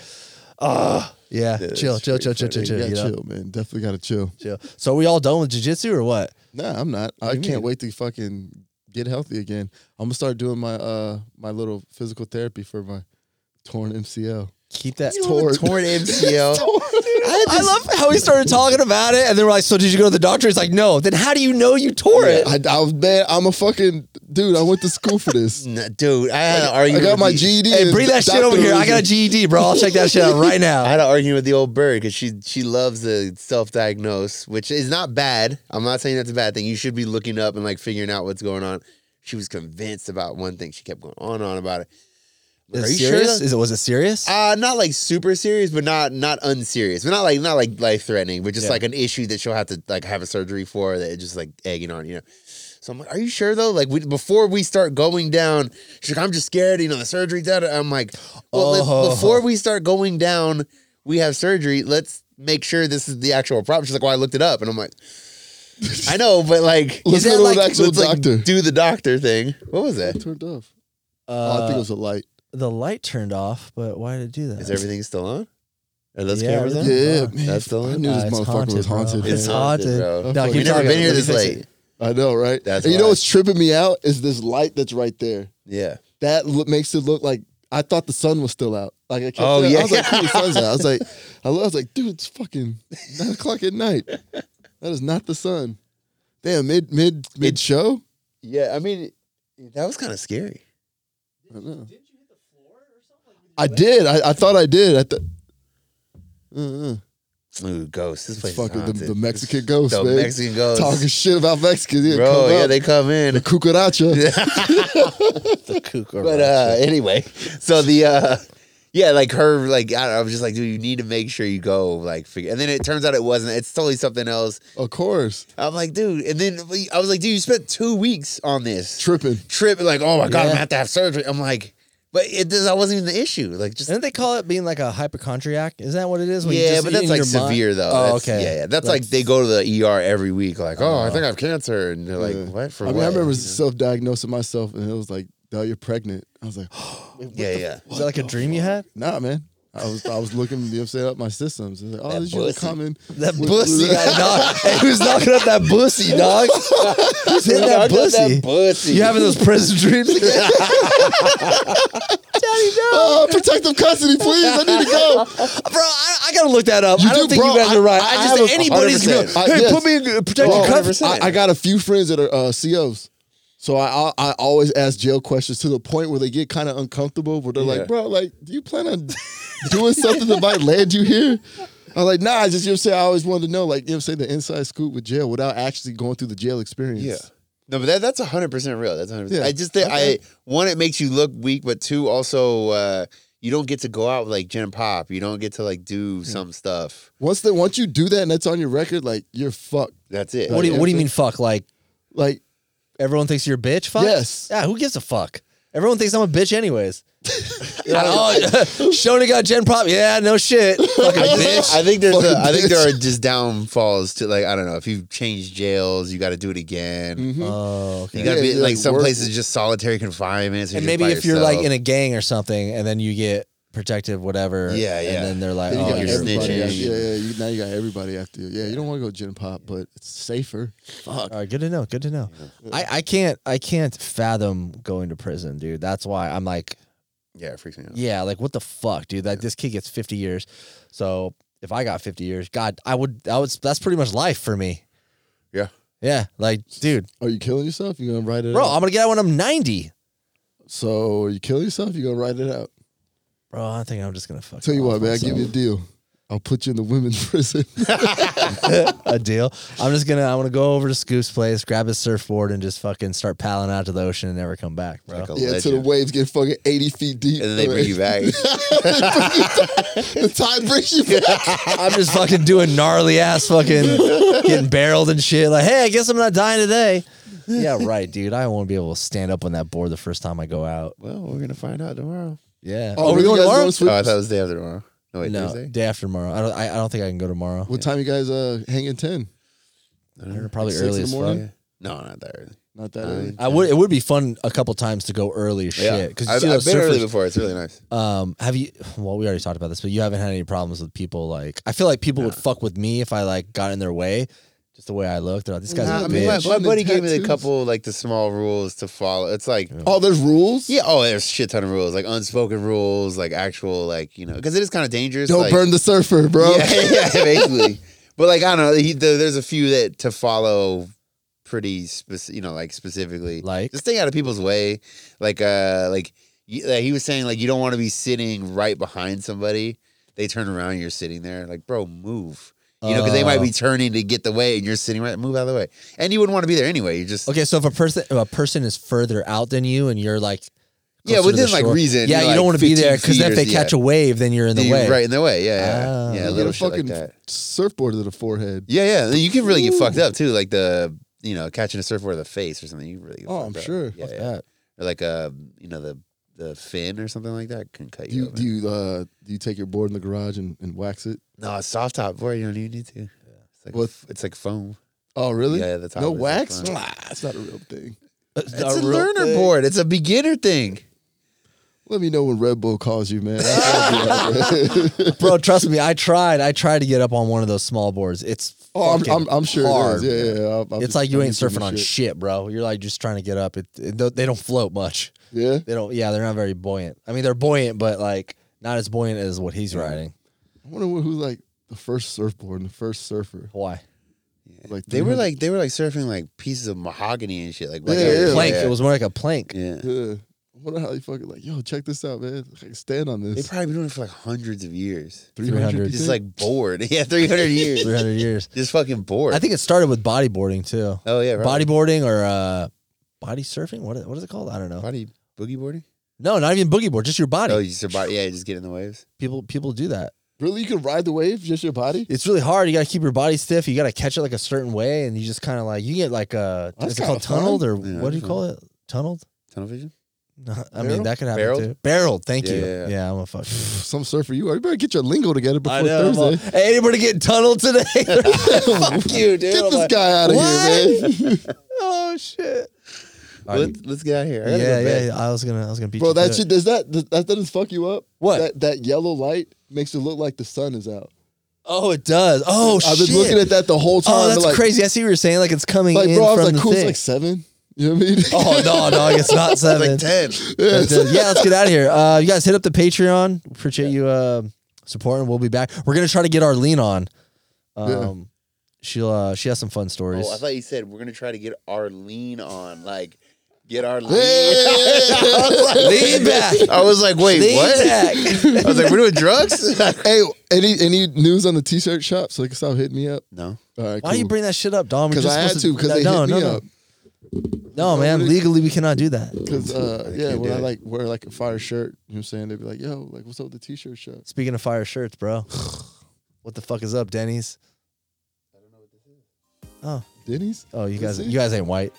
Speaker 3: oh yeah,
Speaker 2: it's
Speaker 3: chill, chill,
Speaker 2: pretty
Speaker 3: chill, chill, chill,
Speaker 1: you
Speaker 3: chill,
Speaker 1: gotta
Speaker 3: you know?
Speaker 1: chill, man. Definitely gotta chill.
Speaker 3: chill. So are we all done with jujitsu or what?
Speaker 1: Nah, I'm not. I can't wait to fucking get healthy again. I'm gonna start doing my uh my little physical therapy for my torn MCL.
Speaker 3: keep that.
Speaker 1: Toward-
Speaker 2: Torn MCL.
Speaker 3: I love how he started talking about it, and then we're like, "So did you go to the doctor?" He's like, "No." Then how do you know you tore it?
Speaker 1: I, I was man. I'm a fucking dude. I went to school for this.
Speaker 2: No, dude, I had an
Speaker 1: I
Speaker 2: argument.
Speaker 1: got
Speaker 2: with
Speaker 1: my
Speaker 2: the-
Speaker 1: GED.
Speaker 3: Hey,
Speaker 1: and
Speaker 3: bring that shit
Speaker 1: doctor
Speaker 3: over here. I
Speaker 1: was
Speaker 3: got a
Speaker 1: like,
Speaker 3: GED, bro. I'll check that shit out right
Speaker 2: I
Speaker 3: now.
Speaker 2: had an argument with the old bird because she she loves to self diagnose, which is not bad. I'm not saying that's a bad thing. You should be looking up and like figuring out what's going on. She was convinced about one thing. She kept going on and on about it. I'm like, Are
Speaker 3: Is it
Speaker 2: you
Speaker 3: serious?
Speaker 2: sure?
Speaker 3: Is it was it serious?
Speaker 2: Uh, not like super serious, but not not unserious, but not like not like life threatening, but just like an issue that she'll have to like have a surgery for that it's just like egging on, you know. So I'm like, are you sure though? Like we, before we start going down, she's like, I'm just scared, you know, the surgery's out. I'm like, well, let-
Speaker 3: Oh.
Speaker 2: before we start going down, we have surgery. Let's make sure this is the actual problem. She's like, well, I looked it up, and I'm like, I know, but like,
Speaker 1: Let's go
Speaker 2: is that
Speaker 1: to
Speaker 2: like-
Speaker 1: an actual
Speaker 2: let's, like,
Speaker 1: doctor.
Speaker 2: do the doctor thing. What was that?
Speaker 1: Turned off.
Speaker 3: Uh,
Speaker 1: Oh, I think it was a light.
Speaker 3: the light turned off, but why did it do that?
Speaker 2: Is everything still on? Are those
Speaker 3: Yeah,
Speaker 2: cameras on?
Speaker 3: everything's
Speaker 1: Yeah,
Speaker 3: on.
Speaker 1: man.
Speaker 2: That's the
Speaker 1: I
Speaker 2: one?
Speaker 1: knew
Speaker 3: Uh,
Speaker 1: this
Speaker 3: it's
Speaker 1: motherfucker
Speaker 3: haunted,
Speaker 1: was
Speaker 3: bro.
Speaker 1: haunted.
Speaker 2: It's
Speaker 1: man.
Speaker 2: haunted,
Speaker 3: haunted.
Speaker 2: bro.
Speaker 3: No,
Speaker 1: Fuck,
Speaker 3: keep
Speaker 2: we never
Speaker 3: talking.
Speaker 2: been here
Speaker 3: Let me
Speaker 2: this
Speaker 3: fix
Speaker 2: late.
Speaker 3: it.
Speaker 1: I know, right?
Speaker 2: That's
Speaker 1: and you know
Speaker 2: why.
Speaker 1: what's tripping me out is this light that's right there.
Speaker 2: Yeah.
Speaker 1: That lo- makes it look like I thought the sun was still out. Like I kept
Speaker 2: Oh,
Speaker 1: saying-
Speaker 2: yeah.
Speaker 1: I was like, cool, the sun's out. I was like, I lo- I was like, dude, it's fucking nine o'clock at night. That is not the sun. Damn, mid mid mid show.
Speaker 2: Yeah, I mean, that was kind of scary.
Speaker 1: I don't know. I did. I, I thought I did. I thought. Uh, uh.
Speaker 2: Ooh, ghost. This place
Speaker 1: It's
Speaker 2: is
Speaker 1: fucking the,
Speaker 2: haunted.
Speaker 1: the Mexican ghost,
Speaker 2: The
Speaker 1: man.
Speaker 2: Mexican ghost.
Speaker 1: Talking shit about Mexicans. Yeah,
Speaker 2: Bro,
Speaker 1: come
Speaker 2: yeah,
Speaker 1: up.
Speaker 2: they come in.
Speaker 1: the cucaracha.
Speaker 2: But uh, anyway, so the uh, yeah, like her, like I, don't know, I was just like, dude, you need to make sure you go, like, figure. And then it turns out it wasn't. It's totally something else.
Speaker 1: Of course.
Speaker 2: I'm like, dude. And then I was like, dude, you spent two weeks on this
Speaker 1: Tripping.
Speaker 2: trip. Like, oh my god, I'm
Speaker 3: Yeah.
Speaker 2: gonna have to have surgery. I'm like, but it that wasn't even the issue. Like, just
Speaker 3: Didn't they call it being like a hypochondriac? Is that what it is? When you
Speaker 2: yeah,
Speaker 3: just
Speaker 2: but
Speaker 3: eat
Speaker 2: that's
Speaker 3: in
Speaker 2: like
Speaker 3: your mind-
Speaker 2: severe though.
Speaker 3: Oh,
Speaker 2: That's-
Speaker 3: okay.
Speaker 2: Yeah, yeah. That's like they go to the ER every week. Like, oh, I think I have cancer, and they're like,
Speaker 1: Yeah.
Speaker 2: what? For
Speaker 1: I mean,
Speaker 2: what?
Speaker 1: I remember self-diagnosing myself, and it was like, "Oh, you're pregnant." I was like,
Speaker 2: Yeah, yeah.
Speaker 3: Is that like a dream you had?
Speaker 1: "Nah, man." I was I was looking, you know, set up my systems. It was like, "Oh,
Speaker 2: That
Speaker 1: this you
Speaker 2: pussy.
Speaker 1: coming?"
Speaker 3: That
Speaker 1: With-
Speaker 3: pussy got knocked. Hey, who's knocking up that pussy, dog? Who's hitting that pussy?
Speaker 2: pussy.
Speaker 3: You having those prison dreams again?
Speaker 1: Oh, protective custody, please! I need to go.
Speaker 2: Oh,
Speaker 3: Bro, I, I gotta look that up. I don't
Speaker 1: do,
Speaker 3: think
Speaker 1: bro.
Speaker 3: you guys
Speaker 1: I-
Speaker 3: are right.
Speaker 1: I
Speaker 3: I,
Speaker 1: have a-
Speaker 3: just anybody's gonna
Speaker 2: 100%.
Speaker 1: I-
Speaker 3: hey,
Speaker 1: yes.
Speaker 3: put me in uh, protective
Speaker 1: Well,
Speaker 3: cuffs.
Speaker 2: 100%.
Speaker 1: I, I got a few friends that are uh, COs, so I, I I always ask jail questions to the point where they get kind of uncomfortable, where they're
Speaker 2: Yeah.
Speaker 1: like, "Bro, like, do you plan on doing something that might land you here?" I'm like, "Nah, I just you know, say I always wanted to know, like, you know, say the inside scoop with jail without actually going through the jail experience."
Speaker 2: Yeah. No, but that, that's hundred percent real. That's hundred. percent
Speaker 1: Yeah.
Speaker 2: I just think I one, it makes you look weak, but two, also uh, you don't get to go out with like Jen Pop. You don't get to like do
Speaker 3: Hmm.
Speaker 2: some stuff.
Speaker 1: Once the once you do that and that's on your record, like you're fucked.
Speaker 2: That's it.
Speaker 3: What do you what do you mean fuck? Like
Speaker 1: Like
Speaker 3: everyone thinks you're a bitch? Fuck?
Speaker 1: Yes.
Speaker 3: Yeah, who gives a fuck? Everyone thinks I'm a bitch anyways. You're like, oh, Shona got Gen Pop. Yeah, no shit. Fucking bitch.
Speaker 2: I think there's
Speaker 1: Fucking
Speaker 2: a, I think there are
Speaker 1: bitch.
Speaker 2: just downfalls to like I don't know if you change jails you got to do it again
Speaker 1: Mm-hmm.
Speaker 3: Oh, okay.
Speaker 2: you gotta
Speaker 1: Yeah,
Speaker 2: be
Speaker 1: yeah,
Speaker 2: like
Speaker 1: like
Speaker 2: some
Speaker 1: work-
Speaker 2: places just solitary confinement so
Speaker 3: and
Speaker 2: just
Speaker 3: maybe
Speaker 2: by
Speaker 3: if you're like
Speaker 2: yourself.
Speaker 3: in a gang or something, and then you get protective, whatever.
Speaker 2: Yeah, yeah.
Speaker 3: And then they're like,
Speaker 1: then you
Speaker 3: oh,
Speaker 1: got
Speaker 2: you're
Speaker 3: you're
Speaker 1: everybody.
Speaker 2: snitching.
Speaker 1: after- Yeah, yeah. You, now you got everybody after you. Yeah, you don't want to go gin pop, but it's safer. Fuck.
Speaker 3: All right, good to know. Good to know. I, I can't I can't fathom going to prison, dude. That's why I'm like,
Speaker 2: yeah it freaks me out
Speaker 3: yeah, like what the fuck, dude? Like this kid gets 50 years. So if I got 50 years, God, I would I would that's pretty much life for me.
Speaker 2: Yeah.
Speaker 3: Yeah, like, dude,
Speaker 1: Are you killing yourself? You gonna write it
Speaker 3: bro,
Speaker 1: out?
Speaker 3: I'm gonna get out when I'm 90.
Speaker 1: So are you killing yourself? You gonna write it out?
Speaker 3: Bro, I think I'm just gonna fuck.
Speaker 2: Oh,
Speaker 1: Tell you what,
Speaker 3: off
Speaker 1: man. I give you a
Speaker 3: myself.
Speaker 1: deal. I'll put you in the women's prison.
Speaker 3: a deal. I'm just gonna I'm gonna go over to Scoop's place, grab his surfboard, and just fucking start paddling out to the ocean and never come back, bro.
Speaker 2: like a
Speaker 1: yeah,
Speaker 2: legend.
Speaker 1: till the waves get fucking eighty feet deep.
Speaker 2: and then they bring you back
Speaker 1: the tide brings you back.
Speaker 3: I'm just fucking doing gnarly ass fucking getting barreled and shit. Like, hey, I guess I'm not dying today. Yeah, right, dude. I won't be able to stand up on that board the first time I go out.
Speaker 2: well we're gonna find out tomorrow
Speaker 3: Yeah.
Speaker 1: Oh, really? You guys going swim-
Speaker 2: oh I thought it was the day after tomorrow no wait
Speaker 3: no,
Speaker 2: Thursday
Speaker 3: day after tomorrow. I don't. I, I don't think I can go tomorrow.
Speaker 1: What time you guys uh hanging ten?
Speaker 3: They're probably
Speaker 1: Six in
Speaker 3: early
Speaker 1: the
Speaker 3: as fuck.
Speaker 1: morning?
Speaker 2: Yeah. no not that early
Speaker 1: Not that
Speaker 2: Uh,
Speaker 1: early.
Speaker 3: I would. It would be fun a couple times to go early as
Speaker 2: yeah
Speaker 3: shit because you
Speaker 2: I've,
Speaker 3: see
Speaker 2: I've
Speaker 3: those
Speaker 2: been early
Speaker 3: surfers.
Speaker 2: before it's really nice
Speaker 3: Um, have you? Well, we already talked about this, but you haven't had any problems with people. Like, I feel like people would fuck with me if I like got in their way, just the way I look. They're like, this guy's
Speaker 1: Nah,
Speaker 3: a
Speaker 2: I
Speaker 1: I
Speaker 2: mean,
Speaker 1: mean,
Speaker 2: my,
Speaker 1: bitch.
Speaker 2: my buddy gave me a
Speaker 1: Tattoos.
Speaker 2: couple like the small rules to follow. It's like
Speaker 1: Oh, there's rules.
Speaker 2: Yeah. Oh, there's shit ton of rules, like unspoken rules, like actual, like you know, because it is kind of dangerous.
Speaker 1: Don't
Speaker 2: like-
Speaker 1: burn the surfer, bro.
Speaker 2: Yeah, yeah, basically. But like I don't know, he, there- there's a few that to follow pretty specific, you know, like specifically,
Speaker 3: Like?
Speaker 2: just stay out of people's way. Like, uh, like, y- like he was saying, like you don't want to be sitting right behind somebody. They turn around, and you're sitting there, like, bro, move. You know, because they might
Speaker 3: Uh.
Speaker 2: be turning to get the way, and you're sitting right, move out of the way, and you wouldn't want to be there anyway. You just
Speaker 3: uh, Okay, so if a person if a person is further out than you and you're like
Speaker 2: yeah,
Speaker 3: closer to the
Speaker 2: within like
Speaker 3: shore-
Speaker 2: reason.
Speaker 3: yeah,
Speaker 2: you're,
Speaker 3: you
Speaker 2: like,
Speaker 3: don't want to be
Speaker 2: 15
Speaker 3: there because
Speaker 2: feet
Speaker 3: if
Speaker 2: or-
Speaker 3: they
Speaker 2: yeah.
Speaker 3: catch a wave, then you're in the
Speaker 2: You're
Speaker 3: way.
Speaker 2: right in the way. Yeah, yeah, yeah.
Speaker 3: Ah. You
Speaker 1: You
Speaker 2: little
Speaker 1: get a
Speaker 2: shit like
Speaker 1: fucking
Speaker 2: that.
Speaker 1: surfboard to the forehead.
Speaker 2: Yeah, yeah. You can really get fucked up too, like the you know catching a surfboard in the face or something. You can really. Get
Speaker 1: Oh,
Speaker 2: fucked
Speaker 1: I'm
Speaker 2: up.
Speaker 1: sure.
Speaker 2: Yeah,
Speaker 3: Fuck
Speaker 2: yeah.
Speaker 3: that.
Speaker 2: Or like uh, you know the the fin or something like that can cut
Speaker 1: Do
Speaker 2: you.
Speaker 1: you,
Speaker 2: open.
Speaker 1: do you uh do you take your board in the garage and, and wax it?
Speaker 2: no, it's soft top board. You don't even need to. It's like
Speaker 1: What?
Speaker 2: it's like foam.
Speaker 1: Oh, really?
Speaker 2: Yeah, the top.
Speaker 1: no
Speaker 2: is like
Speaker 1: wax?
Speaker 2: foam.
Speaker 1: Nah, it's not a real thing.
Speaker 2: It's a, learner board. It's a beginner thing.
Speaker 1: Let me know when Red Bull calls you, man. I'll be out there.
Speaker 3: Bro, trust me, I tried. I tried to get up on one of those small boards. It's
Speaker 1: oh, I'm,
Speaker 3: fucking
Speaker 1: I'm, I'm sure.
Speaker 3: hard.
Speaker 1: it is. Yeah, yeah. I'll- I'll
Speaker 3: It's
Speaker 1: just-
Speaker 3: like you
Speaker 1: I'll
Speaker 3: ain't
Speaker 1: just give
Speaker 3: surfing on
Speaker 1: a
Speaker 3: shit. bro. You're like just trying to get up. It, it don't- they don't float much.
Speaker 1: Yeah.
Speaker 3: They don't. Yeah, they're not very buoyant. I mean, they're buoyant, but like not as buoyant as what he's riding.
Speaker 1: I wonder who- who's like the first surfboard and the first surfer.
Speaker 3: Why?
Speaker 1: Like
Speaker 2: They were
Speaker 1: 300
Speaker 2: like they were like surfing like pieces of mahogany and shit. Like, like
Speaker 1: Mm-hmm. Yeah,
Speaker 2: a-
Speaker 1: yeah.
Speaker 3: plank.
Speaker 2: Yeah.
Speaker 3: It was more like a plank.
Speaker 2: yeah.
Speaker 1: Yeah. I wonder how they fucking like, yo, check this out, man. Like, stand on
Speaker 2: They've
Speaker 1: this.
Speaker 2: probably been doing it for like hundreds of years.
Speaker 3: 300.
Speaker 1: you
Speaker 2: Just
Speaker 1: think?
Speaker 2: like bored. Yeah, three hundred years.
Speaker 3: 300 years.
Speaker 2: Just fucking bored.
Speaker 3: I think it started with bodyboarding too.
Speaker 2: Oh yeah, right.
Speaker 3: bodyboarding or uh, body surfing. What is, what is it called? I don't know.
Speaker 2: Body boogie boarding?
Speaker 3: No, not even boogie board. Just your body.
Speaker 2: Oh, you just your body. Yeah, you just get in the waves.
Speaker 3: People people do that.
Speaker 1: really, you can ride the wave, just your body.
Speaker 3: It's really hard. You gotta keep your body stiff. You gotta catch it like a certain way, and you just kind of like you get like a
Speaker 1: That's
Speaker 3: is it called
Speaker 1: kinda fun.
Speaker 3: tunneled or
Speaker 2: Yeah,
Speaker 3: what do you
Speaker 2: that's
Speaker 3: call it? Tunneled.
Speaker 2: Tunnel vision?
Speaker 3: No, I mean
Speaker 1: Barreled?
Speaker 3: that could happen
Speaker 2: Barreled?
Speaker 3: too. Barreled. Thank
Speaker 2: Yeah,
Speaker 3: you.
Speaker 2: yeah, yeah.
Speaker 3: I'm a fucking.
Speaker 1: Some surfer you are. You better get your lingo together before
Speaker 3: I know. I'm all,
Speaker 1: Thursday.
Speaker 3: hey, anybody getting tunneled today? Fuck you, dude.
Speaker 1: Get
Speaker 3: I'm
Speaker 1: this
Speaker 3: like,
Speaker 1: guy out of here,
Speaker 3: "What?"
Speaker 1: man.
Speaker 3: Oh shit.
Speaker 2: Let's, let's get out of here. I
Speaker 3: Yeah,
Speaker 2: gotta go
Speaker 3: yeah,
Speaker 2: bed.
Speaker 3: yeah. I was gonna, I was gonna beat
Speaker 1: Bro,
Speaker 3: you.
Speaker 1: that
Speaker 3: to it.
Speaker 1: shit does that does- that doesn't fuck you up.
Speaker 3: What?
Speaker 1: That that yellow light makes it look like the sun is out.
Speaker 3: Oh, it does. Oh shit.
Speaker 1: I've been looking at that the whole time.
Speaker 3: Oh,
Speaker 1: but,
Speaker 3: that's
Speaker 1: like,
Speaker 3: crazy. I see what you're saying. Like it's coming
Speaker 1: Like,
Speaker 3: in
Speaker 1: bro, I
Speaker 3: from
Speaker 1: was like,
Speaker 3: the
Speaker 1: cool. It's
Speaker 3: thing.
Speaker 1: like seven. You know what I mean?
Speaker 3: oh no, dog, it's not seven.
Speaker 2: Like ten.
Speaker 3: That does- yeah, let's get out of here. Uh, you guys hit up the Patreon. Appreciate you uh, supporting. We'll be back. We're gonna try to get Arlene on. Um,
Speaker 1: Yeah.
Speaker 3: She'll uh, she has some fun stories.
Speaker 2: Oh, I thought you said we're gonna try to get Arlene on. Like, get Arlene.
Speaker 3: Lean back.
Speaker 2: I was like, wait,
Speaker 3: Lean
Speaker 2: what?
Speaker 3: back.
Speaker 2: I was like, we're doing drugs?
Speaker 1: hey, any any news on the t-shirt shop so they can stop hitting me up?
Speaker 2: no.
Speaker 1: All right,
Speaker 3: Why do you bring that shit up, Dom? We're
Speaker 1: Because
Speaker 3: just
Speaker 1: I had
Speaker 3: supposed
Speaker 1: to. Because they
Speaker 3: no, no,
Speaker 1: hit me
Speaker 3: no,
Speaker 1: up.
Speaker 3: No, man. Legally, we cannot do that.
Speaker 1: Because uh, yeah,
Speaker 2: can't
Speaker 1: when
Speaker 2: do
Speaker 1: I
Speaker 2: it.
Speaker 1: like wear like a fire shirt, you know what I'm saying? They'd be like, "Yo, like what's up with the t-shirt shop?"
Speaker 3: Speaking of fire shirts, bro, what the fuck is up, Denny's?
Speaker 1: Denny's.
Speaker 3: Oh, you guys,
Speaker 1: See?
Speaker 3: you guys ain't white.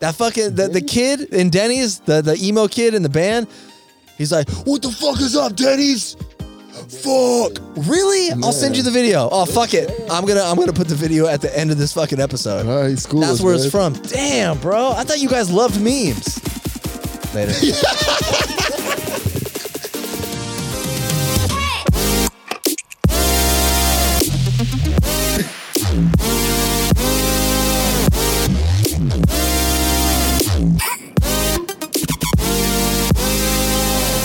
Speaker 3: That fucking the, the kid in Denny's, the the emo kid in the band. He's like, "What the fuck is up, Denny's? Fuck, really? I'll send you the video. Oh, fuck it. I'm gonna I'm gonna put the video at the end of this fucking episode.
Speaker 1: All right, school.
Speaker 3: That's
Speaker 1: us,
Speaker 3: where
Speaker 1: man.
Speaker 3: it's from. Damn, bro. I thought you guys loved memes. Later.